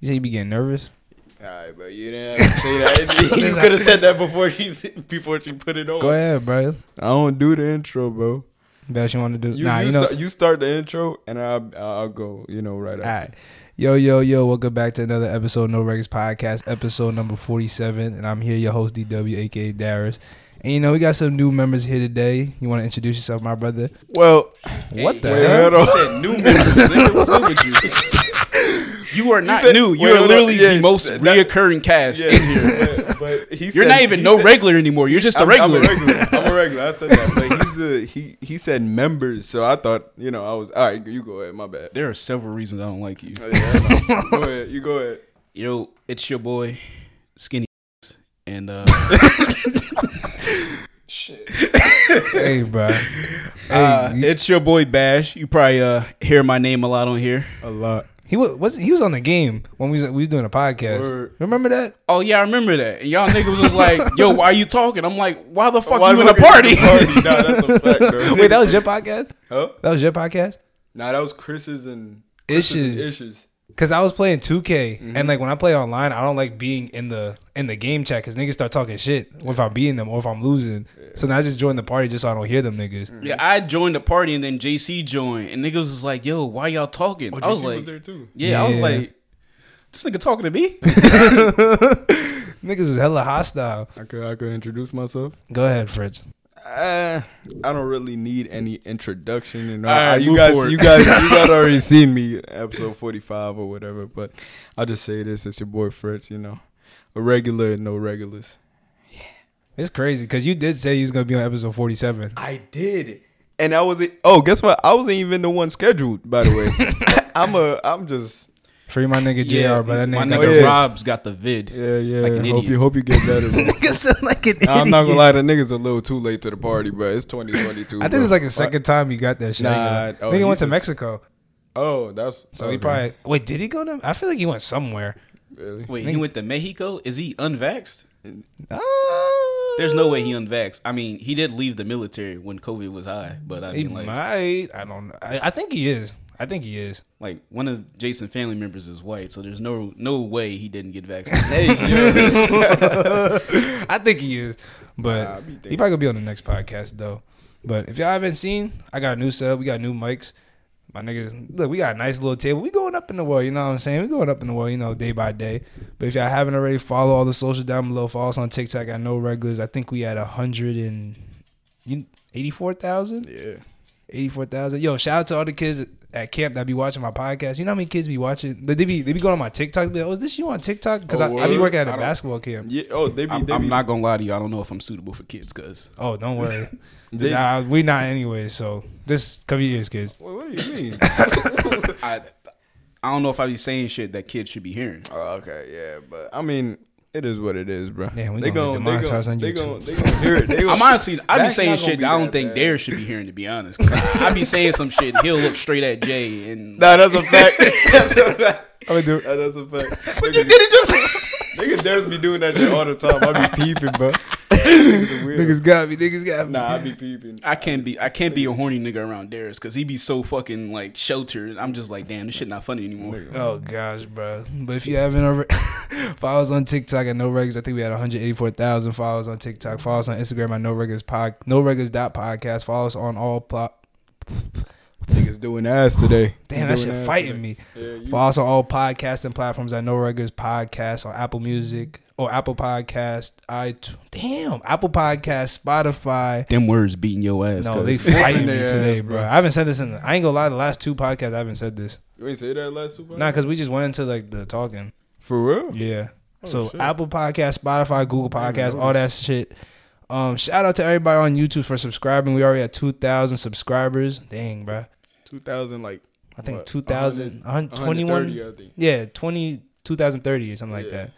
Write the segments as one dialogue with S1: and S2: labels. S1: You say you be getting nervous?
S2: All right, bro. You didn't have to say that. you could have said that before she before she put it on.
S1: Go ahead, bro.
S2: I don't do the intro, bro.
S1: That's you want to do.
S2: You,
S1: nah,
S2: you,
S1: you know.
S2: start, you start the intro, and I I'll go. You know, right.
S1: All
S2: After.
S1: right. Yo, yo, yo. Welcome back to another episode of No Records Podcast, episode number 47. And I'm here, your host, DW, aka Darius. And you know, we got some new members here today. You want to introduce yourself, my brother?
S2: Well,
S1: What the
S2: Wait,
S1: hell?
S2: hold on.
S3: You said new members. Nigga, what's up with you? You are not
S2: said-
S3: new. You
S2: wait,
S3: are
S2: hold on.
S3: literally
S2: Yeah,
S3: the most
S2: that-
S3: reoccurring cast
S2: yeah,
S3: in here.
S2: yeah, but, but he
S3: You're
S2: said-
S3: not even
S2: he
S3: no
S2: said-
S3: regular anymore. You're just a regular.
S2: I'm, I'm a regular. I'm a regular. I said that, but he's a, he he said members, so I thought you know I was all right. You go ahead. My bad.
S3: There are several reasons I don't like you.
S2: Oh, yeah, I know. go ahead. You go ahead.
S3: Yo, it's your boy, Skinny, and uh,
S1: hey, bro. Hey,
S3: uh,
S1: you-
S3: it's your boy Bash. You probably uh, hear my name a lot on here.
S1: a lot. He was, was he was on the game when we was, we was doing a podcast.
S2: Word.
S1: Remember that?
S3: Oh yeah, I remember that. And y'all niggas was like, "Yo, why you talking?" I'm like, "Why the fuck
S2: Why
S3: you in a
S2: the fuck
S3: party?"
S2: you in a party? Nah, that's a fact, bro.
S1: Wait, that was your podcast?
S2: Huh?
S1: That was your podcast?
S2: Nah, that was Chris's and
S1: Issues.
S2: Chris's and issues.
S1: Cause I was playing 2K and like when I play online, I don't like being in the in the game chat because niggas start talking shit if I'm beating them or if I'm losing. So now I just join the party just so I don't hear them niggas.
S3: Yeah, I joined the party and then JC joined, and niggas was like, "Yo, why y'all talking?" I was
S2: JC
S3: like,
S2: there too.
S3: yeah, I was
S1: Yeah.
S3: like, "This nigga talking to me?"
S1: Niggas was hella hostile.
S2: I could I could introduce myself.
S1: Go ahead, Fritz.
S2: Uh, I don't really need any introduction. You know,
S3: All right,
S2: I- you
S3: move
S2: guys,
S3: forward.
S2: you guys, you guys already seen me in episode forty five or whatever. But I'll just say this: it's your boy Fritz. You know, a regular and no regulars.
S1: It's crazy because you did say you was gonna be on episode 47.
S2: I did, and I was. Oh, guess what? I wasn't even the one scheduled. By the way, I'm a. I'm just.
S1: Free my nigga Jr. but that
S3: my
S1: nigga,
S3: nigga
S2: got the-
S3: Rob's got the vid.
S2: Yeah, yeah.
S3: Like an
S2: hope
S3: idiot.
S2: you hope you get better. bro.
S1: sound like an
S2: Nah, I'm not gonna lie, the niggas a little too late to the party, bro. It's 2022.
S1: I
S2: bro.
S1: think it's like the second time you got that shit.
S2: Nah,
S1: nigga
S2: oh,
S1: Nigga
S2: he
S1: went to
S2: just-
S1: Mexico,
S2: Oh, that's
S1: so he probably wait. Did he go to? I feel like he went somewhere.
S2: Really?
S3: Wait, he went to Mexico. Is he unvaxxed?
S1: Ah,
S3: There's no way he unvaxxed. I mean, he did leave the military when COVID was high, but I
S1: He
S3: mean, like,
S1: might. I don't. know. I, I think he is. I think he is.
S3: like one of Jason's family members is white, so there's no no way he didn't get vaccinated.
S2: Hey, yeah.
S1: I think he is, but
S2: Nah, I be
S1: he
S2: thinking-
S1: probably gonna be on the next podcast though. But if y'all haven't seen, I got a new sub. We got new mics. My niggas, look, we got a nice little table. We going up in the world, you know what I'm saying? We going up in the world, you know, day by day. But if y'all haven't already, follow all the socials down below. Follow us on TikTok. I know regulars. I think we at a hundred and you- 84,000?
S2: yeah.
S1: 84,000. Yo, shout out to all the kids at camp that be watching my podcast. You know how many kids be watching? They be they be going on my TikTok. Be like, oh, is this you on TikTok? Because
S2: Oh,
S1: I, I be
S2: word?
S1: working at
S2: I
S1: a
S2: don't-
S1: basketball camp.
S2: Yeah. Oh, they be.
S3: I'm,
S2: They
S3: I'm
S2: be
S3: not gonna lie to you. I don't know if I'm suitable for kids, cause
S1: Oh, don't worry.
S2: They-
S1: nah, we not anyway. So just cover your ears, kids.
S2: Wait, what do you mean?
S3: I I don't know if I be saying shit that kids should be hearing.
S2: oh, okay, yeah, but I mean, it is what it is, bro.
S1: Damn, we gonna
S2: they
S1: get
S2: gon- they
S1: demonetized
S2: gon-
S1: on
S2: they
S1: YouTube.
S2: gon- They gonna hear it. They gon-
S3: I'm honestly, I be
S2: That's
S3: saying
S2: not gonna
S3: shit
S2: be
S3: that I don't
S2: that
S3: think
S2: bad.
S3: Dare should be hearing, to be honest. 'Cause I, I be saying some shit. He'll look straight at Jay and
S2: Nah, that's a fact. Nah, that's a fact. But you did it just. Niggas dares be doing that shit all the time. I be peeping, bro. Niggas, are weird.
S1: Niggas got me. Niggas got me.
S2: Nah, I be peeping.
S3: I can't be I can't be a horny nigga around Darius because he be so fucking like sheltered. I'm just like, damn, this shit not funny anymore.
S1: Oh gosh, bro. But if you haven't already, follow us on TikTok at No Records. I think we had 184,000 followers on TikTok. Follow us on Instagram at No Records Pod, No Records dot podcast. Follow us on all plot.
S2: Niggas doing ass today.
S1: Damn, that
S2: Niggas
S1: shit
S2: doing ass
S1: fighting
S2: today.
S1: me.
S2: Yeah, you-
S1: Follow us on all podcasting platforms at No Records Podcast on Apple Music or Apple Podcast. I damn Apple Podcast, Spotify.
S3: Them words beating your ass.
S1: no, they fighting me today, bro. I haven't said this in. I ain't gonna lie. The last two podcasts, I haven't said this.
S2: You ain't say that last super.
S1: Nah, cause we just went into like the talking.
S2: For real?
S1: Yeah.
S2: Oh,
S1: so
S2: shit.
S1: Apple Podcast, Spotify, Google
S2: I didn't
S1: Podcast,
S2: know
S1: all that shit. Um, shout out to everybody on YouTube for subscribing. We already at two thousand subscribers. Dang, bro.
S2: 2000, like.
S1: I think
S2: What?
S1: 2000,
S2: 100
S1: 121
S2: 130, I think.
S1: Yeah, 20, 2030 or something like
S2: Yeah.
S1: that.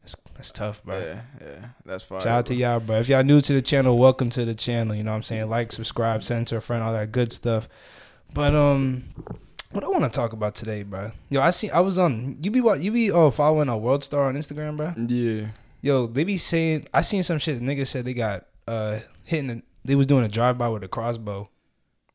S1: That's, that's tough, bro.
S2: Yeah, yeah. That's fine.
S1: Shout out to y'all, bro. If y'all new to the channel, welcome to the channel. You know what I'm saying? Like, subscribe, send to a friend, all that good stuff. But um what I want to talk about today, bro. Yo, I see I was on you be what you be oh following a world star on Instagram, bro.
S2: Yeah.
S1: Yo, they be saying I seen some shit niggas said they got uh hitting the, they was doing a drive by with a crossbow.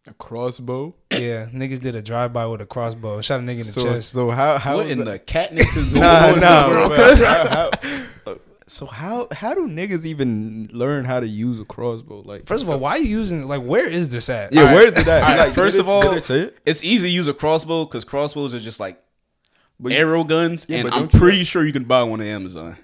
S2: A crossbow?
S1: Yeah, niggas did a drive by with a crossbow and shot a nigga in the
S2: So
S1: chest.
S2: so how how
S3: what
S2: is
S3: in
S2: that-
S3: the catness is going
S2: Nah,
S3: on?
S2: nah,
S3: in this
S2: bro.
S3: world?
S2: How- how- so how how do niggas even learn how to use a crossbow? Like
S1: First of all, why are you using it? Like, where is this at?
S2: yeah,
S1: All right.
S2: where is it at?
S3: Alright,
S2: Like,
S3: first
S2: did
S3: of all,
S2: did they say it?
S3: It's easy to use a crossbow because crossbows are just like
S2: But you-
S3: arrow guns,
S2: Yeah,
S3: and
S2: but
S3: I'm
S2: don't you-
S3: pretty sure you can buy one on Amazon.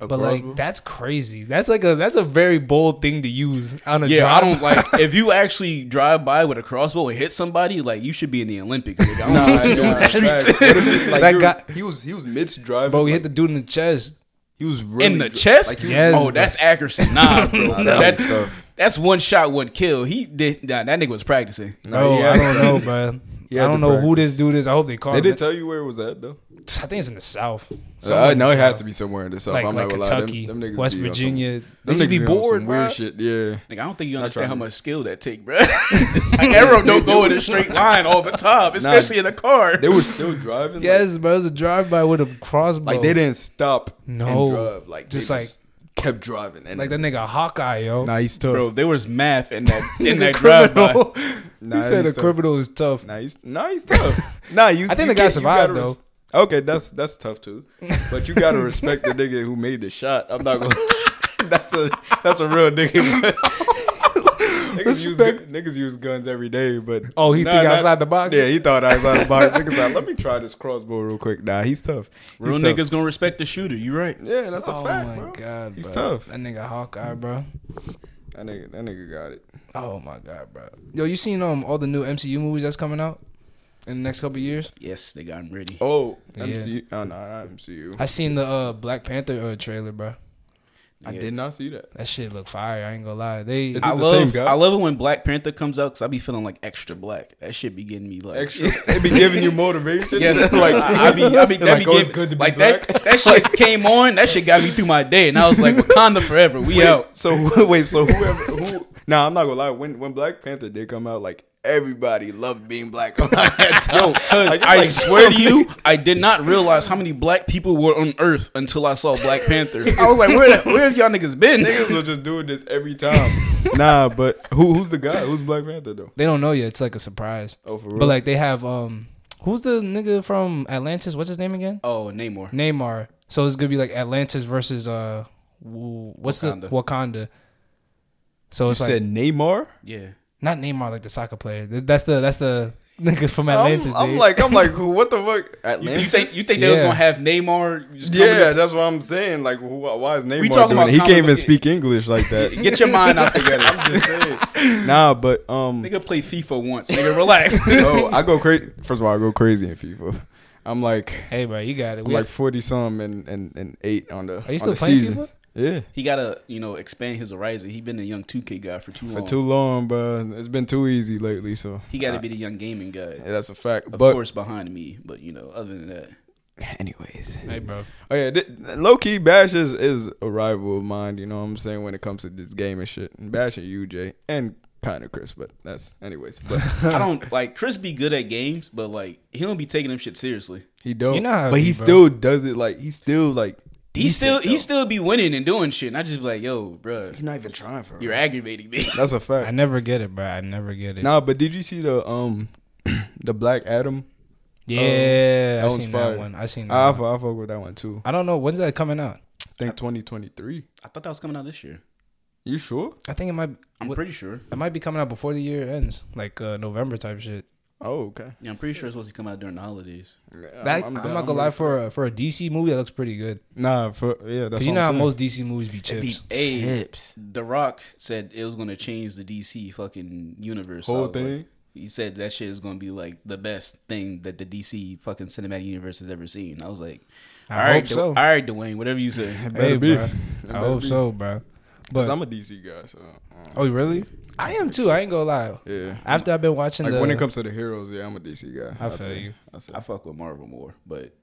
S2: A
S1: But
S2: crossbow?
S1: like, that's crazy. That's like a that's a very bold thing to use on a
S3: Yeah,
S1: drive.
S3: I don't like if you actually drive by with a crossbow and hit somebody, like you should be in the Olympics. Nigga. I don't know what you're doing.
S2: Nah,
S1: that's-
S2: facts. What if it's like
S1: That
S2: you're-
S1: guy-
S2: he was he was mid driving,
S1: Bro, we hit
S2: like,
S1: the dude in the chest.
S2: he was really
S3: in the
S2: dri-
S3: chest.
S2: Like, he was-
S1: Yes,
S3: oh,
S1: bro.
S3: that's accuracy. Nah, bro.
S2: Nah, that
S3: that's
S2: was tough.
S3: that's one shot, one kill. He did nah, that. Nigga was practicing.
S1: No,
S2: he
S1: I
S2: had-
S1: don't know, bro.
S2: had
S1: I don't
S2: to
S1: know who this dude is. I hope they caught
S2: They
S1: him.
S2: didn't tell you where it was at though.
S1: I think it's in the south.
S2: Uh,
S1: Somewhere in
S2: no,
S1: the
S2: Uh, it has
S1: South.
S2: to be somewhere in the south.
S1: like,
S2: I'm
S1: like
S2: not gonna lie. Them-
S1: Kentucky,
S2: them niggas
S1: West
S2: be on some-
S1: Virginia. They should
S2: Them niggas
S1: be
S2: on some
S1: bored, bro.
S2: Weird shit. Yeah.
S3: Nigga, I don't think you
S2: trying
S3: understand how
S2: to-
S3: much skill that take, bro. like, arrow don't go in a straight line all the time, especially in a car.
S2: They were still driving. Like,
S1: Yes, bro. It was a drive by with a crossbow.
S2: like they didn't stop.
S1: No.
S2: And drive. Like they
S1: Just like-
S2: kept driving. And
S1: Like that nigga Hawkeye, yo.
S2: Nah, he's tough.
S3: Bro, there was math in that in
S1: Nigga
S3: that drive by.
S1: criminal.
S2: Nah,
S1: he said
S2: he's
S1: a
S2: tough.
S1: criminal is tough.
S2: Nah, he's nah, he's tough. nah, you.
S1: I think the guy
S2: you can't- you
S1: survived,
S2: gotta
S1: though.
S2: okay, that's that's tough too. But you gotta respect the nigga who made the shot. I'm not gonna. that's a that's a real nigga. bro. niggas, use,
S1: Respect.
S2: niggas use guns every day, but
S1: Oh, he think outside the box?
S2: Yeah, he thought outside the box. Niggas like, let me try this crossbow real quick. Nah, he's tough. He's
S3: Real
S2: tough.
S3: niggas gonna respect the shooter. You right?
S2: Yeah, that's
S1: oh
S2: a fact,
S1: my
S2: bro.
S1: god,
S2: He's
S1: bro.
S2: tough.
S1: That nigga Hawkeye, bro.
S2: That nigga, that nigga got it.
S1: Oh my god, bro. Yo, you seen um all the new MCU movies that's coming out in the next couple years?
S3: Yes, nigga, I'm ready.
S2: Oh,
S1: Yeah.
S2: MCU. Oh no, not MCU.
S1: I seen the uh, Black Panther uh, trailer, bro.
S2: I did not see that.
S1: That shit look fire. I ain't gonna lie. They
S2: Is it
S3: I
S2: the same
S3: love
S2: guy?
S3: I love it when Black Panther comes out because I be feeling like extra black. That shit be getting me like
S2: Extra, they be giving you motivation.
S3: Yes,
S2: like
S3: like I, I be, I be, that
S2: like,
S3: be
S2: oh,
S3: giving,
S2: it's good to be
S3: like
S2: black.
S3: that. That shit came on. That shit got me through my day, and I was like, Wakanda forever. We
S2: Wait,
S3: out.
S2: So wait, so whoever who Nah, I'm not gonna lie, when when Black Panther did come out, like everybody loved being black on that
S3: Yo,
S2: time.
S3: cause
S2: Like,
S3: I
S2: like,
S3: swear to you, I did not realize how many black people were on Earth until I saw Black Panther. I was like, where, the, where have y'all niggas been?
S2: niggas are just doing this every time. nah, but who who's the guy? Who's Black Panther though?
S1: they don't know yet. It's like a surprise.
S2: Oh, for real?
S1: But like they have um who's the nigga from Atlantis? What's his name again?
S3: Oh, Namor.
S1: Neymar. So it's gonna be like Atlantis versus uh w- what's the
S3: Wakanda.
S1: Wakanda. So
S2: You
S1: it's like
S2: said Neymar?
S3: Yeah.
S1: not Neymar like the soccer player. Th- That's the that's the nigga from
S2: I'm,
S1: Atlantis.
S2: I'm
S1: dude.
S2: like I'm like who what the fuck?
S3: You,
S2: Atlantis?
S3: you think you think they was
S1: Yeah.
S3: gonna have Neymar? Just coming
S2: yeah,
S3: up?
S2: that's what I'm saying. Like, who, why is Neymar
S3: talking
S2: doing
S3: about
S2: it? He can't
S3: comic
S2: even
S3: book-
S2: speak English like that.
S3: Get your mind out together.
S2: I'm just saying. Nah, but um,
S3: Nigga play FIFA once. Nigga relax.
S2: no, I go crazy. First of all, I go crazy in FIFA. I'm like,
S1: hey bro, you got it.
S2: I'm
S1: We
S2: like forty some and and and eight on the. Are
S1: you
S2: on
S1: still
S2: the
S1: playing
S2: season.
S1: FIFA?
S2: Yeah,
S3: he gotta you know expand his horizon. He been a young 2K guy for too long.
S2: for too long, bro. It's been too easy lately, so
S3: Oh. he gotta be the young gaming guy.
S2: Yeah, that's a fact.
S3: Of
S2: but
S3: course, behind me, but you know, other than that,
S2: anyways,
S1: hey bro.
S2: oh yeah, th- low key Bash is is a rival of mine. You know what I'm saying when it comes to this game and shit. And Bash and UJ and kind of Chris, but that's anyways. But
S3: I don't like Chris. Be good at games, but like he don't be taking them shit seriously.
S2: he don't.
S1: You know how
S2: but
S1: it
S2: he
S1: be, bro.
S2: still does it. Like he still like
S3: He still
S2: decent,
S3: he
S2: though.
S3: still be winning and doing shit, and I just be like, yo, bruh,
S2: He's not even trying for.
S3: you're
S2: it.
S3: aggravating me.
S2: That's a fact.
S1: I never get it, bro. I never get it.
S2: Nah, um, but did you see the um the Black Adam?
S1: yeah,
S2: that
S1: I
S2: one's
S1: seen
S2: fire.
S1: that one. I seen that.
S2: I, I,
S1: one.
S2: fuck- I fuck with that one too.
S1: I don't know when's that coming out.
S2: I think 2023.
S3: I thought that was coming out this year.
S2: You sure?
S1: I think it might
S3: I'm
S1: What-
S3: pretty sure.
S1: it might be coming out before the year ends, like uh, November type shit.
S2: Oh, okay.
S3: Yeah, I'm pretty sure it's supposed to come out during the holidays.
S1: That, I'm, not gonna lie for a, for a DC movie that looks pretty good.
S2: Nah, for yeah, that's
S1: Cause
S2: what
S1: you know how
S2: I'm saying.
S1: most DC movies be
S3: Be-
S1: chips.
S3: Hey, The Rock said it was gonna change the DC fucking universe.
S2: Whole
S3: I was like-
S2: thing?
S3: he said that shit is gonna be like the best thing that the DC fucking cinematic universe has ever seen. I was like,
S1: I
S3: all right,
S1: hope
S3: Du-
S1: so.
S3: all right, Dwayne, whatever you say.
S2: better
S1: Hey,
S2: be.
S1: bro.
S2: It
S1: I
S2: better
S1: hope
S2: be.
S1: so, bro.
S2: 'Cause
S1: But
S2: I'm a DC guy, so uh,
S1: oh, really? I am too. I ain't gonna lie.
S2: yeah.
S1: After I've been watching
S2: Like
S1: the
S2: when it comes to the heroes, yeah, I'm a DC guy.
S1: I
S2: I'd
S1: feel
S2: say.
S1: you.
S2: I'd say.
S3: I fuck with Marvel more, but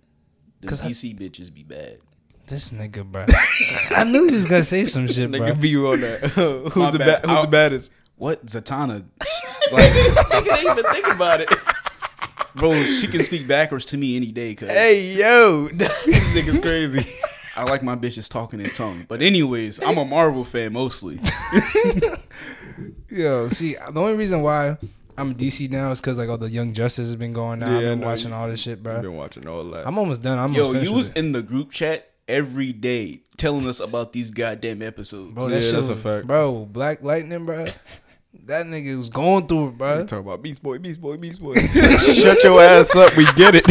S3: the
S1: 'Cause I-
S3: DC bitches be bad.
S1: this nigga, bro, I knew he was gonna say some shit,
S2: Nigga,
S1: bro.
S2: be you on that. who's
S3: My
S2: the
S3: bad.
S2: ba- Who's
S3: I'll-
S2: the baddest?
S3: What Zatanna? like, nigga, didn't even think about it. Bro, she can speak backwards to me any day. Cause
S2: Hey yo, this nigga's crazy.
S3: I like my bitches talking in tongue. But anyways, I'm a Marvel fan mostly.
S1: Yo, see, the only reason why I'm in DC now. It's because like all the Young Justice has been going down.
S2: Yeah, I
S1: I've been
S2: know.
S1: watching all this shit,
S2: I've
S1: bro.
S2: been watching all that.
S1: I'm almost done. I'm
S3: Yo,
S1: almost
S3: you
S1: finished
S3: was
S1: with it.
S3: in the group chat every day telling us about these goddamn episodes.
S1: bro.
S2: Yeah,
S1: that shit
S2: that's a
S1: was-
S2: fact.
S1: bro. Black Lightning, bro. That nigga was going through it, bro.
S2: You talking about Beast Boy, Beast Boy, Beast Boy. Shut your ass up. We get it.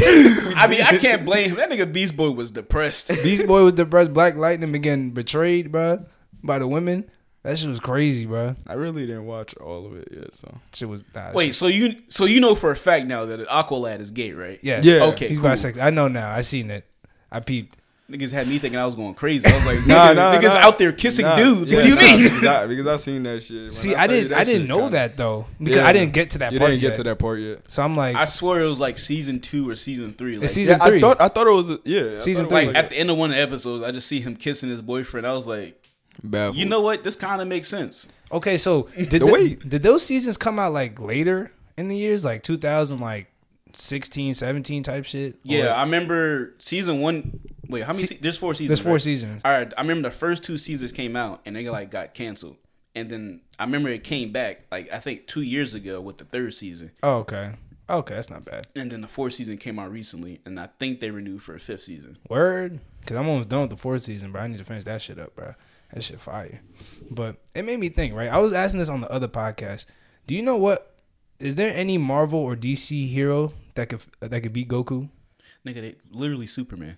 S3: I mean, I can't blame him. That nigga Beast Boy was depressed.
S1: Beast Boy was depressed. Black Lightning been getting betrayed, bro, by the women. That shit was crazy, bro.
S2: I really didn't watch all of it yet. So
S1: Shit was nah, that
S3: Wait, so you so you know for a fact now that Aqualad is gay, right?
S1: shit- yeah,
S2: Yeah.
S3: Okay,
S1: He's
S3: cool.
S1: bisexual. I know now. I seen it. I peeped.
S3: Niggas had me thinking I was going crazy. I was like,
S2: Nah,
S3: nigga,
S2: nah,
S3: niggas
S2: nah.
S3: out there kissing
S2: Nah,
S3: dudes.
S2: yeah,
S3: what do you
S2: nah,
S3: mean?
S2: Nah, because I seen that shit. When
S1: See,
S2: tell
S1: I
S2: you
S1: didn't. I didn't
S2: shit
S1: know
S2: kinda-
S1: that though because
S2: Yeah.
S1: I didn't get to that
S2: You
S1: part
S2: didn't
S1: yet.
S2: get to that part yet.
S1: So I'm like,
S3: I swear it was like season two or season three. Like,
S1: it's season
S2: yeah,
S1: three.
S2: I thought I thought it was yeah.
S1: Season
S3: like
S1: three.
S3: at the end of one of the episodes, I just see him kissing his boyfriend. I was like,
S2: Baffled.
S3: you know what? This kind of makes sense.
S1: okay, so did the,
S2: wait.
S1: did those seasons come out like later in the years, like 2000, like 16, 17 type shit?
S3: Yeah,
S1: Or-
S3: I remember season one. Wait, how many? Se- there's four seasons.
S1: there's four
S3: right?
S1: seasons.
S3: All right, I remember the first two seasons came out and they like got canceled, and then I remember it came back like I think two years ago with the third season,
S1: Oh, okay, okay, that's not bad.
S3: and then the fourth season came out recently, and I think they renewed for a fifth season.
S1: Word, because I'm almost done with the fourth season, bro. I need to finish that shit up, bro. That shit fire. But it made me think, right? I was asking this on the other podcast. Do you know what? Is there any Marvel or DC hero that could that could beat Goku?
S3: Nigga, they literally Superman.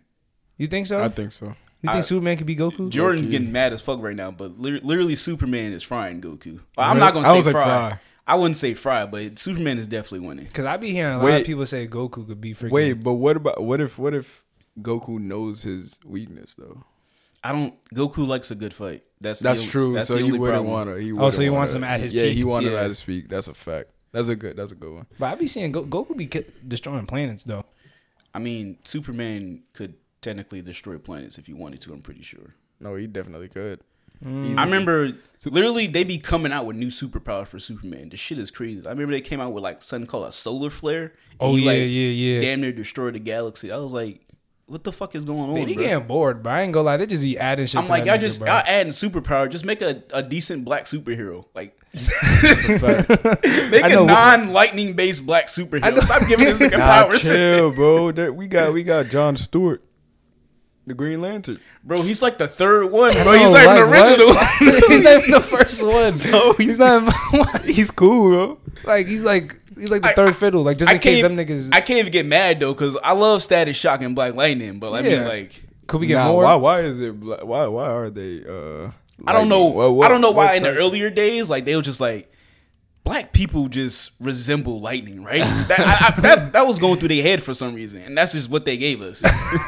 S1: You think so?
S2: I think so.
S1: you think Superman could beat Goku?
S3: Jordan's getting mad as fuck right now, but lit- literally Superman is frying Goku. Well, I'm not gonna
S2: I
S3: say
S2: was
S3: fry.
S2: like, fry.
S3: I wouldn't say fry, but Superman is definitely winning.
S1: Because I be hearing a lot of
S2: Wait.
S1: people say Goku could be freaking.
S2: Wait, but what about what if what if Goku knows his weakness though?
S3: I don't. Goku likes a good fight. That's the
S2: That's
S3: only-
S2: true.
S3: That's
S2: so
S3: the
S2: he
S3: only
S2: wouldn't
S3: problem.
S2: want to. He
S1: Oh, so he
S2: wouldn't
S1: wants
S2: wanna-
S1: him at his
S2: yeah,
S1: peak.
S2: he wanted him
S3: Yeah.
S2: at his peak. That's a fact. That's a good. That's a good one.
S1: but I be seeing Go- Goku be ki- destroying planets though.
S3: I mean, Superman could technically destroy planets if he wanted to. I'm pretty sure.
S2: No, he definitely could.
S1: Mm.
S3: I remember literally they be coming out with new superpowers for Superman. The shit is crazy. I remember they came out with like something called a solar flare. and
S1: Oh,
S3: he,
S1: yeah,
S3: like,
S1: yeah, yeah.
S3: Damn near destroyed the galaxy. I was like, what the fuck is going on?
S1: They be
S3: bro?
S1: getting bored, bro. I ain't gonna lie. They just be adding shit.
S3: I'm
S1: to
S3: like,
S1: that
S3: y'all
S1: nigga,
S3: just
S1: bro.
S3: y'all adding superpower. Just make a, a decent black superhero. Like make
S1: I
S3: a
S1: know.
S3: non lightning based black superhero. Stop giving this nigga
S2: Nah,
S3: powers.
S2: chill, bro. That- we got we got John Stewart, the Green Lantern.
S3: Bro, he's like the third one, bro.
S1: No,
S3: He's like, an
S1: like, what?
S3: original.
S1: he's not even the first one. he's not.
S2: He's cool, bro.
S1: like he's like he's like the
S3: I-
S1: third
S3: I-
S1: fiddle. Like just
S3: I
S1: in case
S3: can't,
S1: them niggas.
S3: I can't even get mad though, because I love Status Shock and Black Lightning, but I
S1: Yeah.
S3: mean like
S1: could we get
S2: Nah,
S1: more?
S2: why? Why is it? bla- Why? Why are they? Uh,
S3: I don't know.
S2: lightning? What- what-
S3: I don't know
S2: what
S3: why in the
S2: type-
S3: earlier days, like they were just like black people just resemble lightning, right? That, I, I, that that was going through their head for some reason, and that's just what they gave us.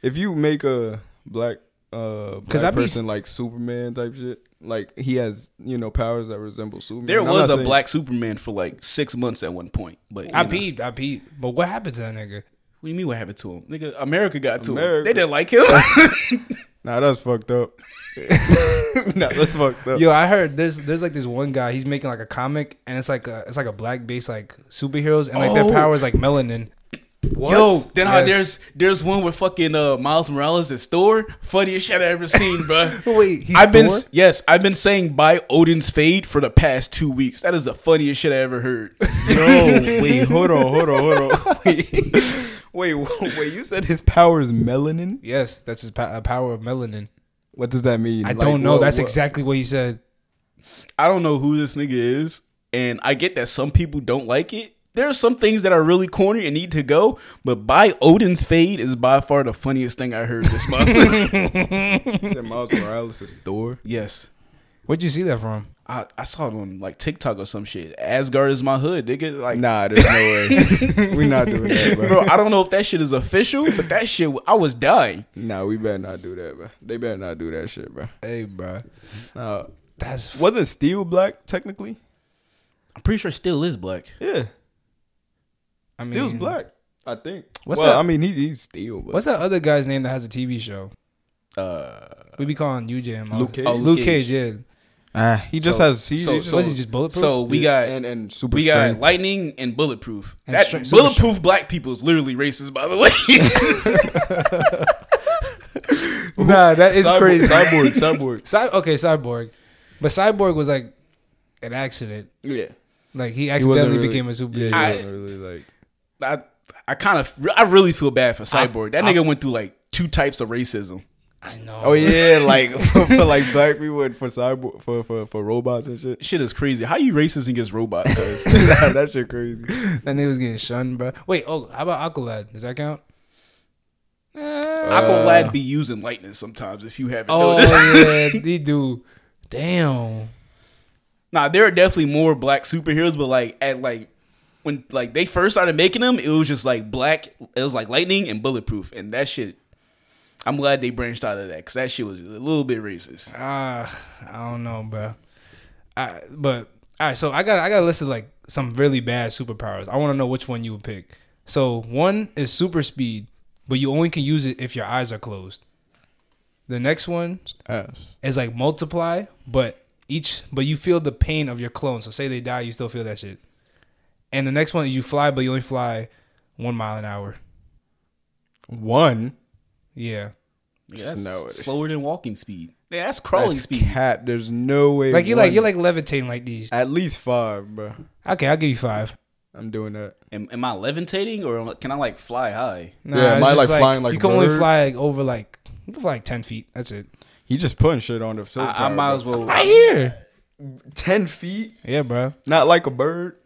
S2: If you make a black uh black
S1: I be-
S2: person like Superman type shit, like he has you know powers that resemble Superman.
S3: There
S2: I'm
S3: was
S2: not
S3: a
S2: saying-
S3: black Superman for like six months at one point, but you
S1: I
S3: know.
S1: peeped. I peeped. But what happened to that nigga?
S3: What do you mean? What happened to him? Nigga, America got to him.
S2: America.
S3: They didn't like him.
S2: Nah, that's fucked up. nah, that's fucked up.
S1: Yo, I heard there's there's like this one guy. He's making like a comic, and it's like a it's like a black based like superheroes, and like their
S3: Oh.
S1: power is like melanin.
S3: Yo, then how
S1: Yes.
S3: there's there's one with fucking uh, Miles Morales at Thor. Funniest shit I ever seen, bro.
S1: Wait, he's
S3: I've been
S1: Thor?
S3: yes, I've been saying buy Odin's fade for the past two weeks. That is the funniest shit I ever heard.
S2: Yo, wait, hold on, hold on, hold on. Wait, wait, wait. You said his power is melanin.
S1: Yes, that's his po- power of melanin.
S2: What does that mean?
S1: I don't know. that's exactly what he said.
S3: I don't know who this nigga is, and I get that some people don't like it. There are some things that are really corny and need to go, but buy Odin's fade is by far the funniest thing I heard this month.
S2: exactly. Miles Morales is Thor.
S3: yes.
S1: Where'd you see that from?
S3: I, I saw it on like TikTok or some shit. Asgard is my hood. They get like,
S2: Nah, there's no way. we not doing that, bro.
S3: bro. I don't know if that shit is official, but that shit, I was dying.
S2: Nah, we better not do that, bro. They better not do that shit, bro.
S1: Hey, bro,
S2: Nah.
S1: that's f-
S2: Wasn't Steel black technically?
S3: I'm pretty sure Steel is black.
S2: Yeah,
S1: I mean,
S2: Steel's black. I think.
S1: What's
S2: well,
S1: that-
S2: I mean, he, he's Steel, but
S1: What's that other guy's name that has a TV show?
S3: Uh,
S1: We be calling UJ and
S2: Luke Cage?
S1: Oh,
S3: Oh,
S1: Luke
S3: Luke
S1: Cage, yeah.
S2: ah, he just
S3: So-
S2: has. He,
S3: so-
S2: he just-
S1: So, Was he just bulletproof?
S3: so we got
S2: and and super
S3: we got
S2: strength.
S3: lightning and bulletproof.
S1: And
S3: that
S1: strength- super
S3: bulletproof black people is literally racist, by the way.
S1: nah, that is
S2: Cyborg-
S1: crazy.
S2: Cyborg, cyborg.
S1: Cy- okay, cyborg, but cyborg was like an accident.
S2: Yeah.
S1: Like he
S2: He wasn't
S1: accidentally
S2: really-
S1: became a super.
S2: Yeah, he
S1: Yeah,
S3: I-
S2: wasn't really like.
S3: I I kind of I really feel bad for Cyborg. that nigga went through like two types of racism.
S1: I know.
S2: Oh yeah, like for, for, like black people and for cyborg for for for robots and shit.
S3: Shit is crazy. How you racist against robots? cuz?
S2: nah, that shit crazy.
S1: that nigga was getting shunned, bro. Wait, oh, how about Aqualad? Does that count?
S3: Aqualad be using lightning sometimes if you haven't
S1: Oh
S3: noticed.
S1: yeah, he do. Damn.
S3: Nah, there are definitely more black superheroes, but like at like when like they first started making them, it was just like black. It was like lightning and bulletproof, and that shit. I'm glad they branched out of that because that shit was just a little bit racist.
S1: Uh, I don't know, bro. I, but all right, so I got I got a list of like some really bad superpowers. I want to know which one you would pick. So one is super speed, but you only can use it if your eyes are closed. The next one
S2: Ass.
S1: is like multiply, but each but you feel the pain of your clone. So say they die, you still feel that shit. And the next one is you fly, but you only fly one mile an hour.
S2: One.
S1: Yeah,
S3: Yeah,
S2: Just
S3: that's
S2: know it.
S3: slower than walking speed. Yeah, that's crawling
S2: That's
S3: speed.
S2: cap. There's no way.
S1: like you like
S2: one-
S1: you're like levitating like these.
S2: at least five, bro.
S1: Okay, I'll give you five.
S2: I'm doing that.
S3: Am, am I levitating or am I- can I like fly high?
S1: Nah,
S2: Yeah,
S1: it's just
S2: mine, like, flying like
S1: you
S2: a
S1: can only
S2: bird.
S1: fly like, over like you can fly like ten feet. That's it.
S2: He just putting shit on the.
S3: I, I
S2: superpower,
S3: might
S2: bro.
S3: as well.
S1: Right here.
S2: Ten feet,
S1: Yeah, bro.
S2: not like a bird.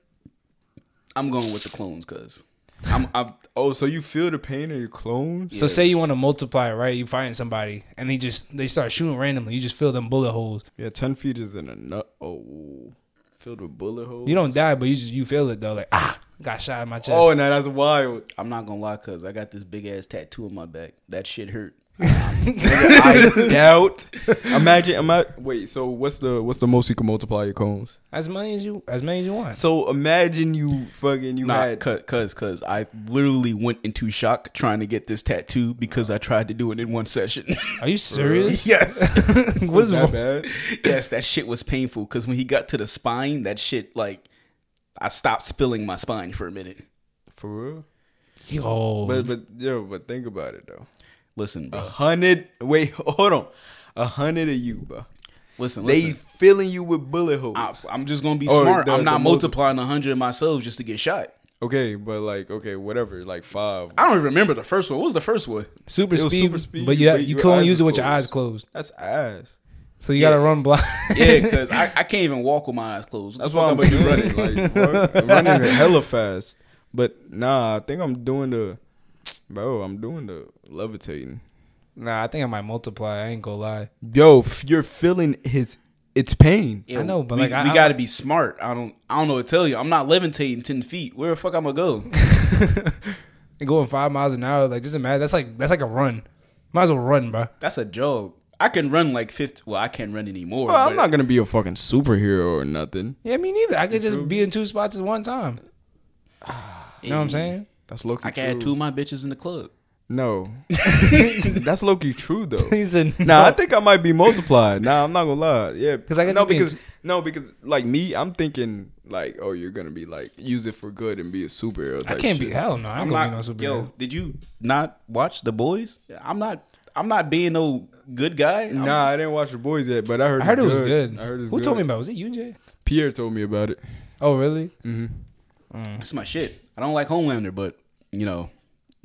S3: I'm going with the clones because I'm, I'm
S2: Oh, so you feel the pain of your clones?
S1: So say you want to multiply, right? You find somebody and they just they start shooting randomly. You just fill them bullet holes.
S2: Yeah, ten feet isn't enough. Oh, filled with bullet holes.
S1: You don't die, but you just you feel it though. Like ah, got shot in my chest.
S2: oh, now that's wild.
S3: I'm not gonna lie because I got this big ass tattoo on my back. That shit hurt.
S2: I doubt. Imagine, imagine. Wait, so what's the what's the most you can multiply your cones?
S1: as many as you as many as you want.
S2: So imagine you fucking you
S3: Nah,
S2: had.
S3: cause, cause, cause I literally went into shock trying to get this tattoo because I tried to do it in one session.
S1: Are you serious?
S3: yes,
S1: What's
S2: that
S1: wrong?
S2: bad?
S3: yes, that shit was painful. Cause when he got to the spine, that shit like I stopped spilling my spine for a minute.
S2: For real?
S1: Yo,
S2: But but yo, but think about it though. A
S3: Listen, bro.
S2: hundred. Wait, hold on. A hundred of you, bro.
S3: Listen,
S2: They
S3: listen.
S2: filling you with bullet holes.
S3: I, I'm just gonna be
S2: Or
S3: smart.
S2: the-
S3: I'm
S2: the
S3: not
S2: multi-
S3: multiplying a hundred myself just to get shot.
S2: okay, but like okay, whatever. Like five.
S3: I don't even remember the first one. What was the first one?
S1: super
S2: it was
S1: speed,
S2: super speed,
S1: But yeah,
S2: but
S1: you
S2: your
S1: can
S2: eyes
S1: only use
S2: are
S1: it with your
S2: closed.
S1: eyes closed.
S2: That's ass.
S1: So you gotta run blind.
S3: Yeah, because I, I can't even walk with my eyes closed. What
S2: That's
S3: the fuck
S2: why I'm gonna
S3: gonna do?
S2: be running like fuck, running hella fast. But nah, I think I'm doing the bro. I'm doing the levitating.
S1: nah, I think I might multiply. I ain't gonna lie.
S2: Yo, f- you're feeling his it's pain.
S3: Yeah,
S1: I know, but
S3: we,
S1: like, I-
S3: we
S1: I-
S3: gotta be smart. I don't, I don't know what to tell you. I'm not levitating ten feet. Where the fuck I'm gonna go?
S1: And going five miles an hour, like just imagine that's like that's like a run. Might as well run, bro.
S3: That's a jog. I can run like fifty. Well, I can't run anymore.
S2: Well, I'm
S3: but
S2: not gonna be a fucking superhero or nothing.
S1: Yeah, me neither. I could just be in two spots at one time. You know what I'm saying?
S2: That's Loki.
S3: I can have two
S2: true.
S3: of my bitches in the club.
S2: No, that's Loki. True though.
S1: He said,
S2: Nah, I think I might be multiplied. Nah, I'm not gonna lie. Yeah,
S1: 'Cause I got
S2: no
S1: you being-
S2: because no because like me, I'm thinking like, oh, you're gonna be like use it for good and be a superhero.
S1: I
S2: Type
S1: can't
S2: shit.
S1: be. Hell no, I'm,
S3: I'm
S1: gonna
S3: not.
S1: be no superhero.
S3: yo, did you not watch The Boys? I'm not. I'm not being no good guy. I'm-
S2: Nah, I didn't watch the boys yet, but I heard.
S1: I heard
S2: it's
S1: it was good.
S2: I heard it's
S1: Who
S2: good.
S1: told me about? it? Was it you, Jay?
S2: Pierre told me about it.
S1: Oh, really?
S2: Mm,
S3: that's my shit. I don't like Homelander, but you know,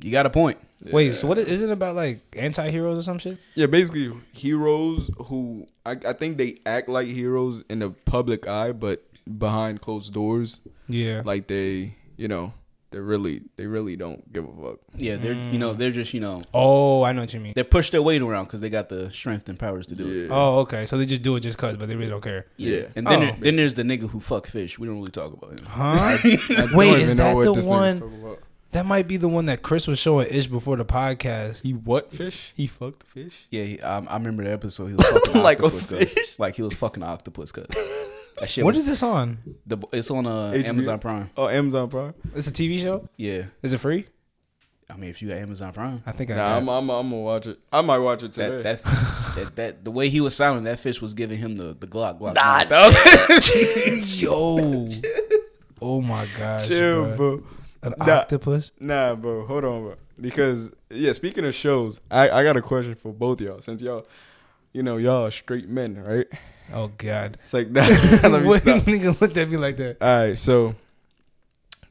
S3: you got a point.
S1: Wait, so what is, isn't it about like anti-heroes or some shit?
S2: Yeah, basically heroes who I, I think they act like heroes in the public eye, but behind closed doors,
S1: Yeah.
S2: like they, you know, they really they really don't give a fuck.
S3: Yeah, they're you
S1: Mm.
S3: know they're just you know
S1: oh, I know what you mean.
S3: they push their weight around because they got the strength and powers to do
S2: Yeah.
S3: it.
S1: Oh, okay. So they just do it just cause, but they really don't care.
S2: Yeah.
S3: And then,
S1: Oh.
S3: there- then there's the nigga who fuck fish. We don't really talk about him.
S1: Huh?
S2: I don't
S1: Wait,
S2: even
S1: is
S2: know
S1: that
S2: what
S1: the
S2: this nigga's
S1: one-
S2: talking about.
S1: that might be the one that Chris was showing Ish before the podcast.
S2: He what fish? He fucked fish.
S3: Yeah, he, um, I, I remember the episode. He was fucking
S2: Like
S3: like
S2: a
S3: octopus, cuz. Like he was fucking an octopus, cuz. That shit.
S1: What
S3: was,
S1: is this on?
S3: the, it's on uh,
S2: HBO?
S3: Amazon Prime.
S2: Oh, Amazon Prime.
S1: It's a TV show.
S3: Yeah,
S1: Is it free?
S3: I mean, if you got Amazon Prime,
S1: I think I.
S2: Nah,
S1: got
S2: I'm, I'm I'm gonna watch it. I might watch it today.
S3: that that, that that the way he was sounding, that fish was giving him the the Glock. Glock nah, that was
S1: it. Yo. oh my gosh.
S2: Chill,
S1: bruh.
S2: bro.
S1: An
S2: Nah.
S1: octopus.
S2: Nah, bro, hold on, bro. Because yeah, speaking of shows, I, I got a question for both y'all. Since y'all, you know, y'all are straight men, right?
S1: Oh God.
S2: It's like that. Let me
S1: What
S2: stop.
S1: nigga looked at me like that?
S2: All right, so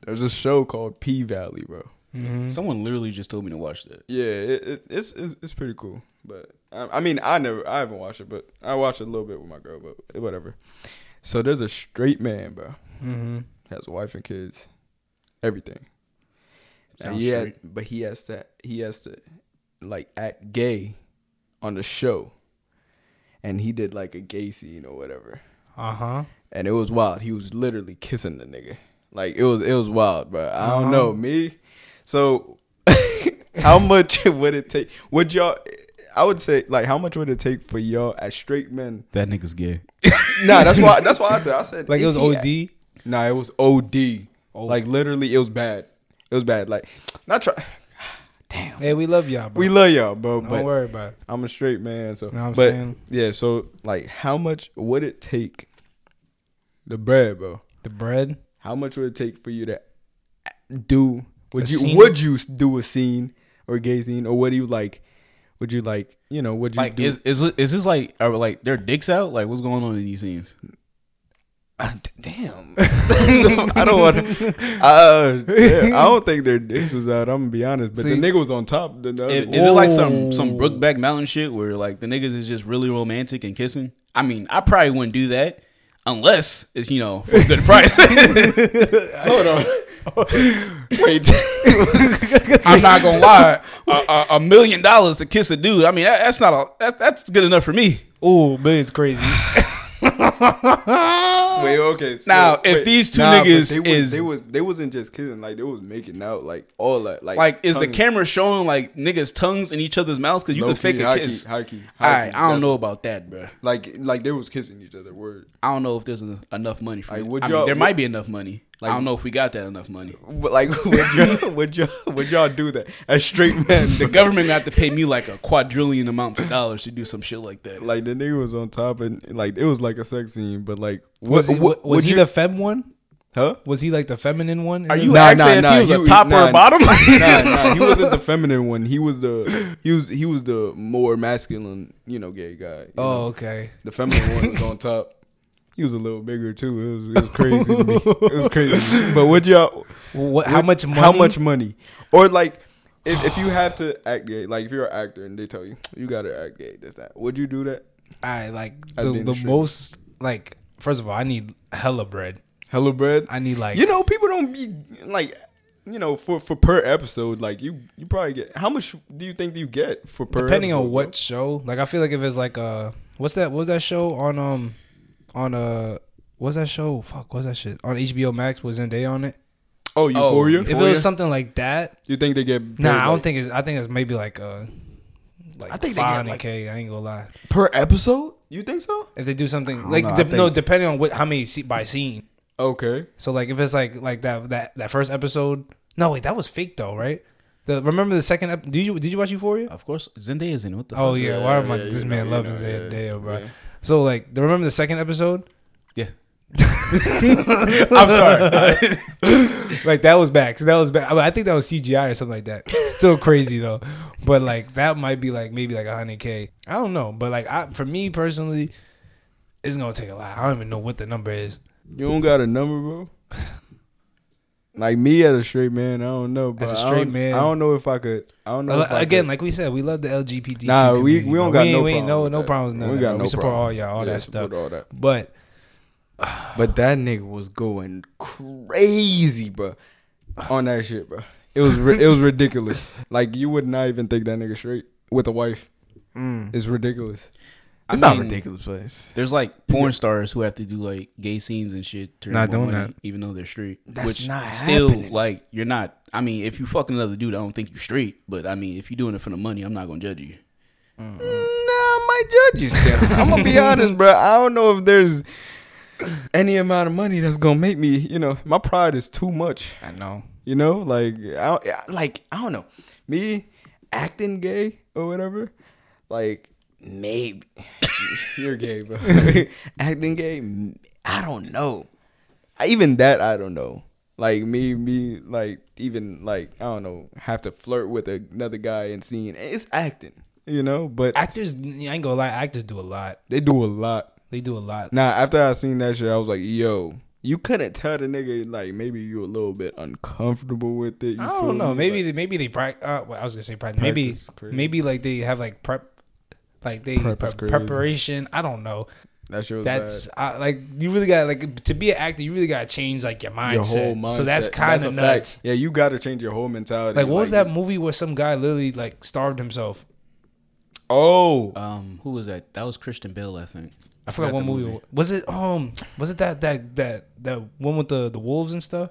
S2: there's a show called P Valley, bro.
S1: Mm-hmm,
S3: Someone literally just told me to watch that.
S2: Yeah, it, it, it's it's it's pretty cool. But I, I mean, I never, I haven't watched it, but I watched it a little bit with my girl, but whatever. So there's a straight man, bro.
S1: Mm-hmm.
S2: Has a wife and kids, everything.
S3: Sounds
S2: yeah,
S3: straight.
S2: but he has to, he has to, like act gay on the show, and he did like a gay scene or whatever,
S1: Uh huh.
S2: and it was wild. He was literally kissing the nigga, like it was it was wild, bro. I
S1: Uh-huh.
S2: don't know me. So how much would it take? Would y'all? I would say like how much would it take for y'all as straight men?
S3: That nigga's gay.
S2: Nah, that's why that's why I said I said
S1: Like it
S2: if
S1: was
S2: he-
S1: OD.
S2: Nah, it was OD. Like literally, it was bad. It was bad. Like not try. Damn.
S1: Hey, we love y'all, bro.
S2: We love y'all, bro.
S1: Don't
S2: but
S1: worry about it.
S2: I'm a straight man, so.
S1: Know what I'm
S2: but
S1: saying?
S2: yeah, so like, how much would it take? The bread, bro.
S1: The bread.
S2: How much would it take for you to do? Would
S1: A
S2: you
S1: scene?
S2: would you do a scene or a gay scene or what do you like? Would you like you know? Would you
S3: Like,
S2: do?
S3: is is it- is this like are like their dicks out? Like, what's going on in these scenes? uh,
S2: damn, I don't want. to Uh, yeah, I don't think their dicks was out. I'm gonna be honest, but
S1: See-
S2: the nigga was on top. The, the
S3: Is,
S2: other-
S3: is it like some
S1: Ooh.
S3: some Brookback Mountain shit where like the niggas is just really romantic and kissing? I mean, I probably wouldn't do that unless it's you know for a good price.
S2: Hold on. Wait.
S3: I'm not gonna lie, a, a, a million dollars to kiss a dude. I mean, that, that's not a that, that's good enough for me.
S1: Oh, man, it's crazy.
S2: Wait, okay. So,
S3: Now, if
S2: wait,
S3: these two
S2: but
S3: niggas
S2: they was,
S3: is-
S2: they was they wasn't just kissing, like they was making out, like all that, like
S3: Like, is the
S2: tongue-
S3: camera showing like niggas' tongues in each other's mouths? Because you
S2: low
S3: can fake
S2: key,
S3: a
S2: high
S3: kiss.
S2: Key, high key,
S3: All
S2: high
S3: right,
S2: key.
S3: I don't
S2: That's-
S3: know about that, bruh.
S2: Like like they was kissing each other. Word.
S3: I don't know if there's en- enough money for
S2: Like,
S3: it.
S2: would
S3: I mean,
S2: y'all-
S3: there
S2: would-
S3: might be enough money. I
S2: like-
S3: don't know if we got that enough money.
S2: But like would y'all would y'all would y'all do that as straight men?
S3: The
S2: The,
S3: government got to pay me like a quadrillion amount of dollars to do some shit like that.
S2: like the nigga was on top and like it was like a sex scene, but like what
S1: Was he,
S2: what,
S1: was
S2: would
S1: he
S2: you,
S1: the fem one?
S2: huh?
S1: Was he like the feminine one?
S3: Are you
S2: Nah,
S3: asking
S2: nah,
S3: if
S2: nah,
S3: he was
S2: you-
S3: a top or
S2: nah.
S3: a bottom?
S2: nah, nah, he wasn't the feminine one. He was the he was he was the more masculine, you know, gay guy. you know?
S1: Oh, okay.
S2: The feminine one was on top. He was a little bigger too. It was, it was crazy. to me. It was crazy. But would y'all?
S1: What? How
S2: would-
S1: much money?
S2: How much money? Or like, if, if you have to act gay, like if you're an actor and they tell you you gotta act gay, that's that. Would you do that?
S1: I like
S2: I've
S1: the,
S2: been
S1: the
S2: straight.
S1: most like. First of all, I need hella bread.
S2: Hello, bread.
S1: I need like
S2: you know, people don't be like, you know, for for per episode, like you you probably get how much do you think you get for per
S1: depending
S2: episode,
S1: on what show. Like I feel like if it's like uh, what's that? What was that show on um, on uh, what's that show? Fuck, what's that shit on HBO Max? Was Zendaya on it?
S2: bro? Oh, Euphoria.
S1: If it was something like that,
S2: you think they get paid,
S1: nah, I don't
S2: like,
S1: think it's. I think it's maybe like uh, like
S2: I think they get,
S1: five
S2: like-
S1: k. I ain't gonna lie.
S2: per episode. You think so?
S1: If they do something
S3: don't
S1: like
S3: know, I
S1: de- no,
S3: think-
S1: depending on what how many se- by scene.
S2: Okay.
S1: So like if it's like like that that that first episode. No wait, that was fake though, right? The remember the second. Ep- did you did you watch Euphoria?
S3: Of course, Zendaya's in it. What the
S1: Oh
S3: fuck?
S1: yeah, why am I?
S2: Uh, yeah,
S1: this
S2: you
S1: man
S2: know, you
S1: loves
S2: know, yeah,
S1: Zendaya, bro.
S2: yeah.
S1: So like, the- remember the second episode?
S3: Yeah.
S1: I'm sorry. like that was back. So that was back. I, mean, I think that was CGI or something like that. Still crazy though. But like that might be like maybe like hundred k. I don't know. But like I, for me personally, it's gonna take a lot. I don't even know what the number is.
S2: You don't got a number, bro. Like me as a straight man, I don't know. But
S1: a
S2: I
S1: straight
S2: don't-
S1: man. Uh,
S2: I don't know if I could. I don't know. if I
S1: Again,
S2: could.
S1: like we said, we love the LGBT.
S2: Nah, we- we don't got no
S1: we ain't
S2: problem
S1: no
S2: with
S1: no
S2: that.
S1: problems.
S2: We
S1: None we
S2: got
S1: We
S2: no
S1: support
S2: problem.
S1: all y'all, all
S2: Yeah,
S1: that
S2: support
S1: stuff.
S2: all that.
S1: But
S2: but that nigga was going crazy, bro, on that shit, bro. It was ri- it was ridiculous. Like you would not even think that nigga straight with a wife. It's ridiculous.
S3: I
S2: it's not
S3: mean-
S2: ridiculous, but it's-
S3: There's like porn stars who have to do like gay scenes and shit to earn
S1: Not
S3: more
S1: doing
S3: money,
S1: that.
S3: even though they're straight.
S1: That's
S3: which
S1: not
S3: still
S1: happening.
S3: like you're not. I mean, if you fucking another dude, I don't think you're straight. But I mean, if you're doing it for the money, I'm not gonna judge you.
S2: Nah, I might judge you still. I'm gonna be honest, bro. I don't know if there's any amount of money that's gonna make me. You know, my pride is too much.
S1: I know.
S2: You know, like I don't- I- like I don't know. Me acting gay or whatever, like maybe you're gay, bro. acting gay, m- I don't know. I- Even that, I don't know. Like me, me, like even like I don't know. Have to flirt with another guy and seeing it's acting, you know. But
S1: Actors, I ain't gonna lie. Actors do a lot.
S2: they do a lot.
S1: They do a lot.
S2: Nah, after I seen that shit, I was like, yo, you couldn't tell the nigga like maybe you a little bit uncomfortable with it. You
S1: I
S2: feel
S1: don't know.
S2: me?
S1: Maybe
S2: Like,
S1: they, maybe they practice. Uh, well, I was gonna say practice. Maybe
S2: Practice is crazy.
S1: maybe like they have like prep, like they
S2: Prep is
S1: pre-
S2: crazy.
S1: preparation. I don't know.
S2: that shit was
S1: That's
S2: bad.
S1: I, like you really got like to be an actor. You really got to change like your mindset.
S2: your whole mindset.
S1: So that's kind
S2: a
S1: of
S2: fact.
S1: nuts.
S2: Yeah, you got to change your whole mentality.
S1: Like what was that movie where some guy literally like starved himself?
S2: Oh,
S3: Um, who was that? That was Christian Bale, I think.
S1: I forgot what
S3: the
S1: movie. it was. Was it um was it that that that that one with the the wolves and stuff?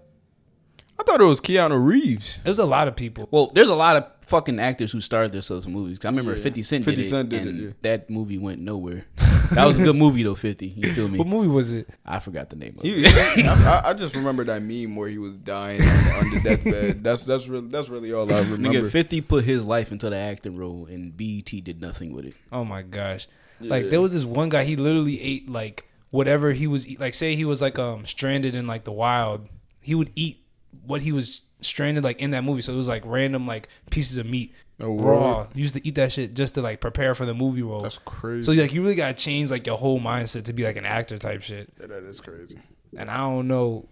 S2: I thought it was Keanu Reeves.
S1: It was a lot of people.
S3: Well, there's a lot of fucking actors who starred themselves in movies. 'Cause I remember
S2: Yeah.
S3: 50 Cent
S2: 50
S3: did it,
S2: Cent did it,
S3: and
S2: yeah.
S3: that movie went nowhere. that was a good movie though, 50. You feel
S1: What
S3: me?
S1: movie was it?
S3: I forgot the name of
S2: He-
S3: it.
S2: he- I, I just remember that meme where he was dying on, on the deathbed. That's that's really that's really all I remember.
S3: Nigga, 50 put his life into the acting role, and BET did nothing with it.
S1: Oh my gosh! Like
S2: Yeah.
S1: there was this one guy. He literally ate like whatever he was eat. Like say he was like um stranded in like the wild. He would eat what he was stranded like in that movie. So it was like random like pieces of meat
S2: Oh,
S1: raw. You used to eat that shit just to like prepare for the movie role.
S2: crazy.
S1: so like you really gotta change like your whole mindset to be like an actor type shit.
S2: yeah, that is crazy.
S1: And I don't know,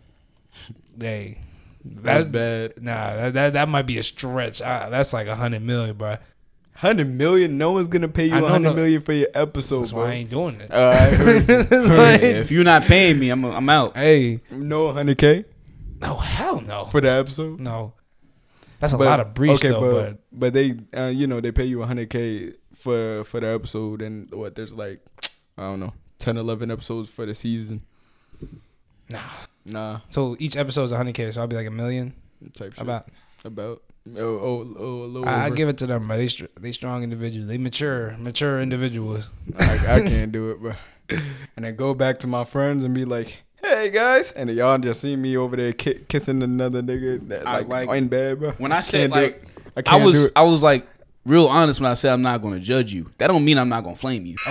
S1: they.
S2: That's
S1: That's,
S2: bad.
S1: Nah, that, that that might be a stretch. I, that's like a hundred million, bro.
S2: Hundred million. No one's gonna pay you
S1: I know,
S2: hundred million
S1: no-
S2: for your episode,
S1: That's
S2: bro.
S1: why I ain't doing it.
S2: All right,
S1: That's
S3: Yeah,
S1: why I ain't-
S3: if you're not paying me, I'm I'm out.
S1: hey,
S2: no hundred k
S1: oh hell no.
S2: for the episode.
S1: No, that's a lot of breach though.
S2: but, but they, uh, you know, they pay you 100k for for the episode, and what there's like, I don't know, 10, 11 episodes for the season.
S1: Nah.
S2: nah,
S1: but so each episode is hundred k. So I'll be like a million.
S2: type shit.
S1: How about
S2: about oh oh oh a little.
S1: I, I
S2: over.
S1: give it to them. Bro. They str- they strong individuals. They mature mature individuals.
S2: I, I can't do it, bro. And then go back to my friends and be like, hey guys, and then y'all just see me over there ki- kissing another nigga, that,
S3: I
S2: like,
S3: like-
S2: in bed, bro.
S3: When I said,
S2: Can't do
S3: like,
S2: it. I
S3: I
S2: can't do
S3: was
S2: it.
S3: I was like real honest when I said I'm not going to judge you. That don't mean I'm not going to flame you.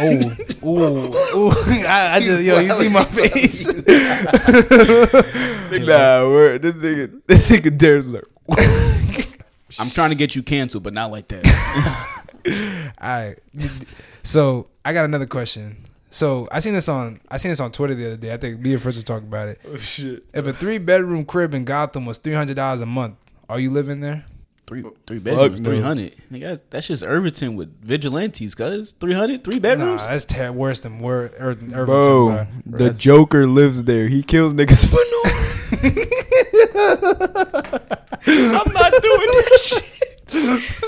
S1: Oh ooh ooh. I, I just yo, you see my face.
S2: Nah, word. This nigga, this nigga dares like.
S3: I'm trying to get you canceled, but not like that.
S1: All right. So I got another question. So I seen this on I seen this on Twitter the other day. I think me and Fritz were talking about it.
S2: Oh shit!
S1: If a three bedroom crib in Gotham was three hundred dollars a month, are you living there?
S3: Three three bedrooms,
S2: no.
S3: three hundred. Nigga, that's- that's just Irvington with vigilantes, cuz 300, three bedrooms.
S1: Nah, that's ter- worse than wor- Ir- Irvington,
S2: Bro,
S1: bro.
S2: the Joker lives there. He kills niggas for no I'm not doing that shit.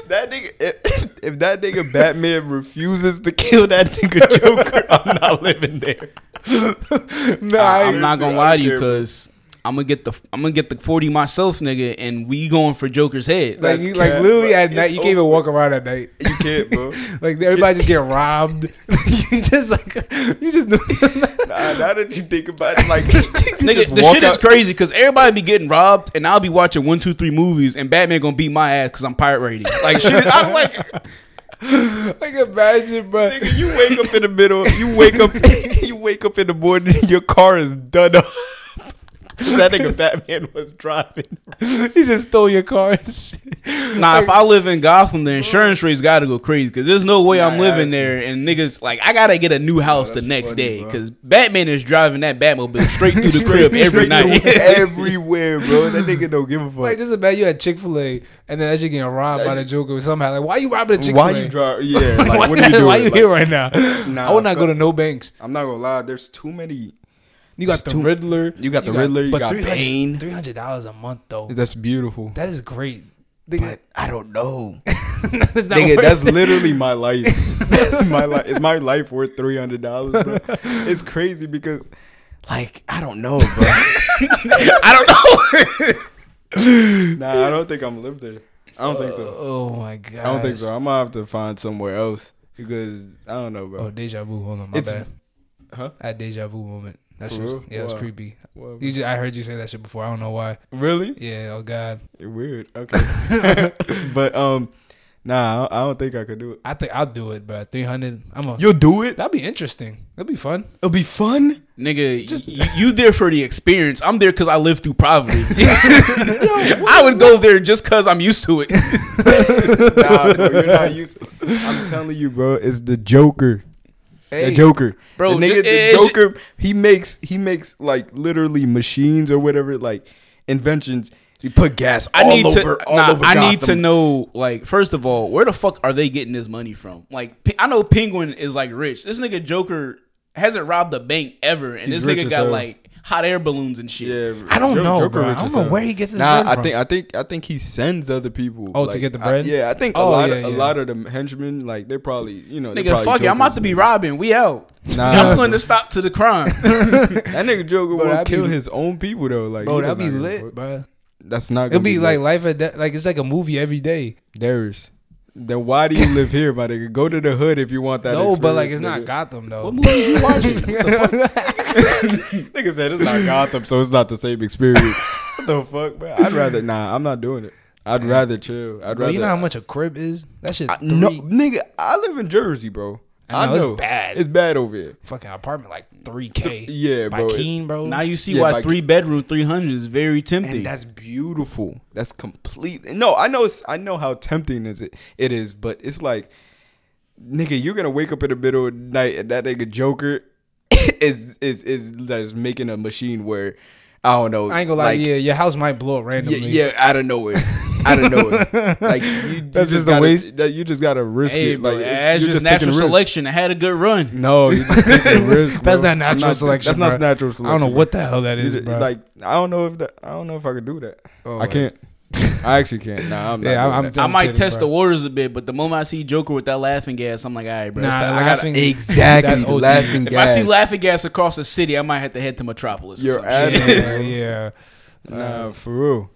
S2: That nigga, if, if that nigga Batman refuses to kill that nigga Joker, I'm not living there. nah,
S3: I,
S2: I
S3: am
S2: ain't
S3: not
S2: too-
S3: gonna
S2: I
S3: lie
S2: don't
S3: to you,
S2: care, bro.
S3: cuz I'm gonna get the I'm gonna get the forty myself, nigga, and we going for Joker's head.
S1: like
S2: that's
S1: you, like
S2: cat,
S1: literally
S2: bro.
S1: at night
S2: It's
S1: you can't even
S2: over.
S1: walk around at night.
S2: you can't, bro.
S1: Like everybody just get robbed. you just like you just
S2: Nah, now that you think about it, like
S3: Nigga, the shit is crazy because everybody be getting robbed, and I'll be watching one, two, three movies, and Batman gonna beat my ass because I'm pirate raiding. Like shit, I'm like,
S1: like imagine, bro.
S2: Nigga, you wake up in the middle. You wake up. you wake up in the morning. Your car is done up. that nigga Batman was driving.
S1: he just stole your car and shit.
S3: nah. If I live in Gotham, the insurance rates gotta go crazy because there's no way
S2: Nah,
S3: I'm
S2: yeah,
S3: living
S2: that's-
S3: there, and niggas like I gotta get a new house the
S2: that's
S3: next
S2: funny,
S3: day
S2: bro.
S3: because Batman is driving that Batmobile straight through the crib every
S2: Straight
S3: night.
S2: everywhere, bro. That nigga don't give a fuck.
S1: Like just imagine you at Chick Fil A and then that shit getting robbed by the Joker somehow. Like why you robbing a Chick Fil A?
S2: why you drive? Yeah, like what are you doing?
S1: Why you
S2: Like,
S1: here right now?
S2: Nah,
S1: I would not
S2: fuck.
S1: go to no banks.
S2: I'm not gonna lie. There's too many.
S1: You got the
S2: too-
S1: Riddler.
S2: you got the Riddler, you got Bane.
S1: Three hundred dollars a month though.
S2: That's beautiful.
S1: That is great.
S2: But I don't know.
S1: That's not
S2: Nigga,
S1: worth
S2: that's
S1: it.
S2: literally my life. my life is my life worth three hundred dollars, bro. It's crazy because, like, I don't know, bro.
S3: I don't know.
S2: nah, I don't think I'm lived there. I don't think so.
S1: Oh my god.
S2: I don't think so. I'm gonna have to find somewhere else because I don't know,
S1: Oh,
S2: bro.
S1: deja vu. Hold on, my
S2: It's-
S1: bad.
S2: Huh?
S1: I had deja vu moment. That
S2: For
S1: shit was,
S2: real?
S1: yeah, it was
S2: Why?
S1: creepy.
S2: Well,
S1: You just, I heard you say that shit before. I don't know why.
S2: really?
S1: Yeah. Oh god.
S2: You're weird. Okay. but um, nah, I don't- I don't think I could do it.
S1: I think I'll do it, bro. Three hundred. I'm a.
S2: You'll do it.
S1: That'd be interesting. That'd be fun.
S2: It'll be fun.
S3: Nigga, you, you there for the experience. I'm there because I lived through poverty. I would go there just because I'm used to it.
S2: nah, bro, you're not used. I'm telling you, bro. It's the Joker. The
S3: Hey.
S2: Joker,
S3: Bro,
S2: The nigga,
S3: ju-
S2: the
S3: it's ju-
S2: Joker. he makes he makes like literally machines or whatever, like inventions. He put gas
S3: I
S2: all
S3: need
S2: over
S3: to.
S2: all
S3: nah,
S2: over
S3: I need to
S2: Gotham.
S3: know. Like, first of all, where the fuck are they getting this money from? Like, Pe- I know Penguin is like rich. This nigga Joker hasn't robbed a bank ever, and
S2: He's
S3: this
S2: rich
S3: nigga
S2: as
S3: got
S2: hell.
S3: like hot air balloons and shit.
S2: Yeah,
S1: I don't
S2: Jo-
S1: know, bro.
S2: rich
S1: I don't
S2: as
S1: know
S2: hell.
S1: where he gets his
S2: Nah,
S1: bread
S2: I
S1: from.
S2: think I think I think he sends other people.
S1: Oh, to get the bread?
S2: I, yeah, I think
S1: Oh,
S2: a lot
S1: yeah,
S2: of a
S1: yeah.
S2: lot of the henchmen like they're probably you know they
S3: Nigga,
S2: probably
S3: fuck it. I'm about
S2: jokers.
S3: to be robbing. We out.
S2: Nah.
S3: I'm putting a stop to the crime.
S2: that nigga Joker will
S1: that'd be-
S2: kill his own people though. Like
S1: bro,
S2: he
S1: that'd
S2: does
S1: be
S2: not give a
S1: lit,
S2: fuck.
S1: bro.
S2: That's not.
S1: It'd
S2: gonna
S1: be
S2: lit.
S1: like life or death. Like it's like a movie every day.
S2: theirs. Then why do you live here, my nigga? Go to the hood if you want that.
S1: no, but like it's
S2: experience,
S1: not Gotham though.
S3: what movies you watching?
S2: nigga. Nigga said it's not Gotham, so it's not the same experience. what the fuck, man? I'd rather nah. I'm not doing it. I'd rather chill. I'd
S1: Bro,
S2: rather.
S1: you know how much a crib is? That shit
S2: I-
S1: three
S2: Uh, no, nigga. I live in Jersey, bro.
S1: I know,
S2: I
S1: it's
S2: know
S1: bad.
S2: It's bad over here.
S1: fucking apartment like three k.
S2: Yeah,
S1: by
S2: bro, it-
S1: Keen, bro.
S3: now you see
S2: Yeah,
S3: why
S2: like-
S3: three bedroom three hundred is very tempting.
S2: And that's beautiful. That's complete. No, I know. It's, I know how tempting is it. It is, but it's like, nigga, you're gonna wake up in the middle of the night and that nigga Joker is is is like making a machine where I don't know.
S1: I ain't gonna lie.
S2: like,
S1: yeah, your house might blow up randomly.
S2: yeah, yeah, out of nowhere, out of nowhere. Like you, you
S1: That's just a
S2: gotta,
S1: waste.
S2: That you just gotta risk
S3: hey,
S2: it.
S3: bro,
S2: Like it's-
S3: that's
S2: you're
S3: just
S2: taking
S3: natural
S2: a risk.
S3: selection. It had a good run.
S2: No, you're just taking a risk.
S1: That's
S2: bro.
S1: not natural
S2: I'm
S1: selection.
S2: That's not
S1: bro.
S2: natural selection.
S1: I don't know
S2: bro.
S1: what the hell that is,
S2: These
S1: bro.
S2: are- Like I don't know if that I don't know if I could do that.
S1: Oh,
S2: I can't. I actually can't. Nah, I'm not.
S1: Yeah,
S2: doing
S1: I'm-
S2: that.
S1: I'm
S3: I might
S1: kidding,
S3: test
S1: bro.
S3: the waters a bit, but the moment I see Joker with that laughing gas, I'm like, all right, bro.
S1: nah,
S3: it's time. I gotta-
S1: laughing
S2: exactly.
S1: That's OD.
S2: laughing
S3: if
S2: gas.
S3: I see laughing gas across the city, I might have to head to Metropolis. Or
S2: You're
S3: some
S2: at
S3: shit.
S2: it.
S1: Yeah, yeah.
S2: nah, for real.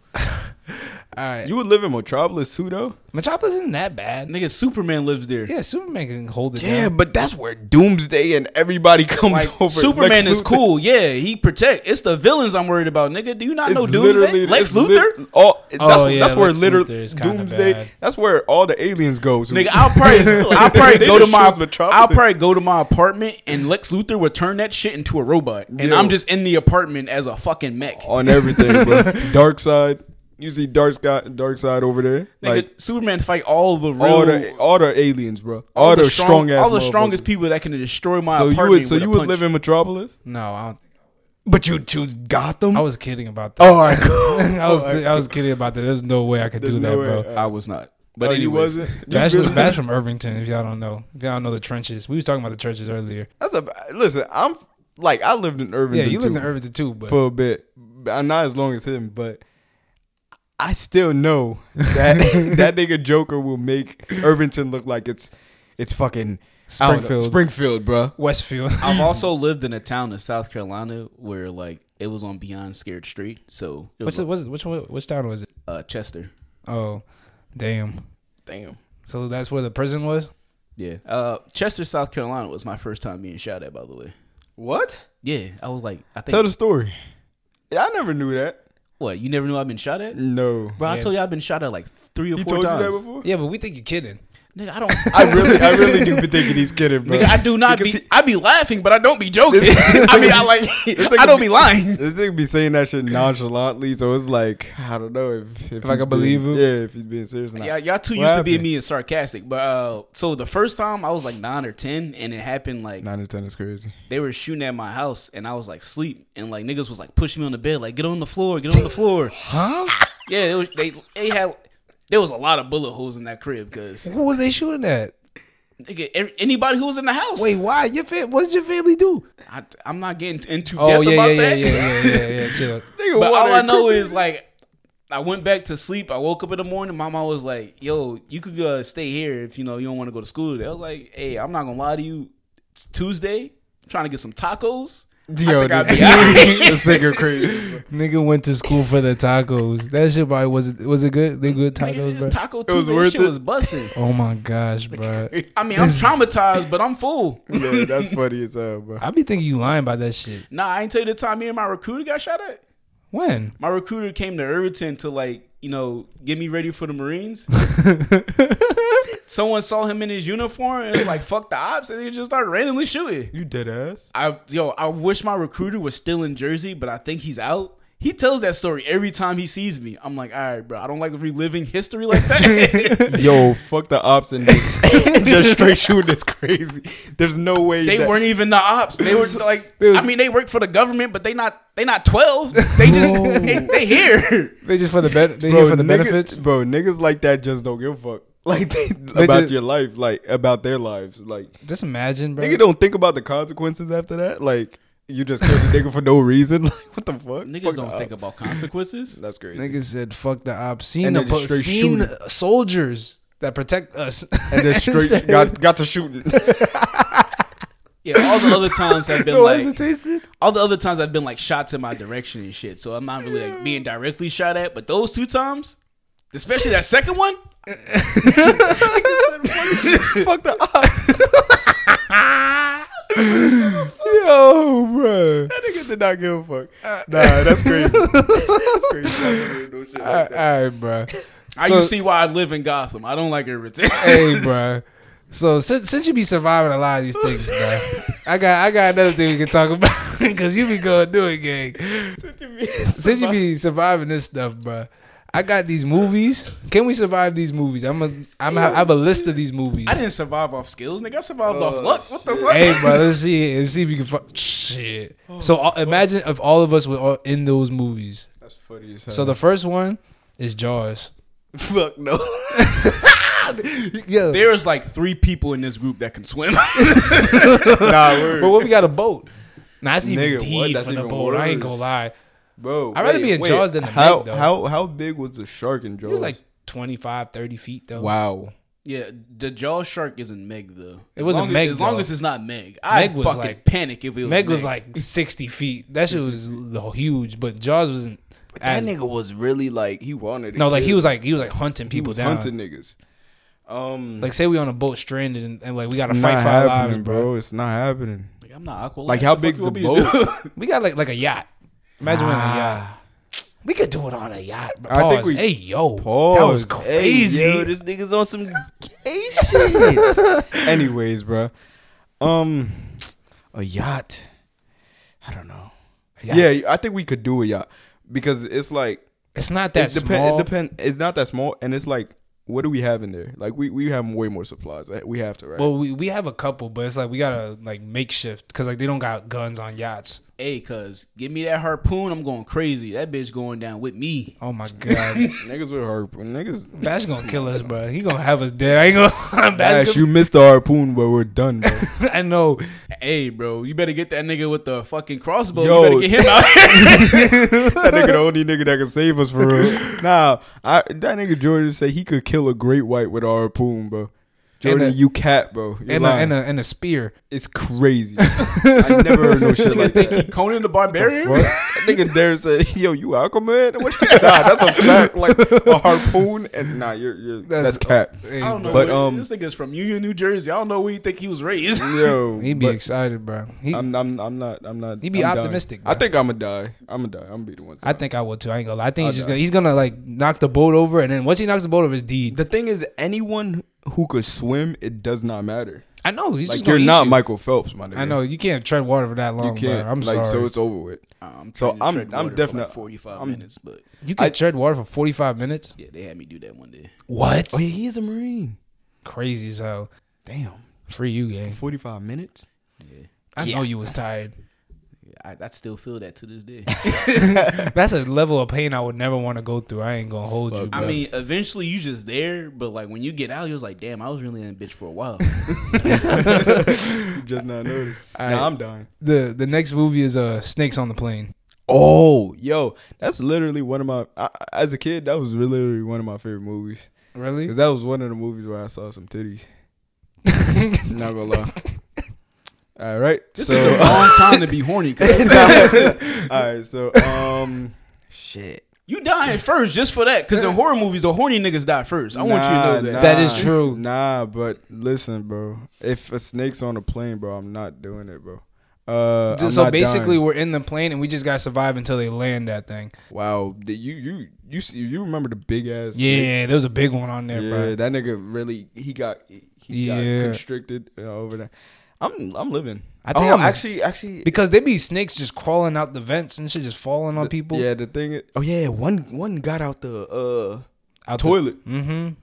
S1: All right,
S2: You would live in Metropolis too, though.
S1: Metropolis isn't that bad.
S3: Nigga, Superman lives there.
S1: Yeah, Superman can hold it down.
S2: but that's where Doomsday and everybody comes
S1: Like,
S3: Superman
S2: Lex
S3: is
S2: Luthor-
S3: cool. Yeah, he protect. It's the villains I'm worried about, nigga. Do you not know
S2: it's
S3: Doomsday? Lex
S2: it's lit-
S3: Luthor?
S2: all that's,
S1: Oh, yeah,
S2: that's where
S1: Lex
S2: literally
S1: Luthor is kinda bad.
S2: Doomsday. That's where all the aliens go. To.
S3: Nigga, I'll probably, I'll probably
S2: They
S3: go to
S2: just
S3: my,
S2: chose Metropolis.
S3: I'll probably go to my apartment, and Lex Luthor would turn that shit into a robot, and
S2: Yo.
S3: I'm just in the apartment as a fucking mech.
S2: on everything, bro. Dark side. You see dark sky, dark side over there.
S3: Nigga,
S2: Like
S3: Superman fight all the real,
S2: all the all the aliens, bro. All, the, strong, ass,
S3: all the strongest
S2: motherfuckers.
S3: people that can destroy my
S2: So
S3: apartment.
S2: you would, so
S3: with a
S2: you would
S3: punch.
S2: live in Metropolis,
S1: no, I don't.
S2: but you choose Gotham.
S1: I was kidding about that.
S2: oh, all right, cool.
S1: I was I was kidding about that. There's no way I could
S2: There's
S1: do
S2: no
S1: that,
S2: way.
S1: bro.
S2: Uh,
S3: I was not.
S2: but
S3: But
S2: oh,
S3: anyways,
S2: you wasn't. You
S1: Bash,
S2: really-
S1: Bash from Irvington, if y'all don't know. If y'all don't know the trenches. We was talking about the trenches earlier.
S2: That's a listen. I'm like I lived in Irvington.
S1: Yeah, you lived
S2: too,
S1: in Irvington too, but
S2: for a bit, But uh, not as long as him, but. I still know that that nigga Joker will make Irvington look like it's it's fucking I don't know,
S1: Springfield.
S2: Springfield, bro.
S1: Westfield.
S3: I've also lived in a town in South Carolina where like it was on Beyond Scared Street, so it
S1: What's
S3: was
S1: it, what's it, which one, which town was it?
S3: uh, Chester.
S1: Oh, damn.
S2: Damn.
S1: So that's where the prison was.
S3: Yeah, uh, Chester, South Carolina was my first time being shot at. By the way,
S2: What?
S3: yeah, I was like, I think
S2: Tell the story. Yeah, I never knew that.
S3: what you never knew I've been shot at.
S2: No.
S3: Bro, I
S1: Yeah.
S3: told you I've been shot at like three or
S2: He
S3: four
S2: told
S3: times.
S2: you that before?
S1: Yeah, but we think you're kidding.
S3: Nigga, I don't.
S2: I really, I really do be thinking he's kidding, bro.
S3: Nigga, I do not
S2: Because
S3: be. I be laughing, but I don't be joking.
S2: This-
S3: I mean, I like.
S2: nigga
S3: I don't be lying.
S2: This nigga be saying that shit nonchalantly, so it's like I don't know if if,
S1: I
S2: he's
S1: can believe
S2: being-
S1: him?
S2: Yeah, if he's being serious. Or not.
S3: Yeah, y'all too
S2: What
S3: used to being
S2: happened?
S3: me and sarcastic. But uh, so the first time I was like nine or ten, and it happened like
S2: Nine to ten is crazy.
S3: they were shooting at my house, and I was like sleep, and like niggas was like pushing me on the bed, like get on the floor, get on the floor.
S1: Huh?
S3: yeah, it was, they they had there was a lot of bullet holes in that crib because
S1: What was they shooting at?
S3: anybody who was in the house.
S1: Wait, why? Your fam- what did your family do?
S3: I, I'm not getting into depth
S1: Oh yeah, yeah,
S3: about
S1: yeah,
S3: that.
S1: yeah, yeah, yeah, yeah, Chill.
S2: Nigga,
S3: But
S2: what
S3: all
S2: a
S3: I know
S2: crooked-
S3: is like I went back to sleep. I woke up in the morning. My mom was like, "Yo, you could uh, stay here if you know you don't want to go to school." Today. I was like, "Hey, I'm not gonna lie to you. It's Tuesday. I'm trying to get some tacos.
S2: Yo,
S3: think I'd
S2: this,
S3: be all
S2: this nigga crazy. bro.
S1: Nigga went to school for the tacos. That shit probably was it. Was it good? They good
S3: Nigga,
S1: tacos,
S3: it's
S1: bro.
S3: Taco
S2: was
S3: Tuesday.
S2: worth
S3: This shit
S2: it.
S3: was busting.
S1: Oh my gosh, bro.
S3: I mean, I'm traumatized, but I'm full.
S2: Yeah, that's funny as hell, bro.
S1: I be thinking you lying about that shit.
S3: Nah, I ain't tell you the time me and my recruiter got shot at.
S1: When?
S3: My recruiter came to Irvington to like you know get me ready for the Marines. Someone saw him in his uniform and was like, "Fuck the ops," and they just started randomly shooting.
S2: You dead ass.
S3: I yo, I wish my recruiter was still in Jersey, but I think he's out. He tells that story every time he sees me. I'm like, all right, bro. I don't like reliving history like that.
S2: Yo, fuck the ops and just, just straight shooting is crazy. There's no way
S3: they
S2: that-
S3: weren't even the ops. They were like,
S1: Dude.
S3: I mean, they work for the government, but they not they not twelve. They just they, they here.
S1: They just for the ben- they
S2: bro,
S1: here for the
S2: nigga-
S1: benefits.
S2: bro. Niggas like that just don't give a fuck. Like they, about
S1: just-
S2: your life, like about their lives. Like
S1: Just imagine, bro.
S2: nigga don't think about the consequences after that. Like you just killed a nigga for no reason. Like what the fuck?
S3: Niggas
S2: Fuck
S3: don't
S2: the
S3: think
S2: ops.
S3: about consequences.
S2: That's crazy.
S1: Niggas said, "Fuck the ops." Seen
S2: And
S1: the
S2: they just
S1: po-
S2: straight
S1: seen
S2: shoot
S1: the soldiers that protect us,
S2: And then straight
S1: said-
S2: got got to shooting.
S3: Yeah, all the other times have been
S1: no
S3: like
S1: hesitation.
S3: all the other times I've been like shots in my direction and shit. So I'm not really like being directly shot at. But those two times, especially that second one,
S2: fuck the ops. Yo, bro. That nigga did not give a fuck. nah, that's crazy. that's crazy. Ah. I never heard no shit like
S1: All
S2: that.
S1: right, bro.
S3: I
S1: So-
S3: you see why I live in Gotham. I don't like irritation.
S1: hey, bro. So since, since you be surviving a lot of these things, bro, I got I got another thing we can talk about because you be going through it, gang. Since you be surviving this stuff, bro, I got these movies. Can we survive these movies? I'm a I'm a, I have a list of these movies.
S3: I didn't survive off skills, nigga. I survived
S1: Uh,
S3: off luck. What the fuck?
S1: Hey, bro, let's see let's see if you can. Fu- Shit.
S2: Oh,
S1: So all, imagine if all of us were all in those movies.
S2: That's funny as hell.
S1: So the first one is Jaws.
S2: fuck no.
S1: Yeah,
S3: There's like three people in this group that can swim.
S2: nah, word.
S1: but what if we got a boat? Nah, that's even
S2: Nigga, what?
S1: deep
S2: That's
S1: for the
S2: even
S1: boat. I ain't
S2: worse.
S1: gonna lie.
S2: Bro,
S1: I'd rather be in Jaws than the
S2: how,
S1: Meg, though.
S2: How how big was the shark in Jaws?
S1: It was like 25, 30 feet though.
S2: wow.
S3: yeah, the jaw shark isn't Meg though.
S1: It
S3: As
S1: wasn't
S3: long as-
S1: Meg,
S3: As long
S1: though.
S3: as it's not Meg, I
S1: Meg was
S3: fucking
S1: like-
S3: panic if it was
S1: Meg was like sixty feet. That shit was l- huge, but Jaws wasn't.
S2: That
S1: as-
S2: nigga was really like he wanted it.
S1: no, like
S2: Yeah,
S1: he was like he was like hunting
S2: he
S1: people
S2: was
S1: down.
S2: hunting niggas. Um,
S1: Like say we on a boat stranded and, and like we gotta
S2: it's
S1: fight
S2: not
S1: for our
S2: happening,
S1: lives, bro.
S2: It's not happening.
S3: Like, I'm not aqua.
S2: Like how big's the boat?
S1: We got like like a yacht. Imagine uh, we on a yacht. We could do it on a yacht. Bro.
S2: I
S1: Pause.
S2: think we-
S1: hey yo,
S2: Ah, Pause.
S1: that was
S2: Hey,
S1: crazy.
S2: yo, this nigga's on some gay shit. Anyways, bro. Um, a yacht. I don't know.
S1: yacht.
S2: Yeah, I think we could do a yacht because it's like
S1: it's not that
S2: it depend.
S1: small.
S2: It depend. It's not that small, and it's like, what do we have in there? Like we we have way more supplies. Uh, We have to right.
S1: Well, we, we have a couple, but it's like we gotta like makeshift because like they don't got guns on yachts.
S3: Hey, cuz give me that harpoon. I'm going crazy. That bitch going down with me.
S1: Oh my god,
S2: niggas with harpoon. Niggas.
S1: Bash gonna kill us, bro. He gonna have us dead. I ain't gonna. Bash,
S2: Bash, you missed the harpoon, but we're done. Bro.
S1: I know.
S3: Hey, bro, you better get that nigga with the fucking crossbow.
S2: Yo.
S3: You better get him out here.
S2: that nigga the only nigga that can save us for real. Nah, I, that nigga Jordan said he could kill a great white with a harpoon, bro. Jordan,
S1: And a-
S2: you cat, bro.
S1: And
S2: You're
S1: a,
S2: lying.
S1: and a and a spear.
S2: it's crazy. I never heard no shit like that.
S3: Conan the Barbarian.
S2: Fuck. That nigga there said, "Yo, you Aquaman?" What you- nah, that's a fact. Like a harpoon, and nah, you're, you're that's, cat.
S1: Hey,
S3: I don't
S1: bro.
S3: know.
S2: But,
S3: where-
S2: um,
S3: this nigga's from Union, New Jersey. I don't know where you think he was raised.
S2: Yo,
S1: He be
S2: but
S1: excited, bro. He,
S2: I'm, I'm, I'm not. I'm not.
S1: He be
S2: I'm dying.
S1: optimistic,
S2: I
S1: bro.
S2: think I'm gonna die. I'm gonna die. I'm gonna be the one. to
S1: I
S2: die.
S1: think I will too. I ain't gonna lie. I think he's just
S2: Okay.
S1: gonna he's gonna like knock the boat over, and then once he knocks the boat over, it's deed.
S2: the thing is, anyone who could swim, it does not matter.
S1: I know he's just
S2: Like
S1: gonna
S2: you're
S1: eat
S2: not
S1: you.
S2: Michael Phelps, my nigga.
S1: I know you can't tread water for that
S2: You
S1: long, bro.
S2: can't.
S1: I'm
S2: like,
S1: sorry.
S2: so it's over with.
S3: I'm
S2: So
S3: trying to
S2: I'm-
S3: tread
S2: I'm
S3: water for,
S2: definitely-
S3: like 45
S2: I'm-
S3: minutes, but
S1: you can
S2: I-
S1: tread water for 45 minutes.
S3: yeah, they had me do that one day.
S1: What?
S2: Oh, yeah, he is a Marine.
S1: Crazy as hell.
S2: Damn.
S1: Free you, gang.
S2: 45 minutes?
S1: I know you was tired.
S3: I, I still feel that to this day.
S1: That's a level of pain I would never want to go through. I ain't gonna hold you. Bro.
S3: I mean, eventually you just there, but like when you get out, you're just like, damn, I was really in that bitch for a while.
S2: You just not noticed.
S1: All right.
S2: Nah, I'm dying.
S1: the the next movie is uh Snakes on the Plane.
S2: Oh, yo. That's literally one of my, I, I- as a kid, that was literally one of my favorite movies.
S1: Really?
S2: Because that was one of the movies where I saw some titties. not gonna lie. All right.
S3: This
S2: so,
S3: is the wrong time to be horny. Cause
S2: all right. So, um, shit.
S3: you dying first just for that. Because in horror movies, the horny niggas die first. I want you to know that.
S1: That is true.
S2: Nah, but listen, bro. If a snake's on a plane, bro, I'm not doing it, bro. Uh, I'm
S1: so
S2: not
S1: basically,
S2: dying.
S1: we're in the plane and we just gotta survive until they land that thing.
S2: wow. Did you you you see you remember the big ass? snake?
S1: Yeah, there was a big one on there,
S2: yeah.
S1: bro.
S2: That nigga really he got he got
S1: Yeah.
S2: constricted uh, over there. I'm I'm living.
S1: I think
S2: oh,
S1: I'm-
S2: actually actually
S1: because they be snakes just crawling out the vents and shit, just falling on people.
S2: yeah. The thing is, oh yeah, one one got out the uh
S1: Out the-
S2: toilet.
S1: Mm-hmm.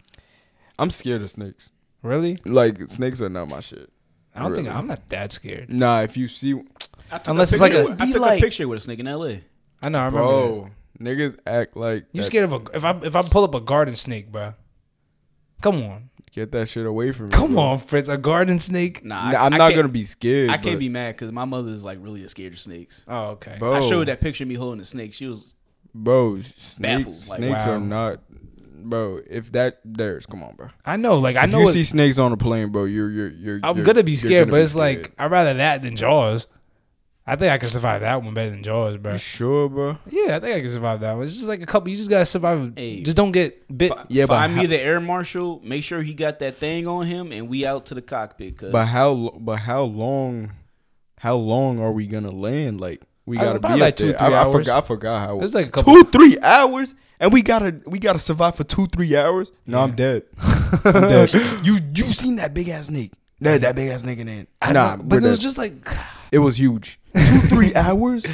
S2: I'm scared of snakes.
S1: Really?
S2: Like snakes are not my shit.
S1: I don't think
S2: Really.
S1: I'm not that scared.
S2: Nah, if you see,
S3: I took
S1: Unless
S3: a
S1: it's like
S3: picture
S1: a-
S3: with- I
S2: be
S3: took
S2: like-
S3: a picture with a snake in L.A.
S1: I know. I remember. that.
S2: bro, niggas act like
S1: You
S2: that-
S1: scared of a if I if I pull up a garden snake, bro? Come on,
S2: Get that shit away from me.
S1: come
S2: bro.
S1: on, Fritz. A garden snake?
S3: Nah,
S2: Nah, I'm
S3: I
S2: not
S3: can't-
S2: gonna be scared.
S3: I can't
S2: but-
S3: be mad because my mother is like really scared of snakes.
S1: Oh, okay.
S2: Bro,
S3: I showed that picture of me holding a snake. She was
S2: bro. Snakes,
S3: Baffled, like,
S2: snakes
S1: wow.
S2: are not, bro. If that theirs, come on, bro.
S1: I know. Like I
S2: if
S1: know.
S2: you
S1: it-
S2: see snakes on a plane, bro, you're you're you're.
S1: I'm
S2: you're-
S1: gonna be
S2: you're
S1: scared, but
S2: be
S1: it's like
S2: scared.
S1: I'd rather that than Jaws. I think I can survive that one better than Jaws, bro.
S2: you sure, bro?
S1: Yeah, I think I can survive that one. It's just like a couple. You just gotta survive.
S3: Hey.
S1: just don't get bit.
S3: fi-
S2: Yeah, but
S3: find me
S2: how-
S3: the air marshal. Make sure he got that thing on him, and we out to the cockpit. Cause
S2: But how lo- but how long, how long are we gonna land? Like we
S1: Uh,
S2: gotta
S1: probably
S2: be
S1: like
S2: up
S1: two,
S2: there.
S1: three
S2: I,
S1: hours.
S2: I forgot. I forgot how.
S1: It was like a couple.
S2: two three hours, and we gotta we gotta survive for two three hours. No, I'm dead. I'm dead. You you seen that big ass snake? That that big ass snake in it.
S1: I
S2: Nah,
S1: know, but it was just
S2: just
S1: like,
S2: it was huge. two three hours.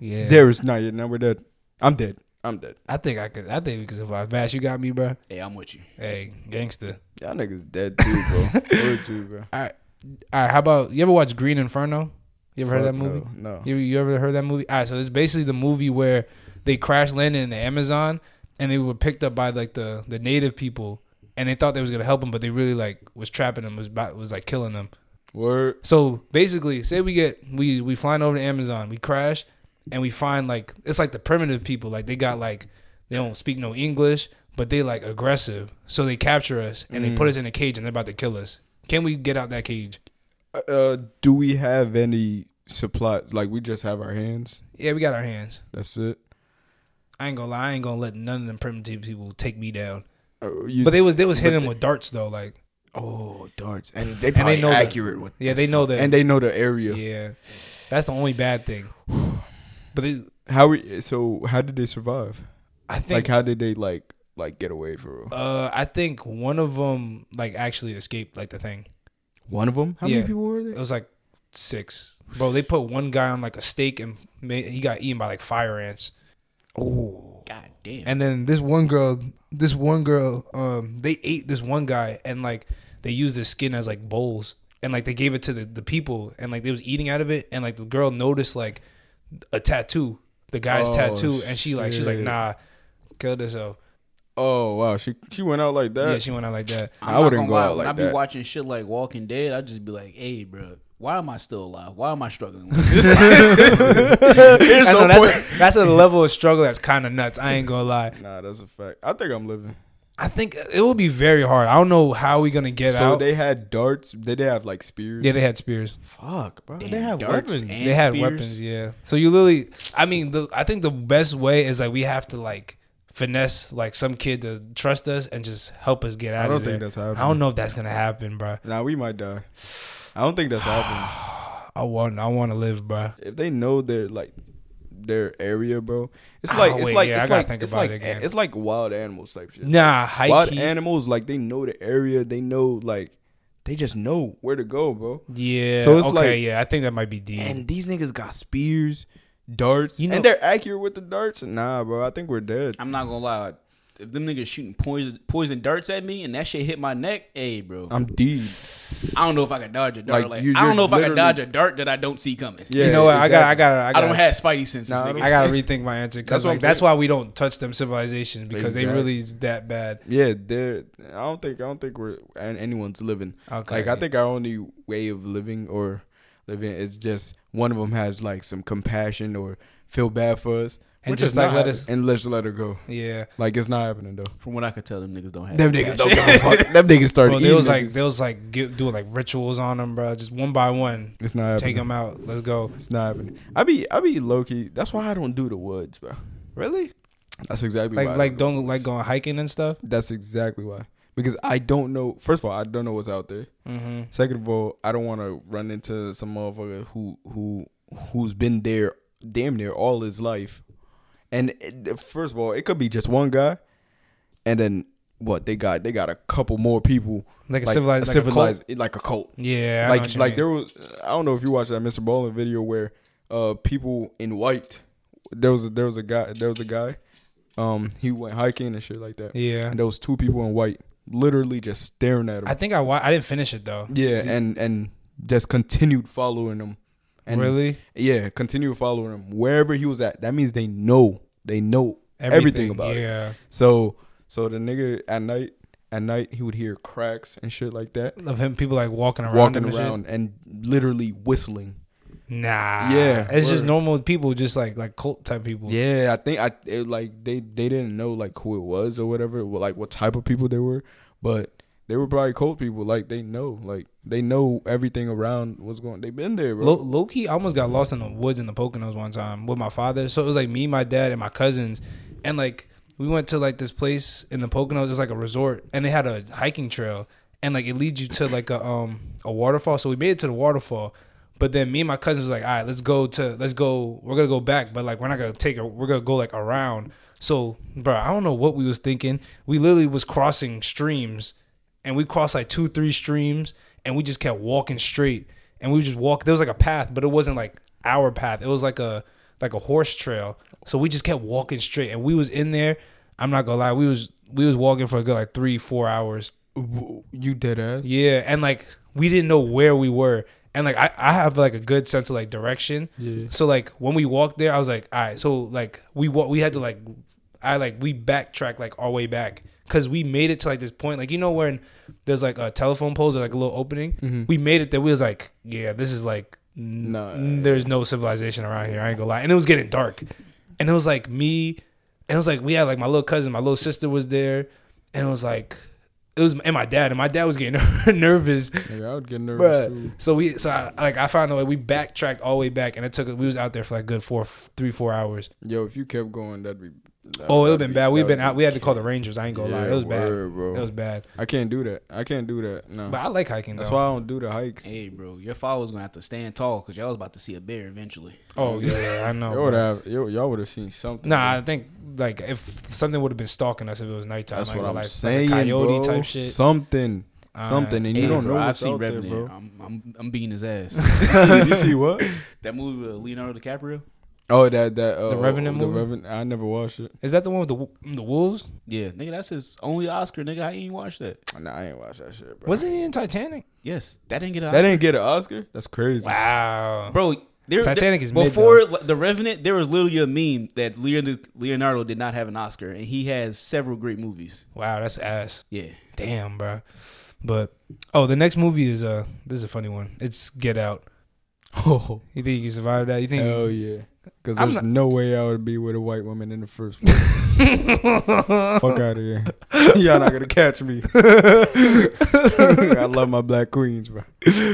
S1: yeah.
S2: There is not yet. Now we're dead. I'm dead. I'm dead.
S1: I think I could. I think we could survive. Bash, you got me, bro.
S3: hey, I'm with you.
S1: Hey, gangster.
S2: Y'all niggas dead too, bro. We're too, bro.
S1: All right, all right. How about you ever watch Green Inferno? You ever heard that
S2: Fuck
S1: movie?
S2: No. no.
S1: You, you ever heard that movie? All right, so it's basically the movie where they crash landed in the Amazon and they were picked up by like the, the native people and they thought they was gonna help them, but they really like was trapping them, was about, was like killing them.
S2: Word.
S1: So basically, say we get we we flying over to Amazon, we crash, and we find like it's like the primitive people, like they got like they don't speak no English, but they like aggressive, so they capture us and
S2: Mm.
S1: they put us in a cage and they're about to kill us. Can we get out that cage?
S2: Uh, do we have any supplies? Like we just have our hands.
S1: Yeah, we got our hands.
S2: That's it.
S1: I ain't gonna lie, I ain't gonna let none of them primitive people take me down.
S2: Uh, you,
S1: But they was they was hitting with darts though, like
S2: oh darts, and they
S1: they
S2: probably
S1: know that.
S2: accurate with.
S1: yeah, they know that.
S2: And they know the area.
S1: yeah, that's the only bad thing. But they,
S2: How we, so? How did they survive?
S1: I think
S2: Like, how did they like like get away for real?
S1: uh, I think one of them like actually escaped like the thing.
S2: One of them. How
S1: yeah.
S2: many people were
S1: It
S2: there?
S1: was like six, bro. They put one guy on like a stake and ma- he got eaten by like fire ants. Oh.
S3: God damn.
S1: And then this one girl, this one girl, um, they ate this one guy and like they used his skin as like bowls and like they gave it to the, the people and like they was eating out of it and like the girl noticed like a tattoo, the guy's
S2: Oh,
S1: tattoo, and she like she's like
S2: shit.
S1: nah, killed herself.
S2: Oh wow, she she went out like that.
S1: yeah, she went out like that.
S2: I wouldn't go out like
S3: I'd
S2: that.
S3: be watching shit like Walking Dead. I'd just be like, hey, bro, why am I still alive? Why am I struggling with this? There's
S1: I
S3: no
S1: know, that's,
S3: point.
S1: A, that's a level of struggle that's kind of nuts. I ain't gonna lie.
S2: nah, that's a fact. I think I'm living.
S1: I think it will be very hard. I don't know how we gonna get
S2: so
S1: out.
S2: they had darts. Did they have like spears?
S1: yeah, they had spears.
S2: Fuck, bro.
S3: Damn, darts and
S1: they had
S3: spears.
S1: weapons. Yeah. So you literally, I mean, the, I think the best way is like we have to like finesse like some kid to trust us and just help us get out.
S2: don't
S1: of there.
S2: think that's happening.
S1: I don't know if that's gonna happen, bro.
S2: Nah, we might die. I don't think that's happening.
S1: I want, I want to live, bro.
S2: if they know their like their area, bro, it's like
S1: Oh,
S2: it's
S1: wait,
S2: like
S1: yeah, I
S2: it's
S1: gotta
S2: like
S1: think
S2: it's
S1: about
S2: like
S1: it again.
S2: it's like wild animals type shit.
S1: Nah, high
S2: wild
S1: key.
S2: animals like they know the area. They know like they just know where to go, bro.
S1: yeah.
S2: So it's
S1: okay.
S2: like-
S1: yeah, I think that might be deep.
S2: And these niggas got spears, darts,
S1: You know-
S2: and they're accurate with the darts. Nah, bro, I think we're dead.
S3: I'm not gonna lie. If them niggas shooting poison poison darts at me and that shit hit my neck, hey, bro,
S2: I'm deep.
S3: I don't know if I could dodge a dart.
S2: Like,
S3: Like,
S2: you-
S3: I
S2: you're
S3: don't know if I could
S2: literally-
S3: dodge a dart that I don't see coming.
S2: Yeah,
S1: you know what? I
S2: exactly.
S1: got, I got, I
S3: I
S1: got.
S3: don't have spidey senses.
S2: Nah, I
S3: nigga.
S1: I gotta rethink my answer because
S2: That's what
S1: like,
S2: I'm
S1: that's
S2: saying.
S1: why we don't touch them civilizations because they
S2: Exact-
S1: really is that bad.
S2: Yeah, there. I don't think I don't think we're and anyone's living.
S1: Okay.
S2: Like I think our only way of living or living is just one of them has like some compassion or feel bad for us
S1: And
S2: which
S1: just,
S2: is
S1: like,
S2: not
S1: let
S2: hap-
S1: us-
S2: and let's let her go.
S1: Yeah,
S2: Like it's not happening though.
S3: From what I could tell, them niggas don't have.
S2: Them
S3: that
S2: niggas
S3: shit.
S2: don't give a fuck. Them niggas started
S1: bro, they
S2: eating.
S1: was like
S2: niggas.
S1: they was like get, doing like rituals on them, bro. Just one by one,
S2: it's not happening.
S1: take them out. Let's go.
S2: It's not happening. I be I be low key. That's why I don't do the woods, bro.
S1: Really?
S2: That's exactly why
S1: Like
S2: I
S1: like
S2: do
S1: don't like going hiking and stuff.
S2: That's exactly why. Because I don't know. First of all, I don't know what's out there.
S1: Mm-hmm.
S2: Second of all, I don't want to run into some motherfucker who who who's been there damn near all eh, his life. And it, first of all, it could be just one guy, and then what they got? They got a couple more people
S1: Like a civilized- like a cult?
S2: like a cult.
S1: Yeah, I know what
S2: like
S1: you
S2: like
S1: mean.
S2: there was I don't know if you watched that Mr. Bowling video where uh people in white there was a, there was a guy there was a guy um he went hiking and shit like that
S1: Yeah.
S2: and there was two people in white literally just staring at him
S1: I think I wa- I didn't finish it though.
S2: yeah and and just continued following him and
S1: Really?
S2: yeah continued following him wherever he was at that means they know they know everything, about it
S1: yeah.
S2: so so the nigga at night at night he would hear cracks and shit like that
S1: Of him, people like walking around,
S2: walking
S1: him and shit.
S2: around and literally whistling
S1: Nah,
S2: Yeah,
S1: it's just
S2: word.
S1: normal people, just like like cult type people.
S2: Yeah, I think I it, like they they didn't know like who it was or whatever, wh- like what type of people they were, but they were probably cold people. Like they know, like they know everything around what's going. They've been there, bro.
S1: Low, low key, I almost got lost in the woods in the Poconos one time with my father. So it was like me, my dad, and my cousins, and like we went to like this place in the Poconos. It's like a resort, and they had a hiking trail, and like it leads you to like a um a waterfall. So we made it to the waterfall, but then me and my cousins was like, all right, let's go to let's go. We're gonna go back, but like we're not gonna take it. We're gonna go like around. So, bro, I don't know what we was thinking. We literally was crossing streams and we crossed like two, three streams, and we just kept walking straight. And we just walked. There was like a path, but it wasn't like our path. It was like a like a horse trail. So we just kept walking straight, and we was in there. I'm not gonna lie, we was we was walking for a good like three, four hours.
S2: W- you dead ass.
S1: Yeah, and like we didn't know where we were. And like I, I have like a good sense of like direction.
S2: Yeah.
S1: So like when we walked there, I was like, all right. So like we wa- we had to like I like we backtrack like our way back because we made it to like this point. Like you know when there's like a telephone poles or like a little opening. We made it there. We was like, yeah, this is like n-
S2: Mm-hmm. Nah.
S1: There's no civilization around here. I ain't gonna lie. And it was getting dark. And it was like me. And it was like we had like my little cousin, my little sister was there, and it was like it was and my dad and my dad was getting nervous
S2: Nigga, I would get
S1: Bruh.
S2: nervous. Too.
S1: So we, so I, like I found a way. We backtracked all the way back, and it took. We was out there for like good four, three, four hours.
S2: Yo, if you kept going, that'd be. that-
S1: Oh, it would've
S2: that'd
S1: been
S2: be-
S1: bad. We've
S2: that
S1: been
S2: would
S1: out.
S2: be-
S1: We had to call the rangers. I ain't gonna lie.
S2: Yeah,
S1: It was bad.
S2: word, bro.
S1: It was bad.
S2: I can't do that. I can't do that. No,
S1: But I like hiking.
S2: that's
S1: though.
S2: why I don't do the hikes.
S3: Hey, bro, your followers gonna have to stand tall because y'all was about to see a bear eventually.
S1: Oh yeah, I know.
S2: Y'all would
S1: bro.
S2: have. yo- Y'all would have seen something.
S1: Nah, I think like if something would have been stalking us if it was nighttime.
S2: that's
S1: I ain't gonna
S2: what I'm
S1: lie. Like a
S2: saying,
S1: coyote
S2: bro.
S1: type shit.
S2: Something,
S1: Alright.
S2: something, and
S3: Hey,
S2: you don't
S3: bro,
S2: know
S3: I've
S2: what's
S3: seen
S2: out there,
S3: Revenant.
S2: bro.
S3: I'm, I'm, I'm beating his ass.
S2: you see what?
S3: that movie with Leonardo DiCaprio.
S2: Oh, that that uh,
S1: The Revenant
S2: The
S1: movie?
S2: Revenant. I never watched it.
S1: Is that the one with the w- the wolves?
S3: Yeah, nigga, that's his only Oscar. Nigga, I ain't watched that.
S2: Nah, I ain't watched that shit, bro.
S1: Wasn't he in Titanic?
S3: Yes, that didn't get an
S2: that
S3: Oscar.
S2: didn't get an Oscar? That's crazy.
S1: Wow.
S3: bro. There,
S1: Titanic
S3: there-
S1: is mid,
S3: before the Revenant. There was literally a meme that Leonardo, Leonardo did not have an Oscar, and he has several great movies.
S1: Wow, that's ass.
S3: Yeah,
S1: Damn, bro. But oh, the next movie is uh this is a funny one. It's Get Out. Oh, you think you can survive that? You think?
S2: Hell yeah. Because
S1: I'm
S2: there's no way I would be with a white woman in the first place. Fuck out of here. Y'all not going to catch me. I love my black queens, bro.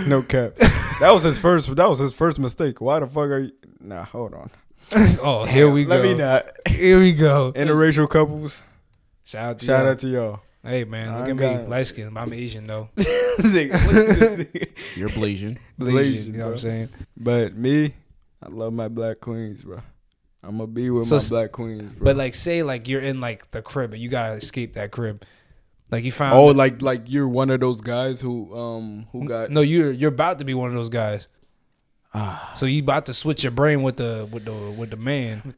S2: No cap. That was his first That was his first mistake. Why the fuck are you. Nah, hold on.
S1: oh, here we go.
S2: Let me not.
S1: Here we go.
S2: Interracial couples,
S1: Shout out to
S2: shout
S1: y'all.
S2: out to y'all.
S1: Hey man, look
S2: I
S1: at me,
S2: got-
S1: light skin. I'm Asian though.
S3: you're Blasian.
S1: Asian, you know
S2: bro.
S1: what I'm saying?
S2: But me, I love my black queens, bro. I'm going to be with
S1: So
S2: my
S1: s-
S2: black queens, bro.
S1: But like, say like you're in like the crib, and you gotta escape that crib. Like you found.
S2: Oh, like like you're one of those guys who um who got
S1: no, you're you're about to be one of those guys. So you about to switch your brain with the with the with the man.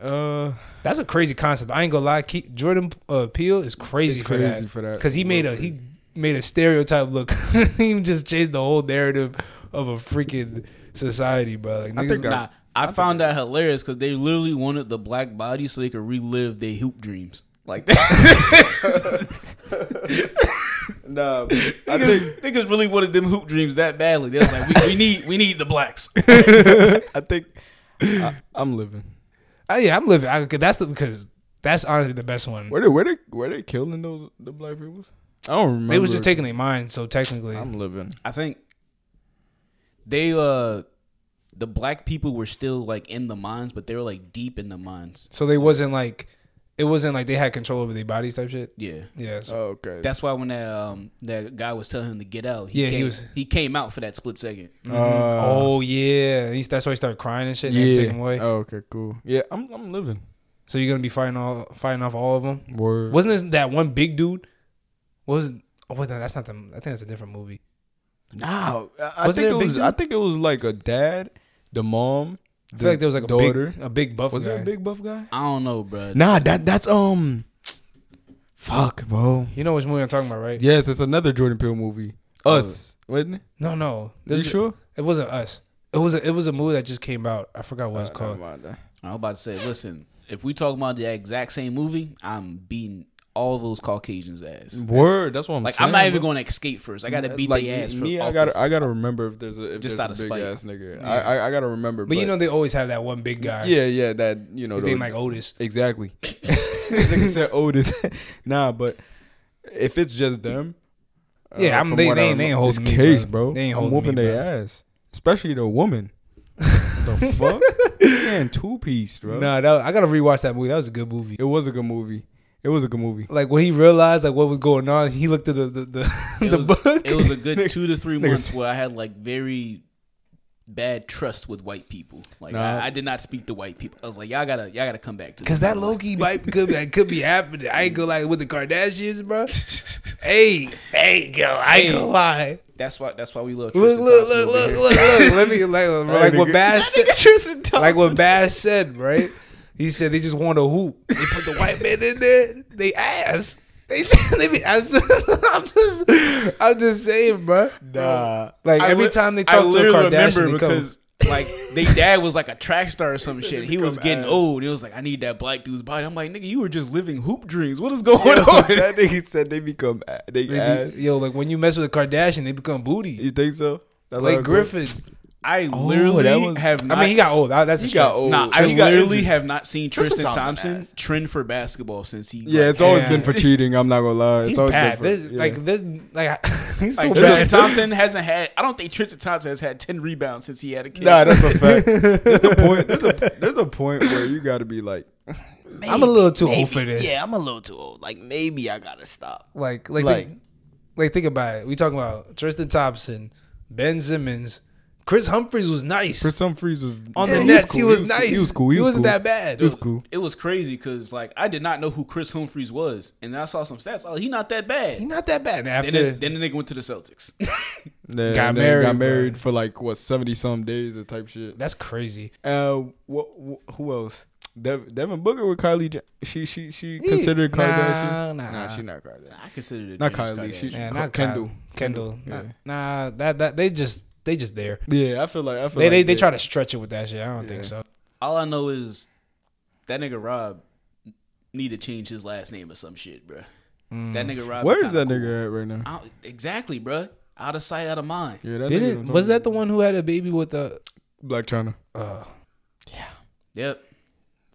S2: uh
S1: That's a crazy concept. I ain't gonna lie. Ke- Jordan uh, Peele is crazy,
S2: He's
S1: for,
S2: crazy
S1: that.
S2: for that.
S1: because he made a he made a stereotype look. he just changed the whole narrative of a freaking society, bro. Like,
S2: I
S1: niggas-
S2: think I-
S3: Nah, I found that hilarious because they literally wanted the black body so they could relive their hoop dreams. Like that,
S2: nah. but I think
S3: niggas, niggas really wanted them hoop dreams that badly. They was like, we, we need, we need the blacks.
S2: I think I, I'm living.
S1: I- yeah, I'm living. I, that's the because that's honestly the best one.
S2: Were they were they were they killing those the black people? I don't remember.
S1: They was just taking their mind, so technically,
S2: I'm living.
S3: I think they, uh, the black people were still like in the mines, but they were like deep in the mines.
S1: so they wasn't like it wasn't like they had control over their bodies type shit.
S3: Yeah.
S1: Yeah, so,
S2: Oh, okay.
S3: That's why when that um that guy was telling him to get out,
S1: Yeah, he
S3: came,
S1: was-
S3: he came out for that split second.
S2: uh,
S1: oh yeah, He's- that's why he started crying and shit. And yeah.
S2: yeah.
S1: Take him away.
S2: Oh, okay, cool. Yeah, I'm I'm living.
S1: So you're gonna be fighting all fighting off all of them.
S2: Word.
S1: Wasn't this that one big dude? What was? Oh, wait, no, that's not the. I think that's a different movie.
S2: Nah, I, I
S1: Wasn't
S2: think
S1: there a
S2: it
S1: big
S2: was.
S1: dude?
S2: I think it was like a dad, the mom.
S1: I feel like there was like a
S2: daughter.
S1: big, a big buff
S2: was
S1: guy.
S2: there a big buff guy?
S3: I don't know, bro.
S2: Nah, that that's um. Fuck, bro.
S1: You know which movie I'm talking about, right?
S2: Yes, it's another Jordan Peele movie. Us, wasn't it?
S1: No, no.
S2: Are you
S1: There's-
S2: sure?
S1: It wasn't us. It was a, it was a movie that just came out. I forgot what
S2: Uh,
S1: it's called.
S3: I was about to say, listen, if we talking about the exact same movie, I'm beating all those Caucasians' ass.
S2: Word. That's what I'm
S3: Like
S2: saying.
S3: I'm not even
S2: bro.
S3: going to escape first. I got to beat
S2: Like,
S3: their ass. For,
S2: Me,
S3: off
S2: I
S3: this-
S2: gotta, I gotta remember if there's a if
S3: Just
S2: just
S3: out
S2: there's
S3: of
S2: a big
S3: spite.
S2: ass nigga. I, I, I gotta remember.
S1: But you know they always have that one big guy.
S2: yeah, yeah, that you know.
S1: His
S2: the-
S1: name like Otis.
S2: Exactly. Nigga said Otis. nah, but if it's just them,
S1: Yeah, I'm-
S2: Uh, from
S1: they-
S2: what
S1: they
S2: I
S1: ain't- they ain't
S2: remember- it's
S1: holding me,
S2: case,
S1: bro.
S2: bro.
S1: They ain't
S2: I'm
S1: holding
S2: whooping
S1: me,
S2: their ass, especially the woman. the fuck, man, two piece, bro.
S1: Nah, that, I gotta rewatch that movie. That was a good movie.
S2: It was a good movie. It was a good movie.
S1: Like when he realized like what was going on, he looked at the the, the,
S3: it,
S1: the
S3: was,
S1: book.
S3: it was a good two to three
S1: Niggas-
S3: months where I had like very bad trust with white people. Like
S2: Nah.
S3: I, I did not speak to white people. I was like, y'all gotta, y'all gotta come back to
S1: Cause
S3: this.
S1: that low key might could that could be happening. I ain't gonna lie with the Kardashians, bro. hey, hey, go, I ain't gonna lie.
S3: That's why. That's why we
S1: Look,
S3: love. Tristan
S1: look,
S3: Thompson
S1: look,
S3: over
S1: look,
S3: here.
S1: look, look. Let me like, like what Bash said. Like what Bash said, right? He said they just want a hoop. They put the white man in there. They ass. They just, they be ass. I'm just, I'm just saying, bro.
S2: Nah.
S1: Like
S3: I
S1: every
S3: lit-
S1: time they
S3: I
S1: talk to a
S3: literally
S1: Kardashian, they come.
S3: because like they dad was like a track star or some shit. He was
S1: become
S3: getting
S1: ass.
S3: old. And he was like, I need that black dude's body. I'm like, nigga, you were just living hoop dreams. What is going on?
S2: that nigga said they become a- they,
S1: They
S2: ass.
S1: be, yo, like when you mess with a Kardashian, they become booty.
S2: You think so? That's how
S1: Like
S2: it
S1: Griffin.
S3: I
S2: that
S3: literally
S2: was-
S3: have.
S1: Oh, I
S3: Not
S1: mean, he got old. That- That's a
S2: He got
S1: stretch.
S2: old.
S3: Nah, I
S2: Tristan got
S3: literally
S2: injured.
S3: have not seen
S2: Tristan
S3: Tristan,
S2: Thompson
S3: Thompson trend for basketball since he.
S2: goes. Yeah, it's always been for cheating. I'm not gonna lie. It's
S1: He's
S2: always been
S1: bad.
S2: for-
S1: There's,
S2: yeah.
S1: Like there's like he's so
S3: Like,
S1: bad.
S3: Tristan Thompson hasn't had. I don't think Tristan Thompson has had ten rebounds since he had a kid.
S2: Nah, that's a fact. there's a point. There's a, there's a point where you got to be like,
S1: I'm a little too old for this.
S2: yeah, I'm a little too old. Like maybe I gotta stop.
S1: Like, like,
S2: Like-
S1: think, like, think about it. We talking about Tristan Thompson, Ben Simmons, Chris Humphries was nice
S2: For some freeze was
S1: on
S2: Yeah,
S1: the Nets. He
S2: cool.
S1: was, nice.
S2: He was cool. He, was
S1: not
S2: cool.
S1: that bad.
S2: He was cool.
S3: It was crazy because like I did not know who Chris Humphries was, and then I saw some stats. Oh, he not that bad.
S1: He not that bad. And after
S3: And then, then the nigga went to the Celtics.
S2: Then-
S1: Got
S2: then
S1: married,
S2: Got married
S1: bro.
S2: for like what seventy some days or type shit.
S1: that's crazy.
S2: Uh, what, who else? Dev, Devin Booker with Kylie. J- she she she
S1: Yeah.
S2: considered
S1: Nah,
S2: Kardashian.
S1: nah.
S2: nah, she not Kardashian.
S3: I considered it.
S2: Not
S3: James
S2: Kylie,
S3: Kardashian.
S2: she-
S1: Yeah,
S2: K-
S1: not
S2: Kendall.
S1: Kendall. Kendall.
S2: Kendall,
S1: Nah, nah, that that they just they just there.
S2: Yeah, I feel like I feel
S1: They
S2: like
S1: they, they try to stretch it with that shit. I don't think so.
S3: All I know is that nigga Rob need to change his last name or some shit, bruh. That nigga Rob.
S2: Mm. Where is
S3: kinda
S2: that nigga at right now?
S3: cool. I don't- exactly, bruh. Out of sight, out of mind.
S2: Yeah, that
S1: Did
S2: nigga
S1: it? Was that the one who had a baby with the?
S2: Black China?
S1: Uh,
S3: Yep.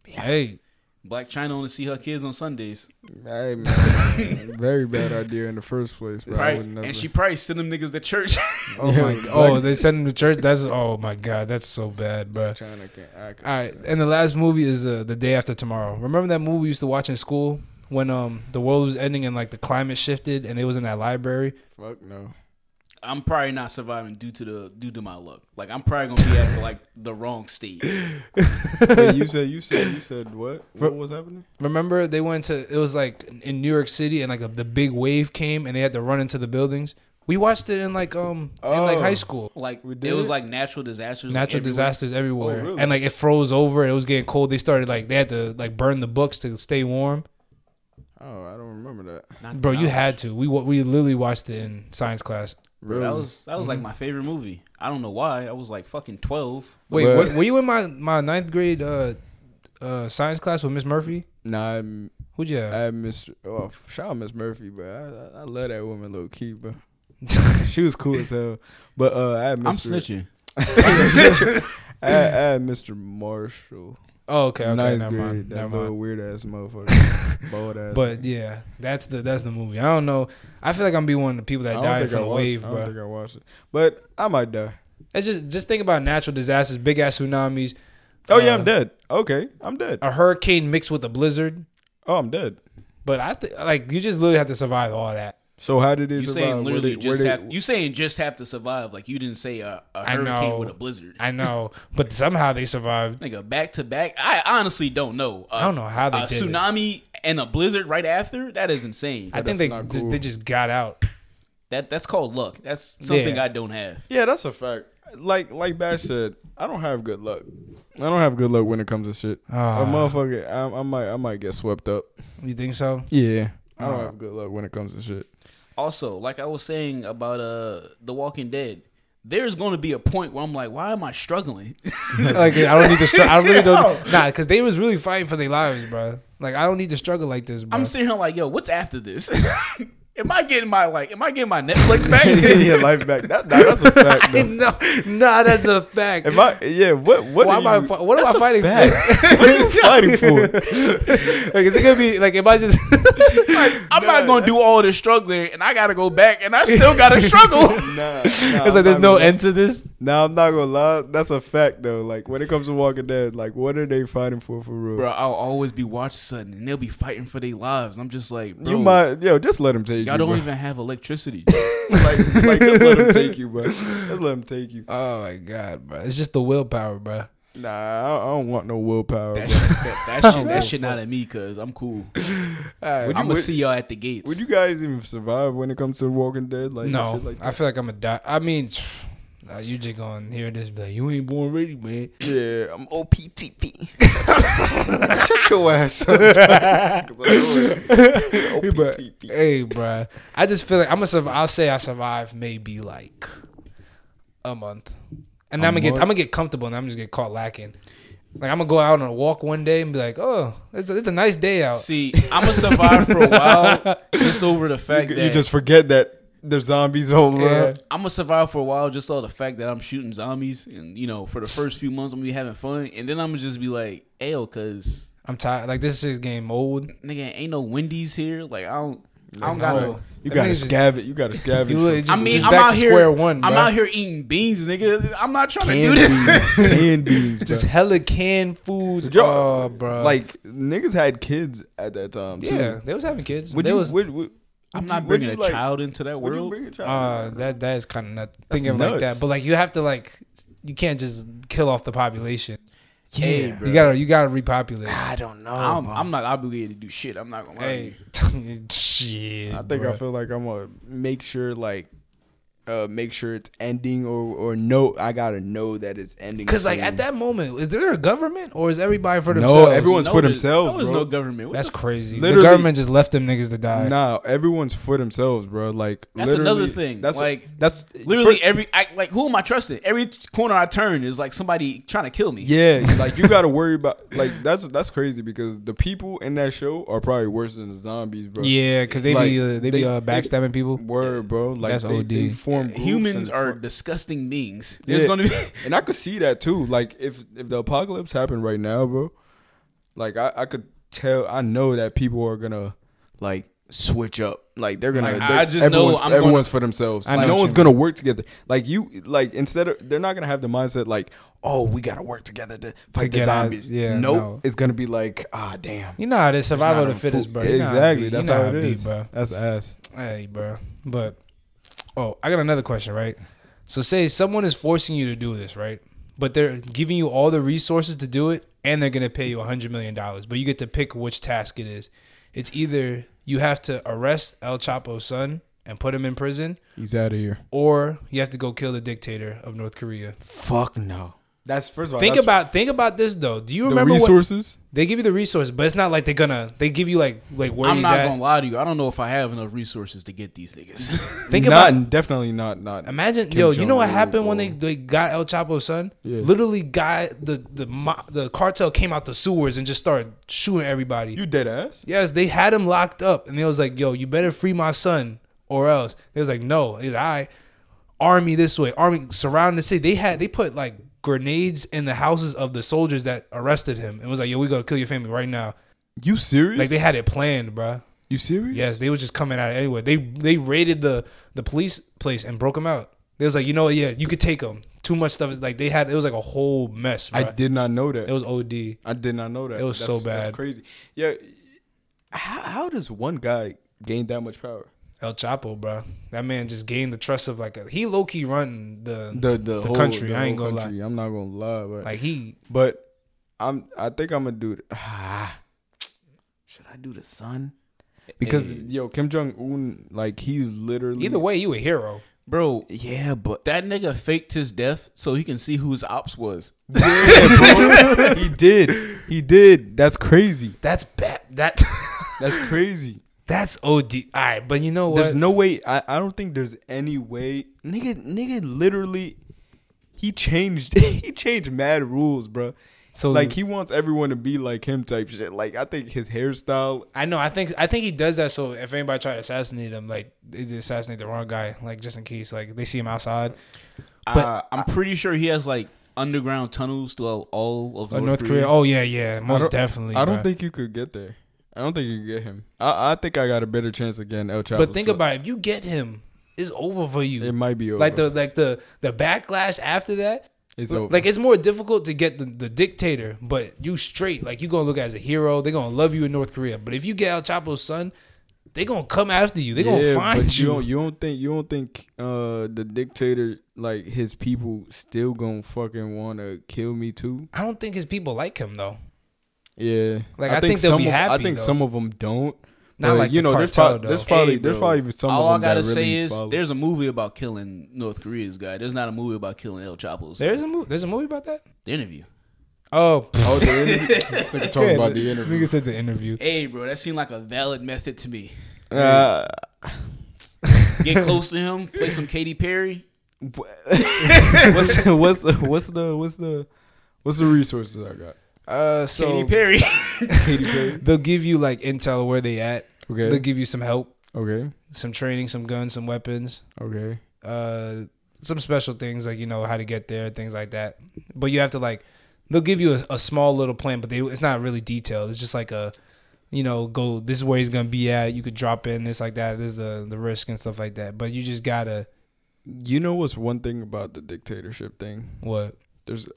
S1: Hey,
S3: Black China only see her kids on Sundays.
S2: Hey, man, very bad idea in the first place. Bro.
S3: Right. And she probably send them niggas to church.
S1: oh
S2: Yeah,
S1: my!
S2: Black-
S1: Oh, they sent him to church. That's oh my god. That's so bad, bro.
S2: China can't. I can't.
S1: All right, and the last movie is uh, the day after tomorrow. Remember that movie we used to watch in school when um the world was ending and like the climate shifted and they was in that library.
S2: Fuck no.
S3: I'm probably not surviving due to the due to my luck. Like I'm probably gonna be at like the wrong state.
S2: you said you said you said what? What was happening?
S1: Remember they went to it was like in New York City and like the big wave came and they had to run into the buildings. We watched it in like um in like
S2: Oh.
S1: high school.
S3: Like
S2: We
S3: it
S2: did
S3: was
S2: it?
S3: like natural disasters. like,
S1: Natural
S3: everywhere.
S1: disasters everywhere,
S2: Oh, really?
S1: and like it froze over. It was getting cold. They started like they had to like burn the books to stay warm.
S2: Oh, I don't remember that.
S3: Not-
S1: Bro, you
S3: not-
S1: had to. We wa- we literally watched it in science class.
S2: Really?
S3: That was that was
S2: Mm.
S3: like my favorite movie. I don't know why. I was like fucking twelve.
S1: Wait,
S2: But-
S1: what, were you in my my ninth grade uh uh science class with Miss Murphy?
S2: nah. I'm,
S1: Who'd you have?
S2: I miss. Oh, f- shout out Miss Murphy, but I, I, I love that woman, low key, bro. she was cool as hell. But uh, I had
S3: I'm
S2: Mr.
S3: snitching.
S2: I, had- I had Mr. Marshall.
S1: oh, okay, okay,
S2: Ninth
S1: never
S2: grade,
S1: mind,
S2: that
S1: never
S2: little
S1: mind.
S2: weird ass motherfucker, bald ass.
S1: But yeah, that's the that's the movie. I don't know. I feel like I'm gonna be one of the people that
S2: I don't
S1: died
S2: think
S1: from
S2: I
S1: the
S2: watched-
S1: wave,
S2: I don't
S1: bro.
S2: think I watched it, but I might die.
S1: It's just just think about natural disasters, big ass tsunamis.
S2: Oh yeah,
S1: uh,
S2: I'm dead. Okay, I'm dead.
S1: A hurricane mixed with a blizzard.
S2: Oh, I'm dead.
S1: But I th- like you just literally have to survive all that.
S2: So how did it
S3: You
S2: survive?
S3: saying
S2: Were
S3: literally
S2: they- were
S3: just
S2: they-
S3: have you saying just have to survive? Like you didn't say a, a
S1: I know.
S3: hurricane with a blizzard.
S1: I know, but somehow they survived.
S3: Nigga, back to back. I honestly don't know. Uh,
S1: I don't know how they
S3: a
S1: did it.
S3: tsunami and a blizzard right after. That is insane.
S1: I think
S2: that's
S1: they
S2: not
S1: th-
S2: cool.
S1: they just got out.
S3: That that's called luck. That's something
S1: Yeah.
S3: I don't have.
S2: Yeah, that's a fact. Like like Bash said, I don't have good luck. I don't have good luck when it comes to shit.
S1: Ah.
S2: a motherfucker, I, I might I might get swept up.
S1: You think so?
S2: Yeah, Ah. I don't have good luck when it comes to shit.
S3: Also, like I was saying about uh The Walking Dead, there's going to be a point where I'm like, why am I struggling?
S1: like I don't need to. Str- I really don't. Nah, because they was really fighting for their lives, bro. Like I don't need to struggle like this, bro.
S3: I'm sitting here like, yo, what's after this? am I getting my like? Am I getting my Netflix back?
S2: Your life back. That, that- that's a fact.
S1: I
S2: Though.
S1: know. Nah, that's a fact.
S2: Am I? Yeah. What? What?
S1: Why
S2: are
S1: am I?
S2: you-
S1: fi- What am I fighting for?
S2: fact. what are you fighting for?
S1: Like, is it gonna be like? Am I just?
S3: I'm not going to do all this struggling, and I got to go back, and I still got to struggle.
S2: Nah, nah,
S1: it's like there's no end to this.
S2: Nah, I'm not gonna lie. That's a fact though. Like when it comes to Walking Dead, like what are they fighting for for real?
S3: Bro, I'll always be watching something, and they'll be fighting for their lives. And I'm just like, bro,
S2: you might, yo, just let them take
S3: y'all
S2: you.
S3: don't
S2: bro.
S3: even have electricity.
S2: like, like, just let them take you, bro. Just let them take you.
S1: Oh my god, bro! It's just the willpower, bro.
S2: Nah, I don't, I don't want no willpower.
S3: That,
S2: Bro.
S3: shit- that, that shit, that shit not at me, cause I'm cool.
S1: All
S3: I'm
S1: right.
S3: gonna
S2: would-
S3: see y'all at the gates.
S2: Would you guys even survive when it comes to Walking Dead? Like
S1: No,
S2: shit like
S1: I
S2: that?
S1: feel like I'm a die. I mean, nah, you just gonna hear this, but you ain't born ready, man.
S2: yeah, I'm OPTP. Shut your ass up.
S1: But,
S2: OPTP.
S1: hey, bro, I just feel like I'm gonna. Survive, I'll say I survived maybe like a month, and
S2: A
S1: I'm gonna get.
S2: month?
S1: I'm gonna get comfortable, and I'm just gonna get caught lacking. Like I'm gonna go out on a walk one day and be like, oh, it's a, it's a nice day out.
S3: see? I'm gonna survive for a while, just over the fact
S2: You,
S3: that
S2: you just forget that there's zombies all around.
S1: Yeah.
S3: I'm gonna survive for a while just all the fact that I'm shooting zombies and you know for the first few months I'm gonna be having fun and then I'm gonna just be like, "Ayo, cause
S1: I'm tired. Like this is getting old.
S3: nigga ain't no Wendy's here. Like I don't, I
S1: Like,
S3: don't got
S1: no.
S3: no.
S2: You
S1: That
S2: gotta
S1: nigga's just-
S2: scavenge. You gotta scavenge.
S1: You literally
S2: for-
S1: just-
S3: I mean,
S1: just
S3: I'm
S1: back
S3: out
S1: to
S3: here.
S1: square one,
S3: I'm
S1: bro.
S3: out here eating beans, nigga. I'm not trying to do
S2: canned
S3: this.
S2: beans, canned beans,
S1: Just
S2: bro.
S1: hella canned foods.
S2: Yo,
S1: oh, bro.
S2: Like niggas had kids at that time. Too.
S1: yeah, they was having kids.
S2: Would
S1: They
S2: you?
S1: was,
S2: would, would,
S3: I'm
S2: would
S3: not
S2: you- would
S3: bringing
S2: you,
S3: a
S2: like-
S3: child into that
S2: Would you
S3: world.
S2: bring a
S1: Uh,
S2: child?
S1: that that is kind of nut. Thinking of like
S2: nuts.
S1: that, but like you have to like you can't just kill off the population.
S2: yeah,
S3: hey,
S2: bro.
S1: You gotta you gotta repopulate.
S2: I don't know.
S3: I'm, I'm not obligated to do shit. I'm not gonna lie. to you.
S1: Hey, shit.
S2: I think I feel like I'm gonna make sure like uh make sure it's ending or or no I gotta know that it's ending.
S1: because like at
S2: soon.
S1: that moment, is there a government or is everybody for
S2: No,
S1: themselves?
S2: everyone- Everyone's
S3: No,
S2: for
S3: there's-
S2: themselves,
S3: There was
S2: bro.
S3: no government. What
S1: That's
S3: the f-
S1: crazy. The
S2: Literally-
S1: government just left them niggas to die.
S2: Nah, everyone's for themselves, bro. Like
S3: That's
S2: literally-
S3: another thing.
S2: That's what-
S3: Like,
S2: that's
S3: literally
S2: first-
S3: every I, like who am I trusting? Every corner I turn is like somebody trying to kill me.
S2: yeah. Like you gotta worry about like that's that's crazy because the people in that show are probably worse than the zombies, bro.
S1: Yeah, because they
S2: Like,
S1: be uh, they,
S2: they-
S1: be uh, backstabbing people.
S2: Word, bro. Like
S1: That's
S2: they,
S1: OD.
S2: they form groups
S3: humans
S2: and
S3: are
S2: fuck-
S3: disgusting beings. There's
S2: Yeah.
S3: gonna be
S2: and I could see that too. Like if if the apocalypse happened right now, bro, like I, I could tell I know that people are gonna like switch up. Like they're gonna
S3: Like,
S2: they-
S3: I just know
S2: everyone's,
S3: I'm gonna-
S2: everyone's for themselves.
S1: I
S2: Like,
S1: know
S2: no
S1: what
S2: one's
S1: you
S2: gonna work together. Like you like instead of they're not gonna have the mindset like, oh, we gotta work together to fight the
S1: get out-
S2: zombies.
S1: yeah,
S2: nope.
S1: no.
S2: It's gonna be like, ah damn.
S1: You know how this survival of
S2: Not
S1: the
S2: on
S1: fittest,
S2: food.
S1: bro. You know how it
S2: Exactly.
S1: be.
S2: That's
S1: you know
S2: how it
S1: it be,
S2: is.
S1: bro.
S2: That's ass.
S1: Hey, bro. But oh, I got another question, right? So say someone is forcing you to do this, right? But they're giving you all the resources to do it, and they're gonna pay you a hundred million dollars. But you get to pick which task it is. It's either you have to arrest El Chapo's son and put him in prison,
S2: He's out of here.
S1: or you have to go kill the dictator of North Korea.
S2: Fuck no. That's first of all.
S1: think
S2: Oh, that's
S1: about think about this though. Do you
S2: the
S1: remember what
S2: resources.
S1: they give you the resources, but it's not like they're gonna they give you like like where
S3: I'm
S1: he's
S3: not
S1: at.
S3: gonna lie to you. I don't know if I have enough resources to get these niggas.
S1: Think
S2: not,
S1: about
S2: definitely not not.
S1: Imagine,
S2: Kim
S1: yo, you know what
S2: Jong-un
S1: happened when
S2: or-
S1: they, they got El Chapo's son?
S2: Yeah.
S1: Literally, guy the the mo- the cartel came out the sewers and just started shooting everybody.
S2: You dead ass.
S1: yes, they had him locked up, and they was like, "Yo, you better free my son, or else." They was like, "No." He's like, "All right, army this way, army surround the city." They had they put like grenades in the houses of the soldiers that arrested him, and was like, "Yo, we gonna kill your family right now."
S2: You serious?
S1: Like they had it planned, bruh.
S2: you serious?
S1: Yes, they was just coming out anyway. They they raided the the police place and broke them out. They was like, you know, what, yeah, you could take them. Too much stuff is like they had. It was like a whole mess.
S2: I
S1: bruh.
S2: did not know
S1: It
S2: that.
S1: was OD.
S2: I did not know that.
S1: It was
S2: That's-
S1: so bad.
S2: That's crazy. Yeah. How, how does one guy gain that much power?
S1: El Chapo, bro. That man just gained the trust of like a he low key run the,
S2: The the, whole,
S1: country.
S2: the
S1: I ain't
S2: whole
S1: gonna lie.
S2: country. I'm not gonna lie, but
S1: like he
S2: but I'm I think I'm gonna do. Ah, should I do the son? Because yo, Kim Jong Un, like he's literally
S1: Either way, you a hero.
S3: bro.
S2: Yeah, but
S3: That nigga faked his death so he can see who his ops was.
S2: he did. He did. That's crazy.
S1: That's bad. That
S2: That's crazy.
S1: that's OD. All right, but you know what?
S2: There's no way. I, I don't think there's any way. Nigga, nigga, literally, he changed. He changed mad rules, bro.
S1: so
S2: Like he wants everyone to be like him type shit. Like I think his hairstyle.
S1: I know. I think I think he does that so if anybody tried to assassinate him, like they just assassinate the wrong guy, like just in case, like they see him outside. But-
S3: uh, I'm pretty sure he has like underground tunnels throughout all of
S2: Uh,
S1: Oh, North Korea. Oh yeah, yeah,
S2: I
S1: most
S2: don't-
S1: definitely.
S2: I don't
S1: bruh.
S2: think you could get there. I don't think you could get him. I, I think I got a better chance again. El Chapo.
S1: But think
S2: So
S1: about it. If you get him, it's over for you.
S2: it. Might be over.
S1: like the like the the backlash after that.
S2: It's
S1: L-
S2: over.
S1: Like it's more difficult to get the, the dictator, but you straight like you gonna look as a hero. They're gonna love you in North Korea. But if you get El Chapo's son, they gonna come after you. They gonna
S2: Yeah,
S1: find
S2: but
S1: you.
S2: Don't, you don't think you don't think uh the dictator like his people still gonna fucking wanna kill me too?
S1: I don't think his people like him though.
S2: Yeah,
S1: Like, I think they'll
S2: some
S1: be
S2: of, I
S1: happy,
S2: think
S1: though.
S2: some of them don't.
S1: Not
S2: But,
S1: like the
S2: you know, there's,
S1: cartel,
S2: prob- there's
S1: though.
S2: probably
S3: Hey,
S2: there's
S3: bro.
S2: probably some
S3: all
S2: of them
S3: I gotta
S2: that
S3: say
S2: really
S3: is
S2: follow.
S3: there's a movie about killing North Korea's guy. There's not a movie about killing El Chapo's.
S1: There's a movie. There's a movie about that.
S3: the interview.
S1: Oh,
S2: oh the interview. This nigga talking about the interview.
S1: Nigga said the interview.
S3: Hey, bro, that seemed like a valid method to me.
S2: Uh,
S3: Get close to him, play some Katy Perry.
S2: what's what's what's the what's the what's the resources I got?
S1: Uh, so
S3: Katy Perry.
S2: Katy Perry.
S1: they'll give you like intel where they at. They'll
S2: Okay.
S1: give you some help,
S2: Okay.
S1: some training, some guns, some weapons,
S2: Okay.
S1: uh, some special things like you know how to get there, things like that. But you have to like they'll give you a, a small little plan, but they it's not really detailed. It's just like a you know go this is where he's gonna be at. You could drop in this like that. This is the the risk and stuff like that. But you just gotta
S2: You know what's one thing about the dictatorship thing?
S1: what
S2: there's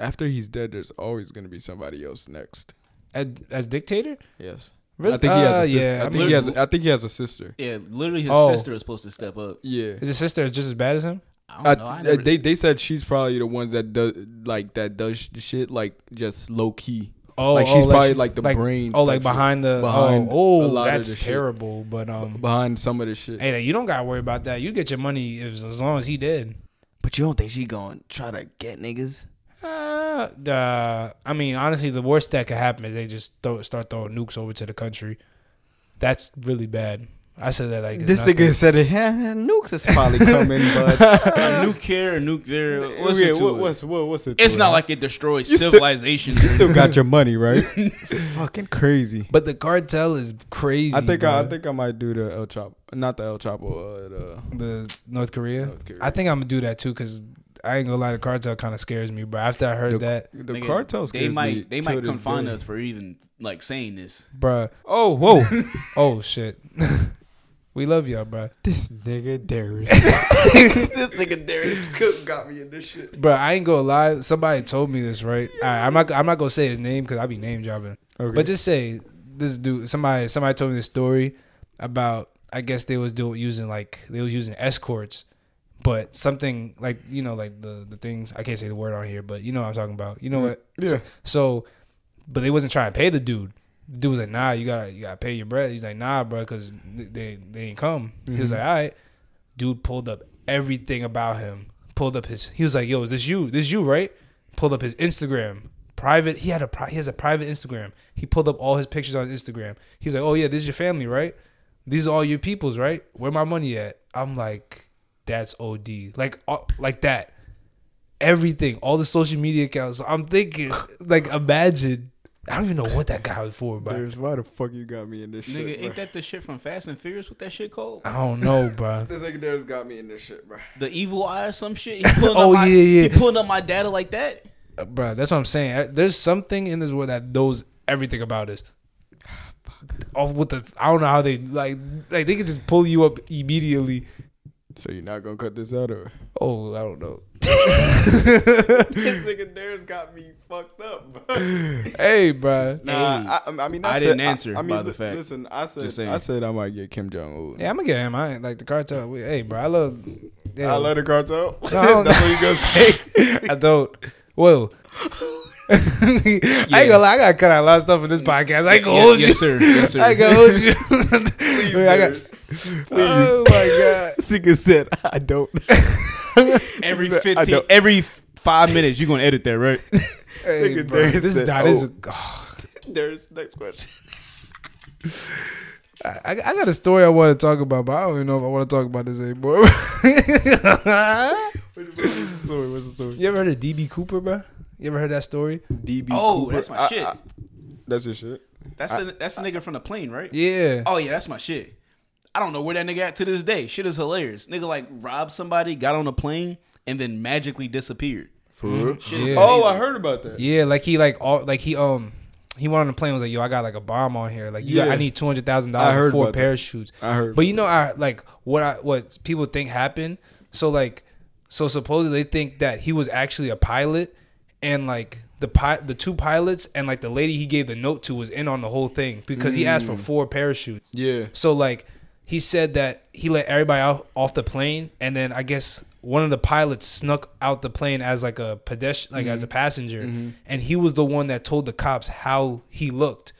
S2: after he's dead, there's always gonna be somebody else next.
S1: as, as dictator.
S2: Yes,
S1: Really?
S2: I think he has.
S1: Uh,
S2: A sister.
S1: yeah,
S2: I
S1: I
S2: think
S1: mean-
S2: he has. I think he has a sister.
S3: yeah, literally his
S1: Oh.
S3: sister is supposed to step up.
S2: Yeah,
S1: Is his sister just as bad as him?
S3: I
S2: I
S3: don't know. I
S2: th-
S3: never,
S2: Uh, they they said she's probably the ones that does like that does sh- shit like just low key.
S1: Oh,
S2: Like, she's
S1: oh,
S2: probably, like, the brains
S1: Oh,
S2: type
S1: like
S2: shit.
S1: behind the
S2: Behind
S1: oh,
S2: a
S1: oh
S2: lot of
S1: that's
S2: the shit.
S1: terrible. But
S3: Mm-hmm.
S1: um,
S2: Behind some of the shit,
S1: hey, you don't gotta worry about that. You get your money if, as long as he did.
S2: but you don't think she going to try to get niggas?
S1: Uh, uh, I mean, honestly, the worst that could happen is they just throw, start throwing nukes over to the country. That's really bad. I said that like it's
S2: This
S1: nothing.
S2: nigga said it. nukes is probably coming, but
S3: a nuke here, a nuke there. What's
S2: Yeah,
S3: it to
S2: what-
S3: it?
S2: what's what, what's it?
S3: it's
S2: to
S3: not
S2: it?
S3: like it destroys
S2: You still-
S3: civilizations.
S2: you still got your money, right? Fucking crazy.
S1: But the cartel is crazy.
S2: I think I, I
S1: bruh.
S2: think I might do the El Chapo, not the El Chapo, uh, the
S1: the North Korea.
S2: North Korea.
S1: I think I'm gonna do that too because I ain't gonna lie, the cartel kind of scares me. But after I heard
S2: The-
S1: that,
S2: The
S3: Nigga,
S2: cartels.
S3: They might they might confine us for even like saying this.
S1: bruh. Oh, whoa. oh shit. we love y'all, bruh.
S2: This nigga Darius. this nigga Darius Cook got me in this shit.
S1: Bro, I ain't gonna lie. Somebody told me this, right? I, I'm not. I'm not gonna say his name because I be name dropping.
S2: Okay.
S1: But just say this dude. Somebody. Somebody told me this story about. I guess they was doing using like they was using escorts, but something like you know like the the things I can't say the word on here, but you know what I'm talking about. You know what?
S2: Yeah.
S1: So, but they wasn't trying to pay the dude. The dude was like, "Nah, you gotta you gotta pay your bread." He's like, "Nah, bro, because they they ain't come." He
S2: Mm-hmm.
S1: was like, "All right." Dude pulled up everything about him. Pulled up his. He was like, "Yo, is this you? This you right?" Pulled up his Instagram. Private. He had a pri- he has a private Instagram. He pulled up all his pictures on Instagram. He's like, "Oh yeah, this is your family, right? These are all your peoples, right? Where my money at?" I'm like, "That's OD." Like uh, like that everything, all the social media accounts. So I'm thinking, like, imagine. I don't even know what that guy was for, but
S2: Darius, why the fuck you got me in this
S3: Nigga,
S2: shit?
S3: ain't
S2: bro?
S3: that the shit from Fast and Furious? What that shit called?
S1: I don't know, bro.
S2: This nigga Darius got me in this shit, bro.
S3: The evil eye or some shit. He pulling
S1: Oh,
S3: up my,
S1: yeah, yeah.
S3: He pulling up my data like that.
S1: bro, Uh, that's what I'm saying. I- There's something in this world that knows everything about us. Off with the, I don't know how they like, like they could just pull you up immediately.
S2: So you're not gonna cut this out, or
S1: Oh, I don't know.
S2: this nigga Darius got me fucked up. Bro.
S1: Hey, bro.
S2: Nah, I, I mean, I,
S3: I
S2: said-
S3: didn't answer,
S2: I, I mean,
S3: by the
S2: li-
S3: fact.
S2: Listen, I
S3: Just
S2: said
S3: saying.
S2: I said I might get Kim Jong Un.
S1: Yeah, I'm gonna get him. I ain't like the cartel. We- Hey, bro, I love. Yeah.
S2: I love the cartel.
S1: I don't-
S2: That's what you gonna say.
S1: I don't. Well, I ain't gonna lie, I gotta cut out a lot of stuff in this podcast. I ain't gonna hold you.
S3: Yes, sir. Yes, sir.
S1: I ain't gonna hold you. Wait, I got- Oh my god.
S2: Nigga said, I don't.
S3: every
S2: I
S3: 15,
S2: don't-
S3: every f- five minutes, you're gonna edit that, right?
S1: Hey,
S2: Nigga,
S1: bro,
S2: there's
S1: this is
S2: that-
S1: not. This is,
S2: oh. There's next question.
S1: I, I I got a story I want to talk about, but I don't even know if I want to talk about this anymore.
S2: Sorry, what's the story?
S1: you ever heard of DB Cooper, bro? You ever heard that story?
S2: DB.
S3: Oh,
S2: Cooper.
S3: that's my shit.
S2: that's your shit.
S3: That's a, that's the nigga from the plane, right?
S1: Yeah.
S3: Oh yeah, that's my shit. I don't know where that nigga at to this day. Shit is hilarious. Nigga like robbed somebody, got on a plane, and then magically disappeared.
S2: For real?
S3: Shit is
S1: Yeah.
S2: Oh, I
S3: amazing.
S2: heard about that.
S1: Yeah, like he like all like he um he went on the plane and was like, yo, I got like a bomb on here. Like, you got,
S2: Yeah.
S1: I need two hundred thousand
S2: I heard
S1: dollars for four
S2: about that.
S1: parachutes.
S2: I heard
S1: But you know, I like what I what people think happened. So like, so supposedly they think that he was actually a pilot, and like the pi- the two pilots and like the lady he gave the note to was in on the whole thing because he asked for four parachutes.
S2: Yeah.
S1: So like he said that he let everybody out off the plane, and then I guess one of the pilots snuck out the plane as like a pedestrian, like
S2: Mm-hmm.
S1: as a passenger, and he was the one that told the cops how he looked,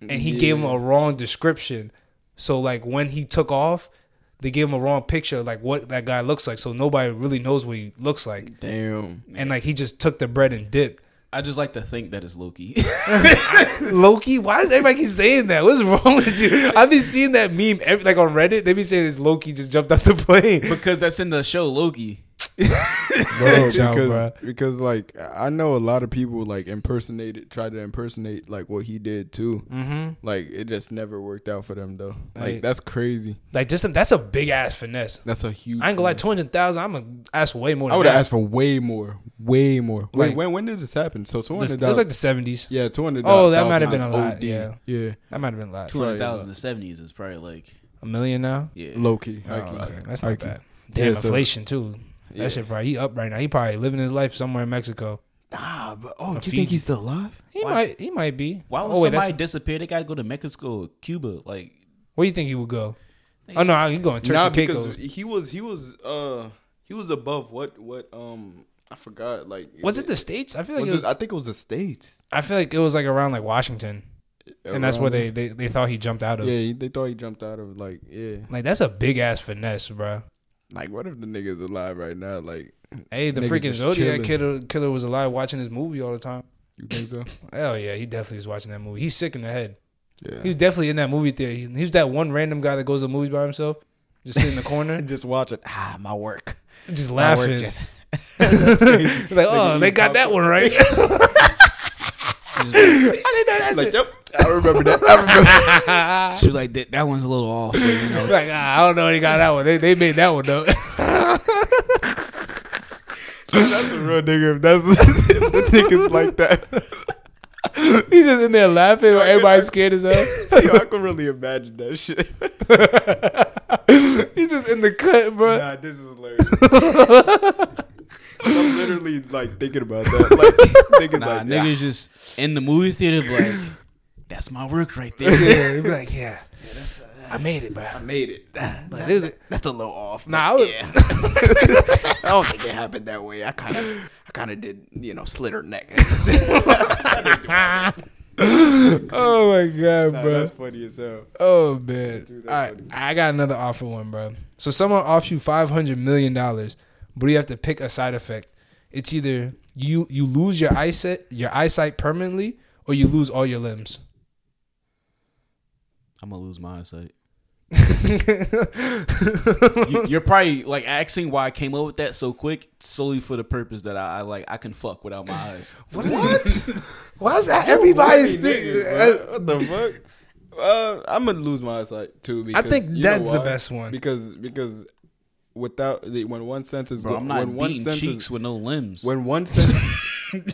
S1: and he gave him a wrong description. So like when he took off, they gave him a wrong picture, of, like what that guy looks like. So nobody really knows what he looks like,
S2: Damn.
S1: and like he just took the bread and dipped.
S3: I just like to think that is Loki.
S1: Loki, why does everybody keep saying that? What's wrong with you? I've been seeing that meme every, like on Reddit. They be saying this Loki just jumped out the plane.
S3: because that's in the show Loki.
S2: Bro,
S1: Chill,
S2: because,
S1: bro.
S2: because like I know a lot of people like impersonated, tried to impersonate like what he did too. Mm-hmm. Like it just never worked out for them though. Like
S1: Right.
S2: that's crazy.
S1: Like just that's a big ass finesse.
S2: That's a huge.
S1: I ain't gonna lie, two hundred thousand. I'm gonna ask way more.
S2: I
S1: Than
S2: would
S1: that.
S2: have asked for way more, way more. Wait,
S1: Like-
S2: when when did this happen? So two
S1: This, it
S2: hundred
S1: was like
S2: dollars.
S1: the seventies.
S2: Yeah, two hundred.
S1: Oh, that might have been a lot, yeah.
S2: yeah.
S1: That might have been a lot.
S3: Two hundred thousand in the seventies is probably like
S1: A million now.
S3: yeah.
S2: Low key.
S1: Oh, okay, that's not
S2: Hikey.
S1: bad. Damn
S2: Yeah, so-
S1: inflation too.
S2: Yeah.
S1: That shit probably he up right now. He probably living his life somewhere in Mexico.
S2: Nah, but oh, you
S1: Fiji.
S2: think he's still alive?
S1: He
S3: Why-
S1: might. He might be.
S3: Why would
S1: oh, wait, that's-
S3: somebody disappear? They gotta go to Mexico, or Cuba. Like
S1: Where you think he would go? Oh no, he going to Turks
S2: nah,
S1: and
S2: because
S1: Caicos.
S2: he was he was uh he was above what what um I forgot like
S1: Was it the states? I feel like
S2: was
S1: it was,
S2: it- I think it was the states,
S1: I feel like it was like around like Washington, and that's where
S2: Around-
S1: they, they they thought he jumped out of.
S2: Yeah, he- they thought he jumped out of like yeah.
S1: Like that's a big ass finesse, bro.
S2: Like what if the nigga's alive right now? Like
S1: Hey, the
S2: Nigga
S1: freaking
S2: just
S1: Zodiac
S2: chilling.
S1: killer, killer was alive watching this movie all the time.
S2: you think so?
S1: Hell yeah, he definitely was watching that movie. He's sick in the head. He
S2: Yeah.
S1: was definitely in that movie theater. He, he was that one random guy that goes to movies by himself, just sit in the corner,
S2: Just watch it. Ah, my work.
S1: just
S2: My work
S1: laughing.
S2: just
S1: like, oh, they got that one right.
S2: like yep. I remember that. I remember.
S3: she was like that, that one's a little off. but, you know.
S1: like, ah, I don't know, they got that one. They, they made that one though.
S2: that's a real nigga. If that's if the niggas like that.
S1: He's just in there laughing. Everybody's scared as hell.
S2: Yo, I could really imagine that shit.
S1: He's just in the cut, bro.
S2: Nah, this is hilarious. I'm literally like thinking about that. Like thinking
S3: Nah,
S2: like
S3: niggas
S2: niggas.
S3: just in the movie theater be like that's my work right there.
S1: Yeah, he'd be like, yeah, I made it, bro.
S2: I made it.
S1: But it was-
S2: That's a little off.
S1: Nah, I was,
S2: I don't think it happened that way. I kind of, I kind of did, you know, slit her neck.
S1: oh my god, bro.
S2: that's funny as hell.
S1: Oh man,
S2: that's
S1: I I got another offer one, bro. So someone offers you five hundred million dollars, but you have to pick a side effect. It's either you you lose your eyesight your eyesight permanently, or you lose all your limbs.
S3: I'm gonna lose my eyesight. you, you're probably like asking why I came up with that so quick, solely for the purpose that I, I like I can fuck without my eyes.
S1: What? Is Why is that everybody's thing?
S2: Uh, what the fuck? Uh, I'm gonna lose my eyesight too. Because,
S1: think
S2: you know
S1: that's the
S2: why?
S1: best one.
S2: Because because without the, when one sense is
S3: Bro,
S2: go-
S3: I'm not
S2: when one
S3: beating
S2: sense is-
S3: cheeks with no limbs.
S2: when one sense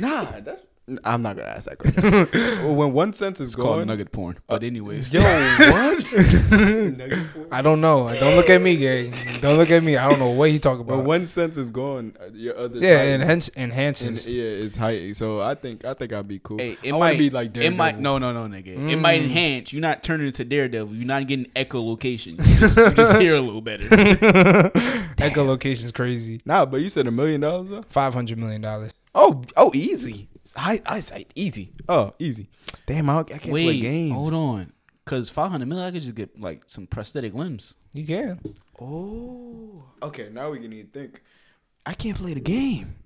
S2: nah that, I'm not gonna ask that question. when one sense is
S3: it's called
S2: gone,
S3: nugget porn. But anyways,
S2: yo what?
S1: I don't know. Don't look at me, gang. Don't look at me. I don't know what he talking
S2: when
S1: about.
S2: one sense is gone, uh, your other
S1: Yeah,
S2: side-
S1: enhance
S2: and,
S1: enhances.
S2: yeah, it's high. So I think I think I'd be cool.
S3: hey,
S2: I
S3: it
S2: wanna
S3: might
S2: be like
S3: it might
S2: Daredevil.
S3: no no no nigga. It might enhance. You're not turning into Daredevil. You're not getting echolocation. You just, you just hear a little better.
S1: Echolocation's crazy.
S2: Nah, but you said a million dollars though.
S1: Five hundred million dollars.
S2: Oh, oh, easy. I eyesight, easy. Oh, easy. Damn, I, I can't play
S3: Wait,
S2: games.
S3: hold on. Cause five hundred million, I could just get like some prosthetic limbs.
S1: You can.
S2: Oh, okay. Now we can even think. I can't play the game.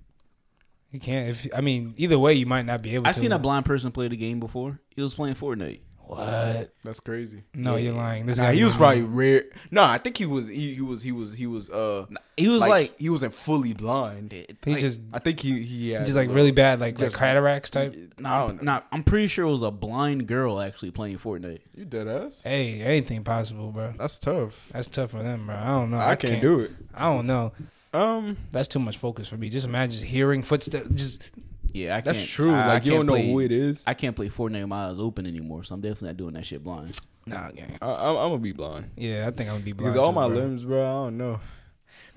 S1: You can't. If I mean, either way, you might not be able.
S3: I
S1: to.
S3: seen a blind person play the game before. He was playing Fortnite.
S1: What?
S2: That's crazy.
S1: No, you're lying. This
S2: Nah,
S1: guy
S2: he was probably rare. No, I think he was. He, he was. He was. He was. Uh,
S3: He was like,
S2: he wasn't fully blind.
S1: He
S2: Like,
S1: just
S2: I think he he had
S1: just like really bad, like like cataracts type.
S3: nah, nah, I'm pretty sure it was a blind girl actually playing Fortnite.
S2: You dead ass.
S1: Hey, anything possible, bro.
S2: That's tough.
S1: That's tough for them, bro. I don't know.
S2: I, can't, do it.
S1: I don't know.
S2: Um,
S1: That's too much focus for me. Just imagine just hearing footsteps. Just
S3: Yeah, I can't.
S2: that's true.
S3: I- I
S2: like you
S3: can't
S2: don't know
S3: play-
S2: who it is. I,
S3: I can't play Fortnite with my eyes open anymore, so I'm definitely not doing that shit blind.
S1: nah, gang.
S2: I, am gonna be blind
S1: Yeah, I think I'm gonna be blind.
S2: because all
S1: too,
S2: my
S1: bro.
S2: limbs, bro. I don't know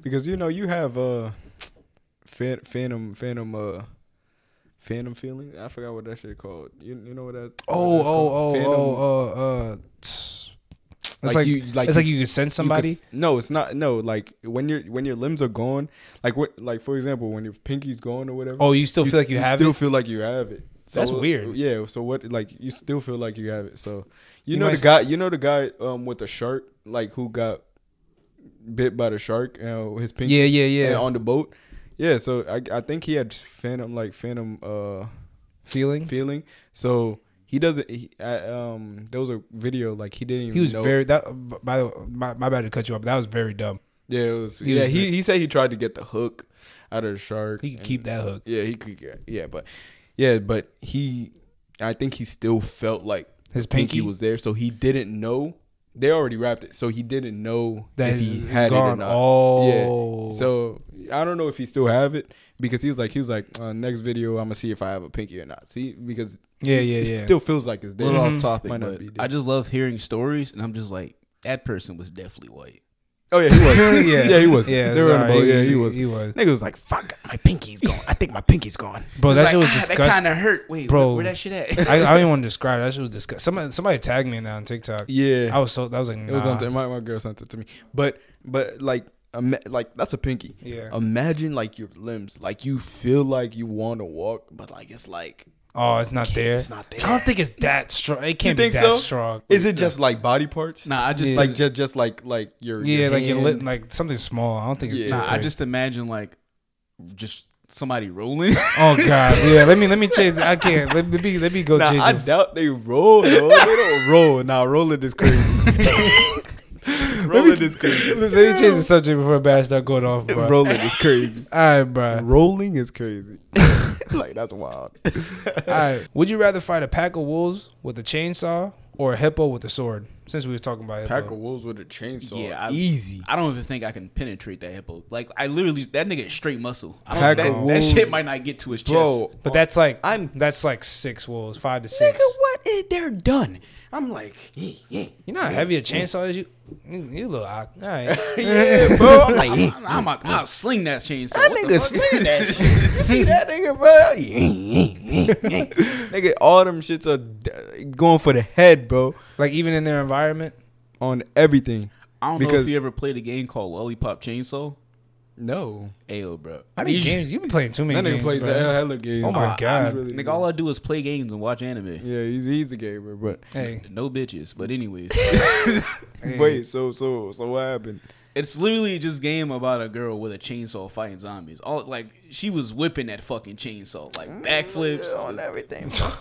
S2: because you know you have uh, phan- phantom phantom uh. Phantom feeling? I forgot what that shit called. You you know what that?
S1: Oh,
S2: what that's
S1: oh, oh,
S2: called? Phantom-
S1: oh, oh, uh, it's like,
S2: Like
S1: you,
S2: you-
S1: like
S2: like
S1: it's
S2: you-
S1: like you can sense
S2: You could
S1: somebody.
S2: s- no, it's not. No, like when your when your limbs are gone, like what, like for example, when your pinky's gone or whatever.
S1: oh, you still feel like you, have
S2: still
S1: it.
S2: feel like you have it.
S1: That's weird.
S2: Yeah. So what? Like you still feel like you have it. So you,
S1: You
S2: know
S1: might-
S2: the guy. You know the guy um with the shark, like who got bit by the shark. You know, his pinky.
S1: Yeah, yeah, yeah.
S2: uh, On the boat. Yeah. So I I think he had phantom like phantom uh
S1: feeling.
S2: feeling. So. He doesn't. He, I, um, there was a video like he didn't. Even
S1: He was
S2: know.
S1: very that. By the my, my bad to cut you off. But that was very dumb.
S2: Yeah, it was,
S1: He
S2: yeah.
S1: was
S2: He, he said he tried to get the hook out of the shark.
S1: He could
S2: and-
S1: keep that hook.
S2: Yeah, he could. get- Yeah, but yeah, but he. I think he still felt like
S1: His pinky?
S2: pinky, was there, so he didn't know. They already wrapped it, so he didn't know
S1: That
S2: if
S1: is-
S2: he
S1: it's
S2: had it or
S1: gone.
S2: not.
S1: Oh.
S2: Yeah. So I don't know if he still have it because he was like he was like uh, next video I'm gonna see if I have a pinky or not. See because
S1: Yeah,
S2: it-
S1: yeah,
S2: it
S1: yeah.
S2: still feels like it's
S3: A
S2: there.
S3: little
S2: Mhm.
S3: off topic,
S2: Might not
S3: but
S2: be there.
S3: I just love hearing stories, and I'm just like, that person was definitely white.
S2: oh yeah, he was. yeah.
S1: Yeah.
S2: he was.
S1: Yeah,
S2: they were on the
S1: sorry.
S2: boat.
S1: He-
S2: Yeah, he
S1: he-
S2: was.
S1: he was.
S2: Nigga was like, "Fuck, my pinky's gone. I think my pinky's gone."
S1: Bro, that
S3: It's
S1: shit was
S3: like, ah,
S1: disgusting.
S3: That kind of hurt. Wait,
S1: Bro.
S3: Bro. Where, where that shit at?
S1: I, I don't even want to describe. it. That shit was disgusting. Somebody somebody tagged me in that on TikTok.
S2: Yeah,
S1: I was so that was like nah.
S2: It was on my my girl sent it to me, but but like ima- like that's a pinky.
S1: Yeah.
S2: Imagine like your limbs, like you feel like you want to walk, but like it's like
S1: oh, it's not there.
S2: It's not there.
S1: I don't think it's that strong. It can't be
S2: think
S1: that
S2: so?
S1: strong.
S2: is it just like body parts?
S3: nah, I just
S2: like just just like like your
S1: yeah, like
S2: your
S1: you're
S2: hand.
S1: lit, like something small. I don't think it's.
S2: Yeah.
S1: too
S3: Nah, I
S1: crazy.
S3: just imagine like just somebody rolling.
S1: Oh God, yeah. Let me let me change. I can't. Let, let me let me go
S2: Nah,
S1: change.
S2: I
S1: it.
S2: doubt they roll. Though. they don't roll. Nah, rolling is crazy. rolling is crazy.
S1: Let me change the subject before bad start going off, bro.
S2: Rolling is crazy.
S1: All right, bro.
S2: Rolling is crazy. like that's wild.
S1: All right. Would you rather fight a pack of wolves with a chainsaw or a hippo with a sword? Since we was talking about hippo.
S2: Pack of wolves with a chainsaw.
S3: Yeah, I-
S2: easy.
S3: I don't even think I can penetrate that hippo. Like I literally, that nigga is straight muscle. I
S2: Pack
S3: don't, that,
S2: of
S3: that
S2: wolves.
S3: shit might not get to his
S2: Bro,
S3: chest.
S1: but that's like I'm.
S2: I'm-
S1: That's like six wolves, five to six.
S2: Nigga, what? Eh, They're done. I'm like, yeah, yeah.
S1: You know how heavy a chainsaw is? You, you, you little ock. All right.
S2: yeah, bro. I'm like, yeah.
S3: I'm, I'm, I'll sling that chainsaw.
S2: That
S3: What the
S2: nigga,
S3: fuck?
S2: see that shit. You see that nigga, bro? Yeah, yeah, yeah, yeah. nigga, all them shits are d- going for the head, bro,
S1: like even in their environment.
S2: on everything.
S3: I don't know
S2: Because-
S3: if you ever played a game called Lollipop Chainsaw.
S2: No,
S3: Ayo, bro.
S1: I mean,
S3: These-
S1: games. You be playing too many
S2: that nigga
S1: games,
S2: plays
S1: bro.
S2: a hella game.
S1: Oh my God.
S3: Nigga, all I do is play games and watch anime.
S2: yeah, he's he's a gamer, but
S1: Hey,
S3: No bitches, but anyways,
S2: wait, so so so what happened?
S3: it's literally just game about a girl with a chainsaw fighting zombies. All like she was whipping that fucking chainsaw, like backflips.
S2: Mm, on everything.
S1: said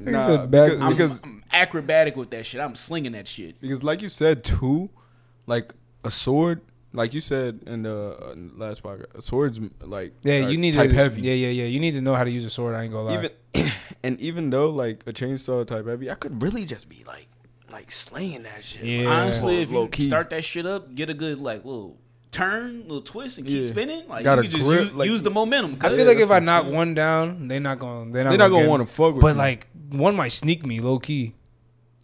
S2: nah,
S1: back-
S2: because,
S3: I'm,
S2: because
S3: I'm acrobatic with that shit. I'm slinging that shit.
S2: because like you said too like a sword like you said in the uh, last podcast a sword's like
S1: yeah,
S2: are
S1: you need
S2: type
S1: to.
S2: heavy
S1: Yeah, yeah, yeah. You need to know how to use a sword. I ain't gonna lie.
S2: even and even though like a chainsaw type heavy i could really just be like like slaying that shit
S1: Yeah.
S3: Honestly,
S2: Well,
S3: if
S2: low
S3: you
S2: key.
S3: start that shit up, get a good like little turn, little twist, and keep
S2: Yeah.
S3: spinning, like
S2: Got
S3: you
S2: a
S3: can just
S2: grip,
S3: use,
S2: like-
S3: use the momentum.
S1: I
S3: cuz.
S1: feel like if I
S2: what I'm
S1: knock one down, they're not gonna. They're not,
S2: they're not gonna
S1: get
S2: want to
S1: me.
S2: fuck with
S1: But
S2: you.
S1: like one might sneak me low key.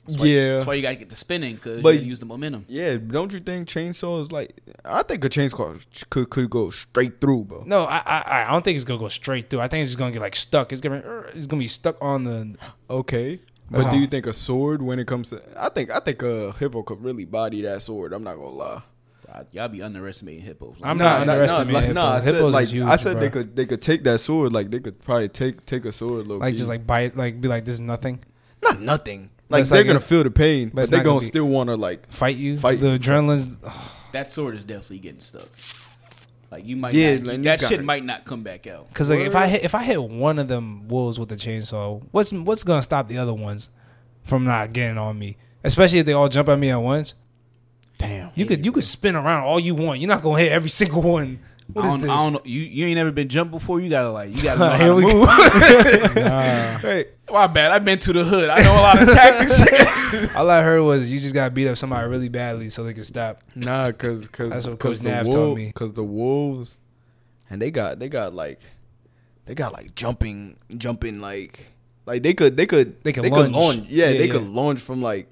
S2: yeah
S3: that's why you gotta get the spinning because
S2: But-
S3: you gotta use the momentum.
S2: yeah don't you think chainsaw is like i think a chainsaw could could go straight through bro
S1: No, I, I I don't think it's gonna go straight through. I think it's just gonna get like stuck. It's gonna er, it's gonna be stuck on the.
S2: okay
S1: That's
S2: but do
S1: all.
S2: you think a sword when it comes to i think i think a hippo could really body that sword i'm not gonna lie
S3: I, y'all be underestimating hippos.
S1: I'm not
S2: no,
S1: underestimating hippos.
S2: no, like, no, I said,
S1: Hippos is
S2: like,
S1: huge,
S2: I said they
S1: bruh.
S2: could they could take that sword. Like they could probably take take a sword. Low
S1: Like
S2: key.
S1: just like bite, like be like this is nothing.
S2: not nothing.
S1: But
S2: Like
S1: it's
S2: they're
S1: like
S2: gonna
S1: it-
S2: feel the pain,
S1: but
S2: but,
S1: it's
S2: they're
S1: not gonna
S2: gonna
S1: be-
S2: still want to like.
S1: Fight you,
S2: Fight.
S1: the adrenaline's. ugh,
S3: that sword is definitely getting stuck. Like you might,
S2: Yeah,
S3: not,
S2: like, you
S3: that
S2: got
S3: shit
S2: it.
S3: might not come back out.
S1: Cause like if I hit if I hit one of them wolves with a chainsaw, what's what's gonna stop the other ones from not getting on me? Especially if they all jump at me at once.
S3: Damn,
S1: You could you could spin around all you want. You're not gonna hit every single one. What
S3: I
S1: is
S3: don't,
S1: this?
S3: I don't know. You you ain't never been jumped before. You gotta like you gotta know
S1: Here
S3: how to
S1: we go.
S3: move.
S2: Hey,
S3: My bad. I've been to the hood. I know a lot of tactics.
S1: All I heard was you just got beat up somebody really badly so they could stop.
S2: nah, cause cause
S1: That's what
S2: cause
S1: Coach
S2: the
S1: Nav told
S2: wolf-
S1: me.
S2: Cause the wolves, and they got they got like, they got like jumping jumping like like they could they could
S1: They can
S2: could
S1: lunge.
S2: launch. Yeah,
S1: Yeah,
S2: they
S1: yeah.
S2: could launch from like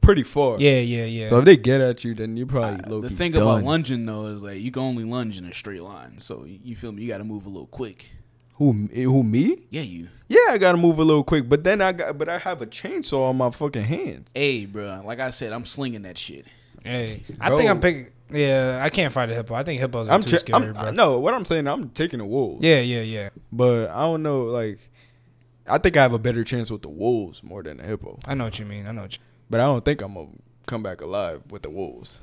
S2: pretty far.
S1: Yeah, yeah, yeah.
S2: So if they get at you, then you probably low
S3: the
S2: key
S3: thing
S2: done.
S3: about lunging though is like you can only lunge in a straight line. So you, you feel me? You gotta move a little quick.
S2: who who me?
S3: Yeah, you.
S2: Yeah, I gotta move a little quick, but then I got but I have a chainsaw on my fucking hands.
S3: Hey, bro. Like I said, I'm slinging that shit.
S1: hey, I think
S2: Bro.
S1: I'm picking. Yeah, I can't fight a hippo. I think hippos are
S2: I'm,
S1: too
S2: ch-
S1: scary,
S2: I'm
S1: bro.
S2: no, what I'm saying, I'm taking the wolves.
S1: Yeah, yeah, yeah.
S2: But I don't know, like I think I have a better chance with the wolves more than the hippo.
S1: I know what you mean. I know what you.
S2: But I don't think I'm gonna come back alive with the wolves.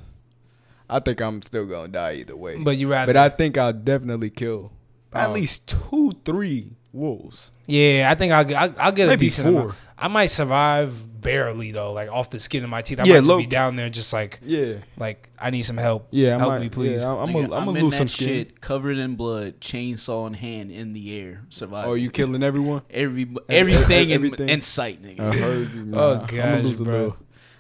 S2: I think I'm still gonna die either way.
S1: But you rather.
S2: But I think I'll definitely kill at
S1: Oh.
S2: least two, three wolves.
S1: yeah, I think I'll get. I'll, I'll get a
S2: Maybe
S1: decent.
S2: four.
S1: Amount. I might survive barely though, like off the skin of my teeth. I
S2: Yeah,
S1: might just
S2: low-
S1: be down there, just like
S2: Yeah.
S1: like I need some help.
S2: Yeah, I
S1: help
S2: might,
S1: me please.
S2: Yeah, I'm
S3: Nigga,
S2: gonna
S3: in
S2: lose
S3: that
S2: some skin.
S3: covered in blood, chainsaw in hand, in the air, surviving.
S2: Oh, you killing everyone?
S3: every
S2: everything
S3: everything,
S2: in- everything. Uh-huh.
S3: In,
S2: in
S3: sight, nigga.
S2: I heard you.
S1: Oh,
S2: man.
S1: gosh, bro.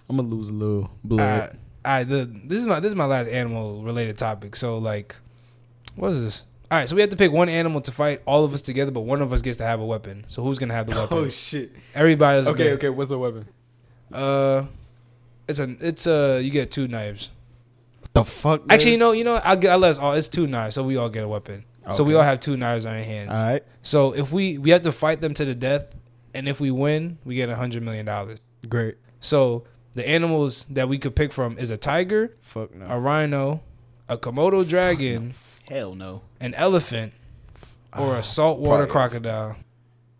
S2: I'm gonna lose a little
S1: All
S2: blood.
S1: right, all right. The, this is my this is my last animal related topic. So like, what is this? All right, so we have to pick one animal to fight all of us together, but one of us gets to have a weapon. So who's gonna have the weapon?
S2: oh shit.
S1: Everybody's
S2: Okay, okay. What's the weapon?
S1: Uh, it's a it's a you get two knives.
S2: The fuck.
S1: Actually, you know, you know, I'll get I let us all. It's two knives, so we all get a weapon. So we
S2: Okay. Uh.
S1: all have two knives on our hand.
S2: All right.
S1: So if we we have to fight them to the death, and if we win, we get a hundred million dollars.
S2: Great.
S1: So the animals that we could pick from is a tiger,
S2: Fuck no.
S1: a rhino, a komodo dragon,
S3: Hell no.
S1: an elephant, or a saltwater
S2: Ah, probably.
S1: crocodile.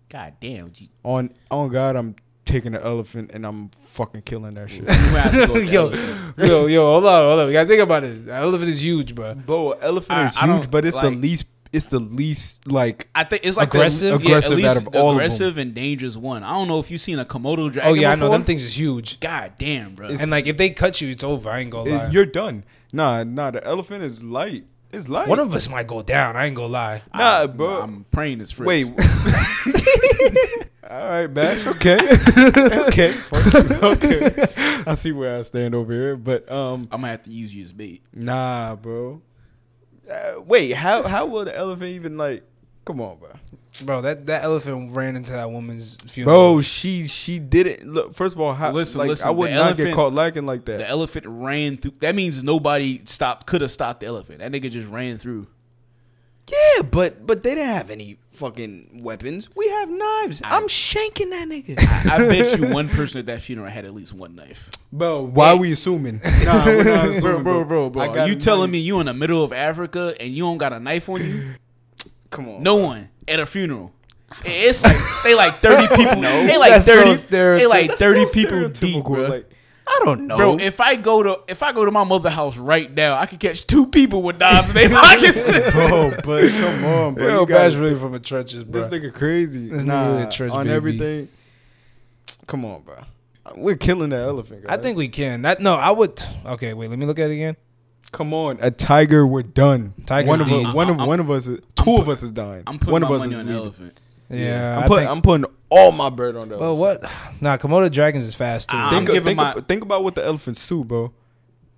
S3: God damn. You,
S2: On on God, I'm taking the elephant and I'm fucking killing that shit.
S3: you have to go with the
S1: Yo.
S3: elephant.
S1: yo, yo, hold on, hold on. We gotta think about this. The elephant is huge, bro.
S2: Bro, elephant
S3: I-
S2: is
S3: I don't-
S2: huge, but it's the
S3: like-
S2: least. It's the least like.
S3: I think it's like
S1: Aggressive?
S3: the, yeah,
S2: Aggressive
S3: at least
S2: out of all of 'em.
S3: aggressive and dangerous one. I don't know if you've seen a komodo dragon.
S1: Oh yeah, I know
S3: before.
S1: them things is huge.
S3: God damn, bro.
S1: And like if they cut you, it's over. I ain't gonna lie.
S2: it- you're done. Nah, nah. The elephant is light. It's light.
S1: One of us might go down. I ain't gonna lie.
S2: nah, bro.
S3: I'm praying it's free.
S2: Wait. All right, Bash. Okay. okay. Fuck you. Okay. I see where I stand over here, but um,
S3: I'm gonna have to use you as bait.
S2: nah, bro. Uh, wait, how how will the elephant even like? Come on, bro.
S1: Bro, that, that elephant ran into that woman's funeral.
S2: Bro, she she didn't look. First of all, how, listen,
S3: Listen,
S2: like,
S3: listen,
S2: I would
S3: the
S2: not
S3: elephant-
S2: get caught lacking like that.
S3: The elephant ran through. That means nobody stopped. Could have stopped the elephant. That nigga just ran through.
S2: yeah, but but they didn't have any fucking weapons. We have knives.
S3: I- I'm
S2: shanking that nigga,
S3: I bet you one person at that funeral had at least one knife.
S2: bro. Why are we assuming? nah, we're not assuming,
S3: Bro, bro, bro,
S2: I
S3: bro.
S2: got
S3: You
S2: a knife.
S3: telling me you in the middle of Africa and you don't got a knife on you?
S2: Come on.
S3: No one at a funeral. It's like they like thirty people. they like
S2: That's so
S3: thirty. they
S2: stereotyp-
S3: like
S2: that's
S3: thirty
S2: so
S3: people deep,
S2: stereotypical,
S3: bro.
S2: like, I don't know,
S3: Bro, if I go to if I go to my mother house right now, I could catch two people with knives in their pockets.
S2: bro. But come on, bro.
S1: Yo,
S2: you guys,
S1: Bash really from the trenches, bro.
S2: this nigga crazy.
S1: This nigga
S2: nah,
S1: really a trench
S2: on
S1: baby.
S2: everything. Come on, bro. We're killing that elephant.
S1: I
S2: guys.
S1: think we can. That no, I would. Okay, wait. Let me look at it again.
S2: Come on, a tiger. We're done.
S1: Tiger's
S2: one of
S1: dead.
S2: us, one of
S3: I'm-
S2: one of us, is, 2 of us is dying.
S3: I'm putting
S2: one
S3: my
S2: of us
S3: money on the
S2: leaving.
S3: elephant.
S1: Yeah,
S2: I'm
S1: I
S2: putting
S1: think-
S2: I'm putting all my bread on the.
S1: well, what? Nah, Komodo dragons is fast too.
S3: Ah.
S2: Think,
S3: I'm
S2: of-
S3: giving
S2: think,
S3: my-
S2: ab- think about what the elephants do, bro.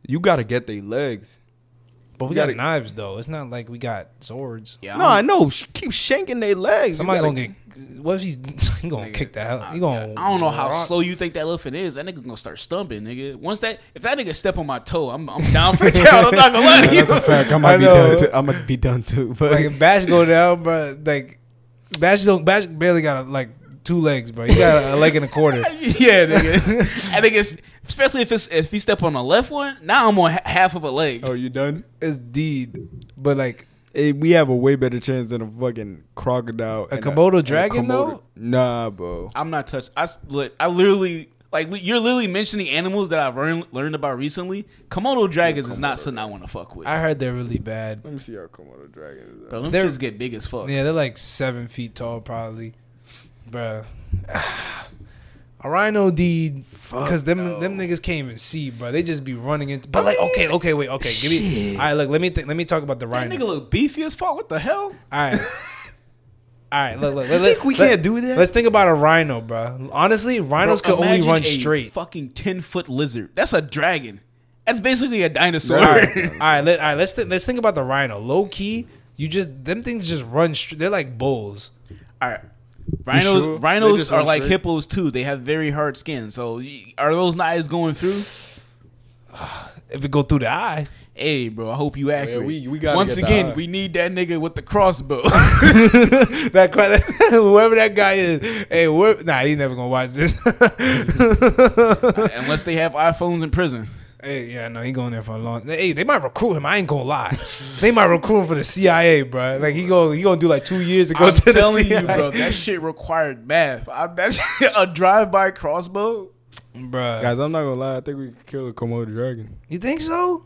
S2: You gotta get their legs.
S1: but we
S2: you
S1: got
S2: gotta-
S1: knives though. It's not like we got swords.
S3: Yeah,
S2: no, I know. Sh- Keep shanking their legs. You
S1: Somebody
S2: gotta-
S1: gonna get. What if he's he gonna
S3: Nigga,
S1: kick the hell? He
S3: I
S1: gonna.
S3: don't know how
S1: rock-
S3: slow you think that elephant is. That nigga gonna start stumping, nigga. Once that if that nigga step on my toe, I'm, I'm down for the count. I'm not gonna lie to you.
S2: That's a fact. I
S1: I
S2: might be
S1: know.
S2: done too. I might be done too. But
S1: Like if Bash go down, bro. Like Bash don't. Bash barely got a, like two legs, bro. You got a leg and a quarter.
S3: yeah, nigga. I think it's especially if it's if you step on the left one. Now I'm on ha- half of a leg.
S2: Oh, you done?
S1: It's deed, but like
S2: Hey, we have a way better chance than a fucking crocodile. and
S1: Komodo
S2: and
S1: dragon, though?
S2: Nah, bro.
S3: I'm not touched. I s- look. I literally like li- you're literally mentioning animals that I've learned learned about recently. Komodo dragons is not something I want to fuck with.
S1: I heard they're really bad.
S2: Let me see our Komodo dragon.
S3: Bro, them
S1: They're-
S3: shits get big as fuck.
S1: Yeah, they're like seven feet tall, probably, Bruh. A rhino deed, because them them niggas can't even see, bro. They just be running into. But like, okay, okay, wait, okay, give me.
S2: Shit.
S1: All right, look, let me think let me talk about the
S3: That
S1: rhino.
S3: nigga look beefy as fuck. What the
S1: All
S3: hell?
S1: right. All right, look, look. Let,
S2: think we
S1: let-
S2: can't do that?
S1: Let's think about a rhino, bro. Honestly, rhinos
S3: Bro,
S1: could only
S3: imagine
S1: run
S3: a
S1: straight.
S3: Fucking ten foot lizard. That's a dragon. That's basically a dinosaur.
S1: All
S2: That's-
S1: right, all right, let, all right. Let's thi- let's think about the rhino. Low key, you just them things just run. Str- they're like bulls.
S3: All right. Rhinos,
S2: sure? They
S3: rhinos
S2: just
S3: are
S2: run
S3: like
S2: straight?
S3: hippos too. They have very hard skin. So y- are those not eyes going through?
S1: If it go through the eye,
S3: Hey, bro, I hope you accurate.
S2: we- we gotta
S3: Once
S2: get the eye.
S3: again, we need that nigga with the crossbow.
S1: that, cra- whoever that guy is, hey, where, nah, he's never gonna watch this.
S3: Unless they have iPhones in prison.
S1: hey, yeah, no, he going there for a long. Hey, they might recruit him. I ain't gonna lie. they might recruit him for the CIA, bro. Like he go, he gonna do like two years to go
S3: I'm
S1: to the
S3: telling
S1: CIA,
S3: you, bro, that shit required math. I, that shit, a drive-by crossbow.
S1: Bruh.
S2: Guys, I'm not gonna lie. I think we could kill a Komodo dragon.
S1: You think so?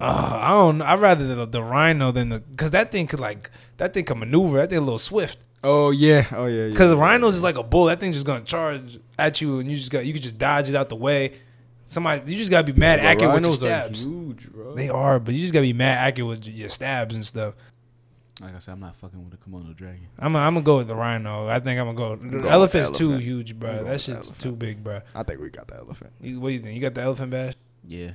S1: Uh, I don't. know. I'd rather the, the rhino than the because that thing could like that thing could maneuver. That thing a little swift.
S2: Oh yeah. Oh yeah. yeah.
S1: Because rhinos is like a bull. That thing's just gonna charge at you, and you just got you could just dodge it out the way. Somebody, you just gotta be mad
S2: Bro,
S1: accurate with your
S2: rhinos are
S1: stabs.
S2: huge, bro.
S1: They are, but you just gotta be mad accurate with your stabs and stuff.
S3: Like I said, I'm not fucking with a Komodo dragon.
S1: I'm gonna go with the rhino. I think I'm gonna go. The
S2: with the
S1: elephant's too
S2: elephant.
S1: huge,
S2: I'm
S1: bro.
S2: going
S1: That
S2: with the
S1: shit's too big, bro.
S2: I think we got the elephant.
S1: You, what do you think? You got the elephant bash?
S3: Yeah.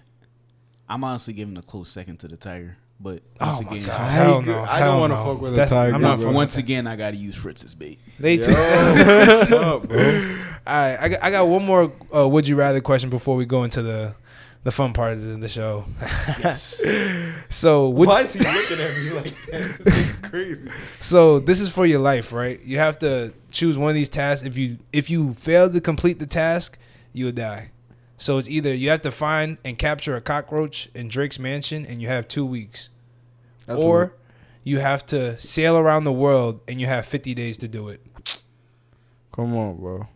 S3: I'm honestly giving a close second to the tiger. But
S1: Oh
S3: once
S1: my
S3: again,
S1: god!
S2: I
S1: Hell
S2: agree.
S1: no!
S2: I don't
S1: hell
S2: wanna
S1: no.
S2: fuck with a
S1: That's-
S2: tiger,
S1: I'm not
S2: bro.
S1: fucking
S3: once again, I gotta use Fritz's bait.
S1: They
S2: Yo,
S1: too.
S2: what's up, bro?
S1: All right, I got, I got one more uh, would you rather question before we go into the the fun part of the, the show.
S3: Yes.
S1: So, would
S2: Why is he looking at me like that? This is crazy.
S1: so this is for your life, right? You have to choose one of these tasks. If you if you fail to complete the task, you'll die. So it's either you have to find and capture a cockroach in Drake's mansion, and you have two weeks,
S2: That's
S1: or
S2: weird.
S1: you have to sail around the world, and you have fifty days to do it.
S2: Come on, bro.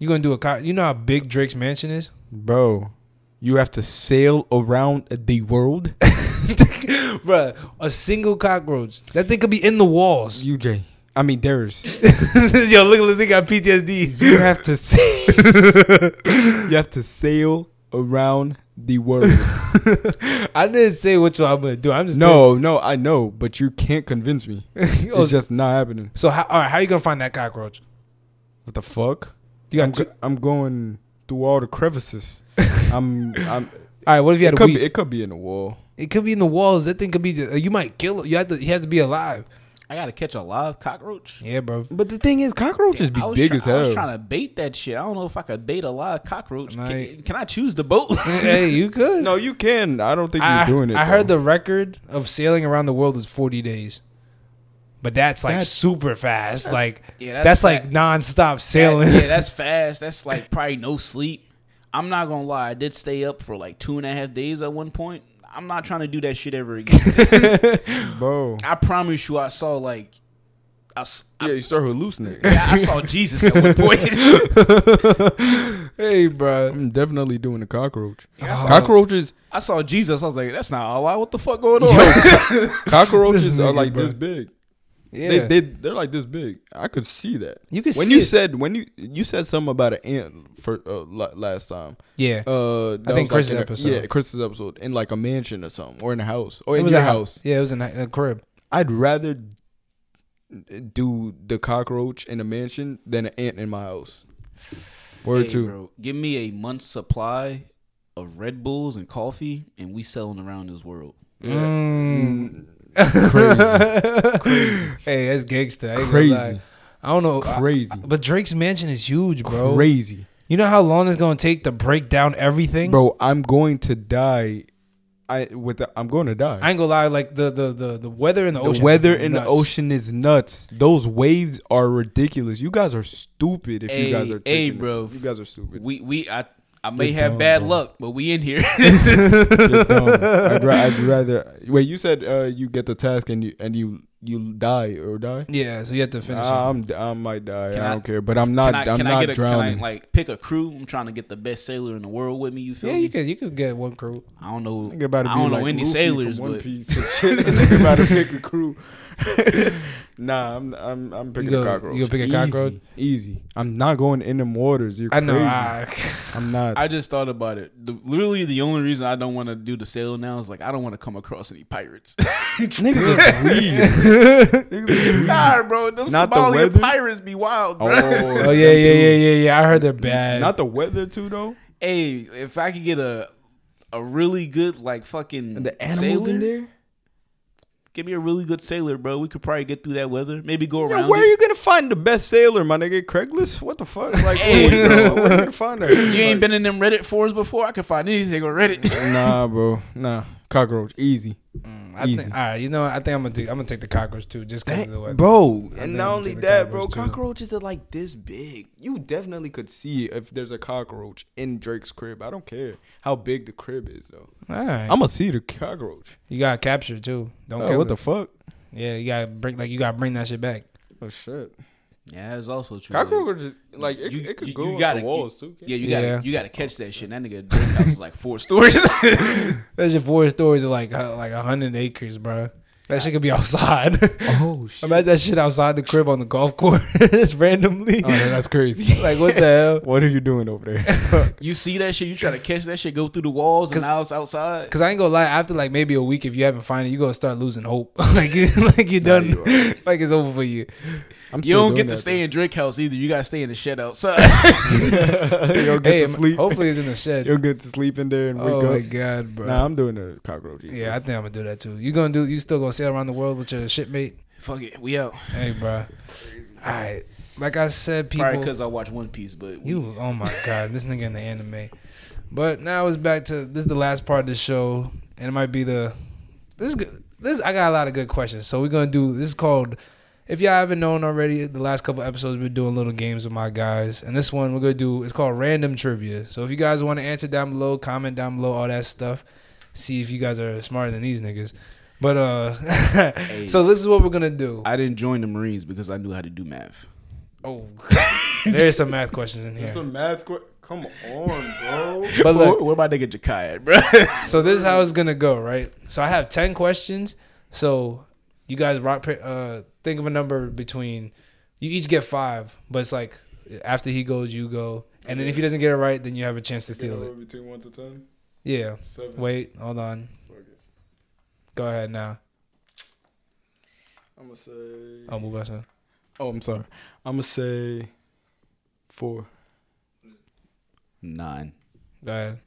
S1: You're gonna do a cock. You know how big Drake's mansion is.
S2: Bro, you have to sail around the world.
S1: Bruh, a single cockroach. That thing could be in the walls.
S2: UJ. I mean, Darius.
S1: Yo, look at the thing got PTSD.
S2: You have to sail. you have to sail around the world.
S1: I didn't say which one I'm gonna do. I'm just
S2: No, no, I know, but you can't convince me.
S1: telling- Oh,
S2: It's just not happening.
S1: so how, all right, how you gonna find that cockroach?
S2: What the fuck?
S1: You got
S2: I'm,
S1: two,
S2: go- I'm going through all the crevices. I'm. I'm
S1: all right. What if you had a
S2: it, could
S1: week?
S2: be, it could be in the wall.
S1: it could be in the walls. That thing could be. You might kill it. You have to. He has to be alive.
S3: I gotta catch a live cockroach.
S1: Yeah, bro.
S2: But the thing is, cockroaches
S3: I
S2: be
S3: was
S2: big
S3: try-
S2: as hell.
S3: I was trying to bait that shit. I don't know if I could bait a live cockroach.
S1: Like-
S3: Can, can I choose the boat?
S1: hey, you could.
S2: no, you can. I don't think
S1: I,
S2: you're doing it.
S1: I heard
S2: though.
S1: the record of sailing around the world is 40 days. But that's like
S2: That's-
S1: super fast.
S3: that's-
S1: like
S3: yeah,
S1: that's,
S3: that's
S1: like
S3: fa-
S1: nonstop
S3: That-
S1: sailing.
S3: yeah, that's fast. That's like probably no sleep. I'm not gonna lie. I did stay up for like two and a half days at one point. I'm not trying to do that shit ever again.
S2: bro.
S3: I promise you, I saw like, I, s-
S2: Oh. Yeah, you start hallucinating.
S3: yeah, I saw Jesus at one point.
S1: hey, bro.
S2: I'm definitely doing a cockroach.
S1: saw-
S2: cockroaches,
S3: I saw Jesus. I was like, that's not Allah. What the fuck going on?
S2: cockroaches
S1: This
S2: are
S1: nigga,
S2: like
S1: bro.
S2: this big.
S1: Yeah.
S2: They, they they're like this big. I could see that.
S1: You could
S2: when
S1: see
S2: you
S1: it.
S2: said when you you said something about an ant for uh, la- last time.
S1: yeah.
S2: Uh, that
S1: I think
S2: was, like,
S1: Chris's
S2: in a-
S1: episode.
S2: Yeah, Chris's episode in like a mansion or something, or in a house, or
S1: it
S2: in
S1: was
S2: your
S1: a
S2: house.
S1: Yeah, it was in a, a crib.
S2: I'd rather do the cockroach in a mansion than an ant in my house. Word
S3: Hey,
S2: two.
S3: bro, give me a month's supply of Red Bulls and coffee, and we selling around this world.
S1: Mm. Hey, that's gangster. I ain't gonna
S2: Crazy.
S1: lie. I don't know. I-
S2: Crazy.
S1: but Drake's mansion is huge, bro.
S2: Crazy.
S1: You know how long it's gonna take to break down everything?
S2: Bro, I'm going to die I with the, I'm going to die.
S1: I ain't gonna lie, like the the the, the weather in the,
S2: the
S1: ocean.
S2: weather in the
S1: nuts.
S2: ocean is nuts. Those waves are ridiculous. You guys are stupid if
S3: Hey,
S2: you guys are
S3: hey,
S2: taking it.
S3: bro.
S2: You guys are stupid.
S3: We we I I may
S1: It's
S3: have
S1: dumb,
S3: bad
S1: bro.
S3: luck, but we in here.
S2: Just don't. I'd, ra- I'd rather wait. You said uh, you get the task and you and you you die or die.
S1: Yeah, so you have to finish
S2: Nah, I'm I might die.
S3: Can
S2: I
S3: I-
S2: don't care, but I'm not.
S3: can I,
S2: I, am
S3: can
S2: not
S3: I get a,
S2: drowning.
S3: Can I like pick a crew? I'm trying to get the best sailor in the world with me. You
S1: it.
S3: feel
S1: Yeah,
S3: me?
S1: you could you could get one crew.
S3: I don't know.
S2: Nigga about to
S3: I
S2: be
S3: don't
S2: like
S3: know any
S2: Luffy
S3: sailors,
S2: from One
S3: but
S2: Piece and shit. Nigga about to pick a crew. nah, I'm I'm I'm picking
S1: go-
S2: a cockroach.
S1: you gonna pick a
S2: Easy,
S1: cockroach?
S2: Easy. I'm not going in them waters. You're
S1: I know.
S2: crazy.
S1: I,
S2: I'm not.
S3: I just thought about it. The, literally, the only reason I don't want to do the sail now is like I don't want to come across any pirates.
S2: niggas is weird. Niggas is
S3: nah, bro, them
S2: Not the
S3: Somalian
S2: weather?
S3: pirates be wild, bro.
S1: oh yeah, yeah, yeah, yeah, yeah. I heard they're bad.
S2: Not the weather too though.
S3: hey, if I could get a a really good like fucking sailor,
S2: there.
S3: give me a really good sailor, bro. We could probably get through that weather. Maybe go
S2: Yeah,
S3: around.
S2: where
S3: it.
S2: are you gonna find the best sailor, my nigga? Craigslist? What the fuck? Like,
S3: Hey,
S2: where, bro, where you gonna find that?
S3: You ain't been in them Reddit forums before. I could find anything on Reddit.
S2: Nah, bro. Nah. Cockroach. Easy.
S1: I
S2: Easy.
S1: think, all right, you know, what? I think I'm gonna do, I'm gonna take the cockroach too, just because of the weather.
S2: bro,
S1: think
S2: and
S1: I'm
S2: not only
S1: taking
S2: that, bro,
S1: cockroaches, too.
S2: cockroaches are like this big. You definitely could see if there's a cockroach in Drake's crib. I don't care how big the crib is, though.
S1: All right.
S2: I'm gonna see the cockroach.
S1: you got to capture too. Don't
S2: Oh,
S1: kill it.
S2: what the fuck?
S1: yeah, you got to bring like you got to bring that shit back.
S2: Oh shit,
S3: yeah, that's also true.
S2: cockroaches like it, it could go up
S3: gotta-
S2: the walls too.
S3: Yeah,
S2: Yeah,
S3: you gotta
S1: Yeah.
S3: you gotta catch that shit. That nigga Drake house is like four stories.
S1: That's your four stories of like uh, like hundred acres, bro. That shit could be outside.
S2: Oh shit.
S1: Imagine that shit outside the crib on the golf course randomly.
S2: Oh, no, that's crazy.
S1: Like what the hell?
S2: what are you doing over there?
S3: you see that shit, you try to catch that shit, go through the walls, and now it's outside.
S1: Cause I ain't gonna lie, after like maybe a week, if you haven't found it, you gonna start losing hope. like you- like you done,
S2: you
S1: like it's over for you.
S2: I'm
S3: You don't get to
S2: doing
S3: stay in Drake house either. You gotta stay in the shed outside.
S2: that, though. you don't get
S1: Hey,
S2: to sleep.
S1: hopefully it's in the shed.
S2: You'll get to sleep in there and wake
S1: oh my
S2: up.
S1: god, bro.
S2: Nah, I'm doing the cockroaches.
S1: yeah, I think I'm gonna do that too. You gonna do? You still gonna sail around the world with your shipmate?
S3: Fuck it, we out.
S1: Hey, bro. All right, like I said, people.
S3: Probably because I watch One Piece, but we-
S1: You oh my god, this nigga in the anime. But now it's back to this is the last part of the show, and it might be the this is good. This I got a lot of good questions, so we're gonna do this is called. If y'all haven't known already, the last couple episodes we've been doing little games with my guys, and this one we're gonna do it's called random trivia. So if you guys want to answer down below, comment down below, all that stuff. See if you guys are smarter than these niggas. But uh, so this is what we're gonna do.
S3: I didn't join the Marines because I knew how to do math.
S1: Oh, there's some math questions in here.
S2: It's a math. Qu- Come on, bro.
S1: But look,
S3: where, where my nigga Jakai at, bro?
S1: So this is how it's gonna go, right? So I have ten questions. So you guys rock. pa- Uh, think of a number between. You each get five, but it's like after he goes, you go, and then if he doesn't get it right, then you have a chance to steal it.
S2: Between one to ten,
S1: Yeah.
S2: seven.
S1: Wait, hold on. Go ahead now.
S2: I'm gonna say.
S1: I'll move us on.
S2: Oh, I'm sorry. I'm gonna say four,
S3: Nine,
S1: Go ahead.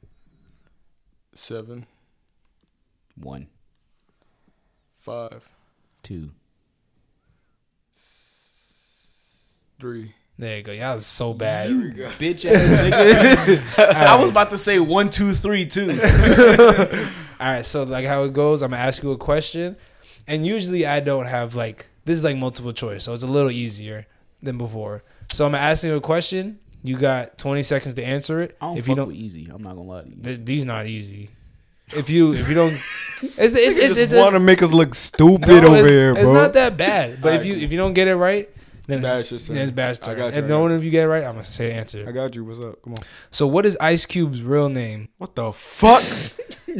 S2: seven,
S3: one,
S2: five,
S3: two.
S2: s- three.
S1: There you go. Y'all is so bad.
S2: we go.
S3: Bitch ass nigga. I was about to say one, two, three, two.
S1: All right, so like how it goes, I'm gonna ask you a question, and usually I don't have like this is like multiple choice, so it's a little easier than before. So I'm gonna ask you a question. You got 20 seconds to answer it.
S3: I don't
S1: If
S3: if
S1: you
S3: fuck
S1: don't,
S3: with easy. I'm not gonna lie to you.
S1: th- these not easy. If you if you don't, it's it's it's, it's,
S2: just
S1: a-
S2: want to make us look stupid
S1: no,
S2: over
S1: it's-
S2: here,
S1: It's
S2: bro.
S1: not that bad, but if
S2: Alright,
S1: you
S2: cool.
S1: if you don't get it right, then
S2: Bash
S1: it's,
S2: your
S1: then it's
S2: turn.
S1: bash
S2: I
S1: turn.
S2: got
S1: If
S2: you, I
S1: no
S2: got
S1: one of you get it right, I'm gonna say
S2: I
S1: answer.
S2: got you. What's up? Come on.
S1: So what is Ice Cube's real name?
S2: What the fuck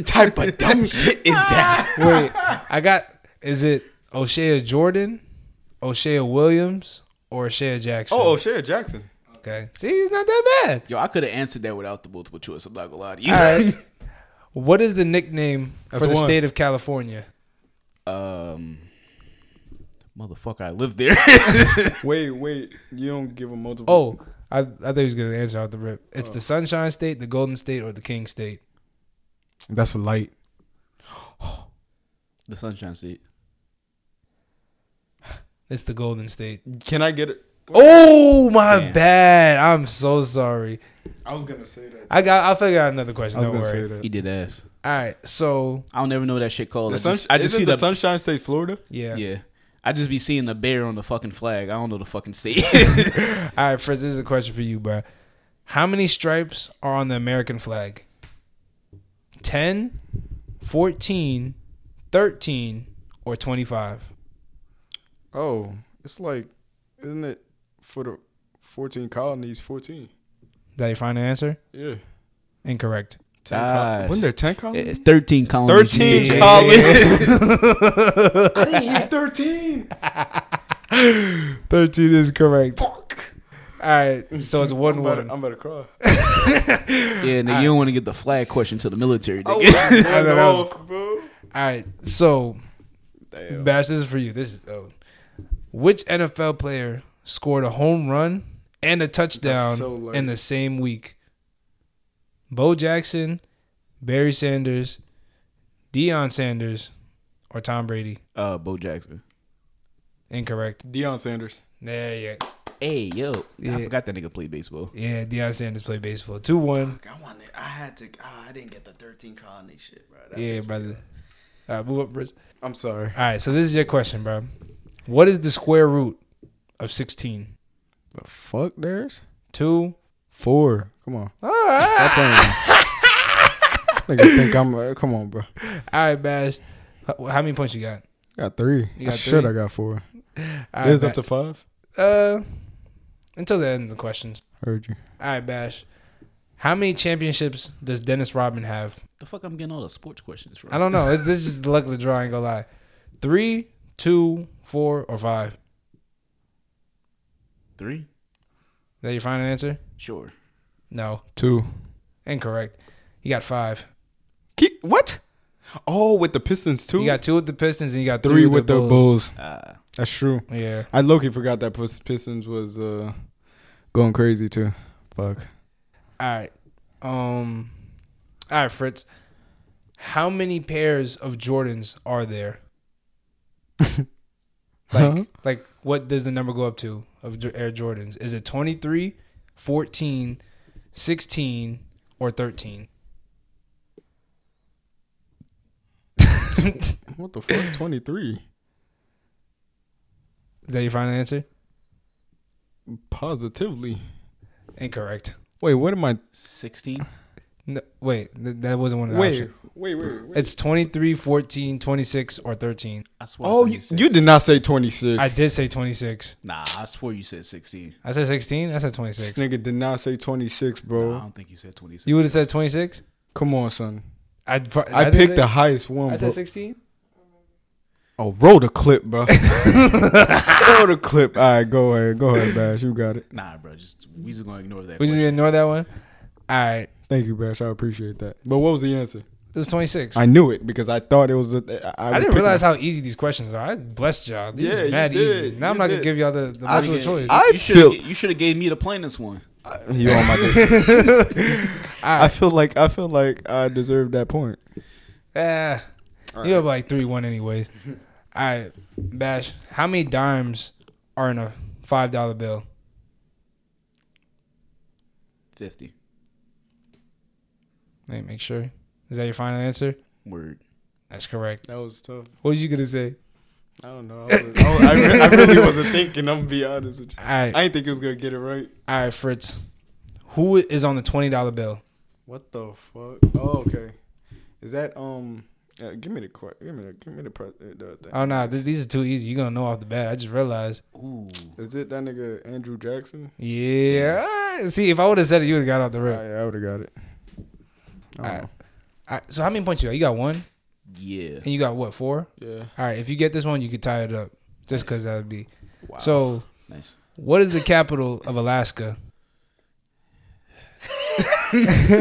S2: type of dumb shit is that?
S1: Wait, I got. Is it O'Shea Jordan, O'Shea Williams, or O'Shea Jackson?
S2: Oh, O'Shea Jackson.
S1: okay. See, it's not that bad.
S3: Yo, I could have answered that without the multiple choice. I'm not gonna lie to you.
S1: All right. What is the nickname
S2: That's
S1: for the
S2: one.
S1: state of California?
S3: Um, motherfucker, I live there.
S2: Wait, wait. You don't give a multiple.
S1: Oh, I, I thought he was gonna answer out the rip. It's
S2: Oh.
S1: the Sunshine State, the Golden State, or the King State.
S2: that's a light.
S3: the Sunshine State.
S1: It's the Golden State.
S2: Can I get it?
S1: Oh my bad. I'm so sorry.
S2: I was gonna say that.
S1: I got. I'll figure out another question.
S2: I was
S1: Don't
S2: gonna
S1: worry.
S2: say that.
S3: He did ass.
S1: All right. So
S3: I don't ever know what that shit called.
S2: The
S3: I
S2: sun,
S3: just, I just see
S2: the,
S3: the,
S2: Sunshine State, Florida.
S1: yeah.
S3: yeah. I just be seeing the bear on the fucking flag. I don't know the fucking state.
S1: All right, Fritz. This is a question for you, bro. How many stripes are on the American flag? 10, 14, 13, or 25?
S2: Oh, it's like, isn't it for the fourteen colonies? Fourteen.
S1: Did you find the answer?
S2: Yeah.
S1: Incorrect.
S2: Ten
S3: Ah,
S2: col- wasn't there ten colonies?
S3: It's Thirteen colonies.
S2: Thirteen
S3: Yeah.
S2: colonies. I didn't hear thirteen.
S1: 13 is correct. All right. So it's 1
S2: I'm
S1: 1.
S2: about, to, I'm about to cry.
S3: Yeah, nigga, you don't want to get the flag question to the military. Nigga.
S1: thought that was-
S2: off, bro.
S1: All right. So,
S2: Damn.
S1: Bash, this is for you. This is oh. Which NFL player scored a home run and a touchdown
S2: so light.
S1: in the same week? Bo Jackson, Barry Sanders, Deion Sanders, or Tom Brady?
S3: Uh, Bo Jackson.
S1: Incorrect.
S2: Deion Sanders.
S1: Yeah, yeah.
S3: Hey yo,
S1: Yeah.
S3: I forgot that nigga played baseball.
S1: Yeah, Deion Sanders played baseball. 2 1.
S4: I wanted. I had to. ah, I didn't get the thirteen colony shit, bro. That
S1: Yeah,
S4: pissed me
S1: brother. All right, move up, Bruce.
S2: I'm sorry.
S1: All right, so this is your question, bro. What is the square root of 16?
S2: The fuck, there's
S1: 2.
S2: four. Come on. Stop playing. Nigga think I'm. Uh, come on, bro.
S1: All right, Bash. How, how many points you got?
S2: got three.
S1: You got
S2: I should
S1: three?
S2: I got four.
S1: All
S2: There's
S1: right,
S2: up to five.
S1: Uh, until the end of the questions.
S2: Heard you.
S1: All right, Bash. How many championships does Dennis Rodman have?
S3: The fuck, I'm getting all the sports questions from.
S1: I don't know. This this is just the luck of the draw. I ain't gonna lie. Three, two, four, or five.
S3: Three.
S1: Is that your final answer?
S3: Sure.
S1: No,
S2: Two.
S1: incorrect. You got five.
S2: Keep, what? Oh, with the Pistons too.
S1: You got two with the Pistons and you got
S2: three, with the Bulls. Ah.
S3: Uh,
S2: That's true.
S1: Yeah.
S2: I low key forgot that Pis- Pistons was uh, going crazy too. Fuck.
S1: All right. Um. All right, Fritz. How many pairs of Jordans are there? like,
S2: Huh?
S1: like, what does the number go up to of J- Air Jordans? Is it 23, 14, 16, or 13? Is
S2: What the fuck? Twenty three.
S1: that your final answer?
S2: Positively.
S1: Incorrect.
S2: Wait, what am I?
S3: sixteen.
S1: No, wait, th- that wasn't one of the
S2: Wait,
S1: options.
S2: wait, wait, wait.
S1: It's 23, 14, 26, or 13.
S3: I swear.
S2: Oh,
S3: I thought
S2: you,
S3: said
S2: you did not say twenty six.
S1: I did say 26.
S3: Nah, I swear you said sixteen.
S1: I said 16. I said 26.
S2: This nigga did not say twenty six, bro.
S3: Nah, I don't think you said twenty-six.
S1: You would have said 26?
S2: Come on, son.
S1: I,
S2: I, picked the highest one,
S1: I
S2: bro.
S1: said 16?
S2: Oh, roll the clip, bro. roll the clip. All right, go ahead, go ahead, Bash. You got it.
S3: nah, bro. Just we just gonna ignore that.
S1: We just
S3: question.
S1: gonna ignore that one? All right.
S2: Thank you, Bash. I appreciate that. But what was the answer?
S1: It was 26. I,
S2: I knew it because I thought it was. A, I, I
S1: didn't realize how easy these questions are. I blessed y'all. These
S2: Yeah,
S1: is
S2: you
S1: mad
S2: did.
S1: easy. Now I'm
S2: You
S1: not
S2: did.
S1: gonna give y'all the, the
S2: I
S1: multiple
S2: did.
S1: choice.
S2: I
S3: you shoulda
S2: feel-
S3: g- you should have gave me the plainest one.
S2: how you on my. dick. I feel like I feel like I deserve that point.
S1: Eh, you have like 3 1 anyways. All right. Bash, how many dimes are in a $5 bill?
S3: Fifty.
S1: Let me make sure. Is that your final answer?
S3: Word.
S1: That's correct.
S2: That was tough.
S1: What was you gonna say?
S2: I don't know. I, was, I, was- Oh, I re- I really wasn't thinking. I'm gonna be honest with you.
S1: All right.
S2: I didn't think he was gonna get it right.
S1: All right, Fritz. Who is on the $20 bill?
S2: What the fuck? Oh, okay. Is that um? Uh, give me the que- give me the give me the, pre- uh, the thing.
S1: Oh, no. Nah, th- these are too easy. You're gonna know off the bat. I just realized.
S3: Ooh.
S2: Is it that nigga Andrew Jackson?
S1: Yeah. Ah, See, if I would have said it, you would have got off the rip.
S2: Ah, I, I would have got it. Oh,
S1: Alright. All right, so how many points you got? You got one,
S3: Yeah.
S1: and you got what four?
S2: Yeah.
S1: All right. If you get this one, you could tie it up, just because that would be.
S3: Wow.
S1: So,
S3: nice.
S1: what is the capital of Alaska?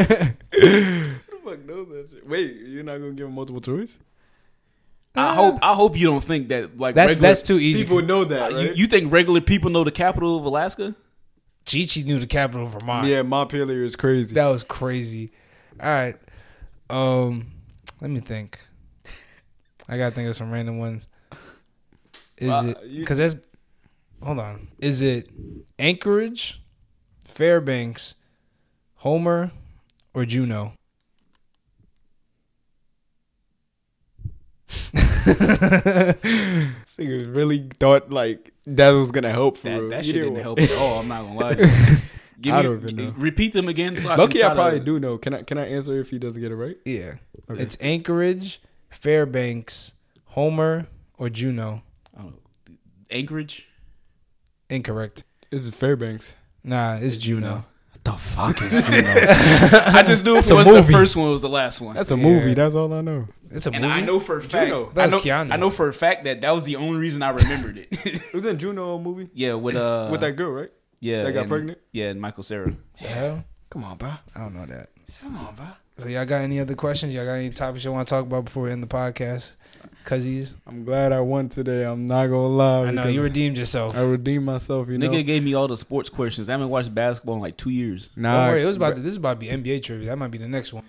S2: Who the fuck knows that shit? Wait, you're not gonna give him multiple choice?
S3: I hope I hope you don't think that like
S1: That's
S3: regular-
S1: that's too easy.
S2: People know that,
S3: You-
S2: right?
S3: you think regular people know the capital of Alaska?
S1: Chichi knew the capital of Vermont.
S2: yeah, Montpelier is crazy.
S1: That was crazy. All right. Um, let me think. I gotta think of some random ones. Is
S2: Uh,
S1: it
S2: you-
S1: because that's hold on. Is it Anchorage, Fairbanks, Homer, or Juno?
S5: This nigga really thought like that was gonna help for
S3: That,
S5: real.
S3: that
S5: You
S3: shit didn't
S5: want-
S3: help at all. I'm not gonna lie. to you. Give
S2: I
S3: me-
S2: don't even know.
S3: Repeat them again. So uh, I
S5: Lucky
S3: can
S5: I
S3: try
S5: probably
S3: to,
S5: do know. Can I can I answer if he doesn't get it right?
S1: Yeah. It's Anchorage, Fairbanks, Homer, or Juno.
S3: I don't know. Anchorage.
S1: Incorrect.
S2: This is Fairbanks.
S1: Nah, it's Juno.
S2: What the fuck is Juno?
S3: I just knew it
S2: a
S3: was the
S2: movie.
S3: first one was the last one.
S2: That's a movie. That's all I know.
S1: It's a
S3: and
S1: movie.
S3: I know for a fact.
S1: That
S3: I,
S1: was
S3: know,
S1: Keanu.
S3: I know for a fact that that was the only reason I remembered it.
S5: was in Juno movie
S3: yeah, with uh,
S5: with that girl, right?
S3: yeah,
S5: that got
S3: and-
S5: pregnant?
S3: Yeah, and Michael Sarah.
S1: The hell?
S5: Come on, bro.
S1: I don't know that.
S3: Come on, bro.
S1: So y'all got any other questions? Y'all got any topics you want to talk about before we end the podcast? Cuzzies.
S2: I'm glad I won today. I'm not gonna lie.
S1: I know
S2: because
S1: you redeemed yourself.
S2: I redeemed myself. You
S3: Nigga
S2: know.
S3: gave me all the sports questions. I haven't watched basketball in like two years.
S2: Nah,
S1: Don't worry, it was about to, this is about to be NBA trivia. That might be the next one.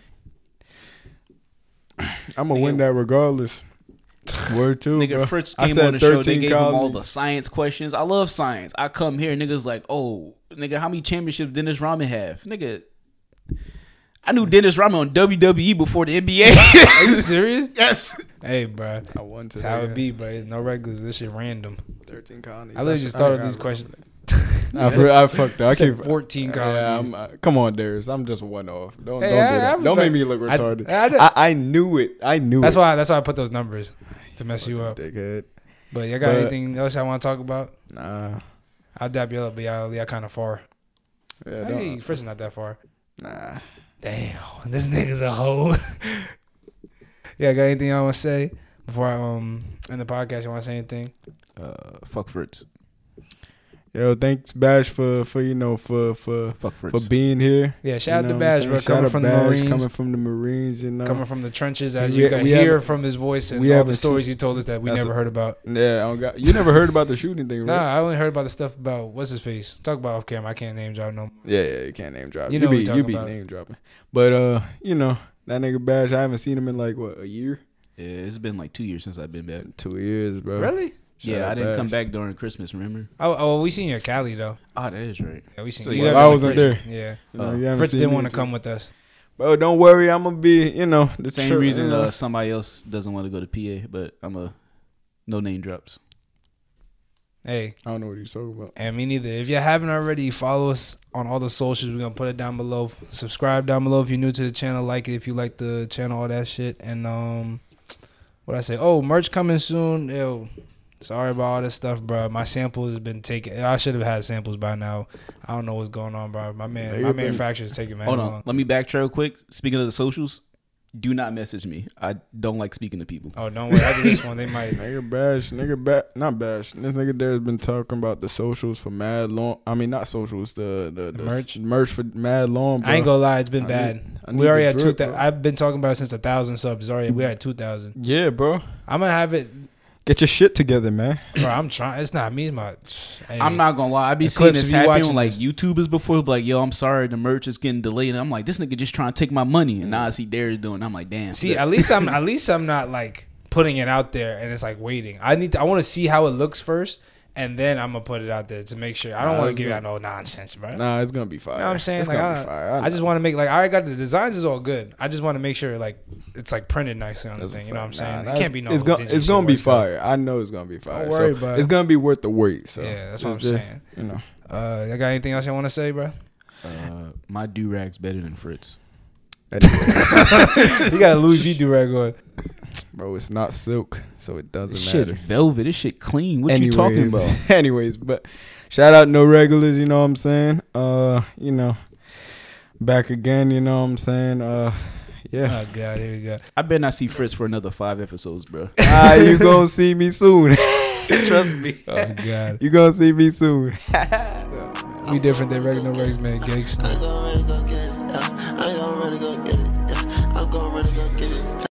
S2: I'm gonna win that regardless. Word two,
S3: Nigga
S2: bro.
S3: first
S2: I
S3: came
S2: said
S3: on the show. They
S2: 13
S3: gave him all
S2: calories.
S3: the science questions. I love science. I come here, niggas like, oh, nigga, how many championships Dennis Rodman have? Nigga, I knew Dennis Rodman on WWE before the NBA.
S1: Are you serious?
S3: yes.
S1: Hey, bro.
S2: I won
S1: That's
S2: today.
S1: how it
S2: yeah.
S1: be, bro. No regulars. This shit random.
S2: Thirteen colonies.
S1: I literally just thought of these questions.
S2: I, for- I fucked up. I
S1: said
S2: keep
S1: 14
S2: Yeah,
S1: colonies.
S2: I'm, uh, come on, Darius. I'm just one off. Don't
S1: Hey,
S2: don't,
S1: I-
S2: do that.
S1: I'm
S2: don't
S1: back-
S2: make me look
S1: I-
S2: retarded. I,
S1: I just-
S2: I, knew it. I knew
S1: That's
S2: it.
S1: why. That's why I put those numbers to mess you up.
S2: Dickhead.
S1: But y'all got
S2: But-
S1: anything else y'all want to talk about?
S2: Nah.
S1: I'll dab you up, but y'all, y'all kind of far.
S2: Yeah,
S1: Hey,
S2: don't.
S1: first is not that far.
S2: Nah.
S1: Damn, this nigga's a hoe. yeah, got anything y'all want to say before I um end the podcast? You want to say anything?
S3: Uh, fuck Fritz.
S2: Yo, thanks Bash for for you know for for
S3: Fuck Fritz.
S2: for being here.
S1: Yeah,
S2: You
S1: shout
S2: know
S1: out to
S2: what I'm
S1: Badge,
S2: saying?
S1: bro.
S2: Shout
S1: Coming
S2: out
S1: from the
S2: Bash,
S1: Marines,
S2: coming
S1: coming,
S2: from the Marines, you know.
S1: from the trenches, as
S2: Uh, We-
S1: you can
S2: we
S1: hear
S2: haven't-
S1: from his voice and
S2: we
S1: all the
S2: haven't
S1: stories he told us that we
S2: That's
S1: never heard about.
S2: yeah, I don't got, you never heard about the shooting thing,
S1: Nah,
S2: right?
S1: I only heard about the stuff about what's his face. Talk about off camera. I can't name y'all no. more.
S2: Yeah, yeah, you can't name drop.
S1: You
S2: You,
S1: know what
S2: be
S1: we
S2: you
S1: talking
S2: be
S1: about.
S2: name dropping. But uh, you know, that nigga Bash, I haven't seen him in like what, a year?
S3: Yeah, it's been like two years since I've been back.
S2: Two years, bro.
S1: Really?
S2: Shout
S3: yeah,
S2: out
S3: I didn't
S2: Bash.
S3: come back during Christmas. Remember?
S1: Oh, oh, we seen you at Cali though.
S3: Ah, that is right.
S1: Yeah, we seen
S3: So
S1: you.
S3: you
S1: You
S3: guys
S1: got
S2: I
S1: us
S2: wasn't
S1: in
S2: there.
S1: person. Yeah,
S2: You know,
S3: Uh,
S2: you haven't
S1: Fritz
S2: seen
S1: didn't
S2: me
S1: want
S2: in
S1: to
S2: two-
S1: come with us.
S2: Bro, don't worry, I'm gonna be, you know, the
S3: Same
S2: trip,
S3: reason
S2: you know.
S3: uh, somebody else doesn't want to go to PA, but I'm a no name drops.
S1: Hey,
S2: I don't know what he's talking about.
S1: and me neither. If you haven't already, follow us on all the socials. We're gonna put it down below. Subscribe down below if you're new to the channel. Like it if you like the channel, all that shit. And um, what I say? Oh, merch coming soon. Yo, sorry about all this stuff, bro. My samples have been taken. I should have had samples by now. I don't know what's going on, bro. My man,
S2: They've
S1: my
S2: been-
S1: manufacturer's taking man
S3: Hold
S1: long.
S3: on. Let me backtrack real quick. Speaking of the socials, do not message me. I don't like speaking to people.
S1: Oh, don't worry. After this one, they might.
S2: Nigga bash, nigga bash, not bash. This nigga there has been talking about the socials for mad long. I mean, not socials, the the, the
S1: Merch?
S2: merch, merch for mad long. Bro.
S1: I ain't gonna lie, it's been
S2: I
S1: bad.
S2: need- I
S1: we
S2: need
S1: already
S2: the
S1: had two.
S2: drip,
S1: Th-
S2: bro.
S1: I've been talking about it since a thousand subs. Already, we had two thousand.
S2: Yeah, bro,
S1: I'm gonna have it,
S2: get your shit together, man.
S1: bro. I'm trying. It's not me. It's my. Hey.
S3: I'm not gonna lie. I be
S1: The
S3: seeing
S1: clips
S3: this
S1: of you
S3: happen
S1: watching
S3: on like YouTubers before. be Like, yo, I'm sorry, the merch is getting delayed. And I'm like, this nigga just trying to take my money. And now I see Darius doing. it. I'm like, damn.
S1: See, at least I'm. At least I'm not like putting it out there, and it's like waiting. I need. To, I want to see how it looks first, and then I'm gonna put it out there to make sure. I don't
S2: Nah,
S1: want to
S2: it's
S1: give
S2: good.
S1: out no nonsense, bro.
S2: Nah, it's gonna be fire.
S1: You know what I'm saying?
S2: It's
S1: Like,
S2: gonna be
S1: I,
S2: fire.
S1: I just want to make like I already got the designs is all good. I just want to make sure like it's like printed nicely on the
S2: That's a
S1: thing. You know what
S2: fact.
S1: I'm saying?
S2: Nah,
S1: it
S2: that's-
S1: can't be no.
S2: It's gonna,
S1: digital
S2: it's
S1: shit
S2: gonna
S1: where
S2: be
S1: it's gonna-
S2: fire. I know it's gonna be fire.
S1: Don't worry,
S2: so
S1: bro.
S2: It's gonna be worth the wait. So
S1: Yeah, that's what
S2: it's
S1: I'm
S2: just,
S1: saying.
S2: You know,
S1: Uh, y'all got anything else you want to say, bro?
S3: uh, my do rag's better than Fritz.
S2: Anyway,
S1: you got a Louis V do rag on.
S2: bro, it's not silk, so it doesn't
S3: This
S2: matter.
S3: shit velvet. This shit clean. What you talking
S2: Anyways.
S3: about?
S2: Anyways, but shout out no regulars, you know what I'm saying? Uh, you know, back again, you know what I'm saying? Uh yeah.
S1: Oh god, here we go.
S3: I bet not see Fritz for another five episodes, bro.
S2: ah, you gonna see me soon. Trust me.
S1: Oh god,
S2: You gonna see me soon.
S1: we different than regular regs, man. Gangsta.
S6: Go, go,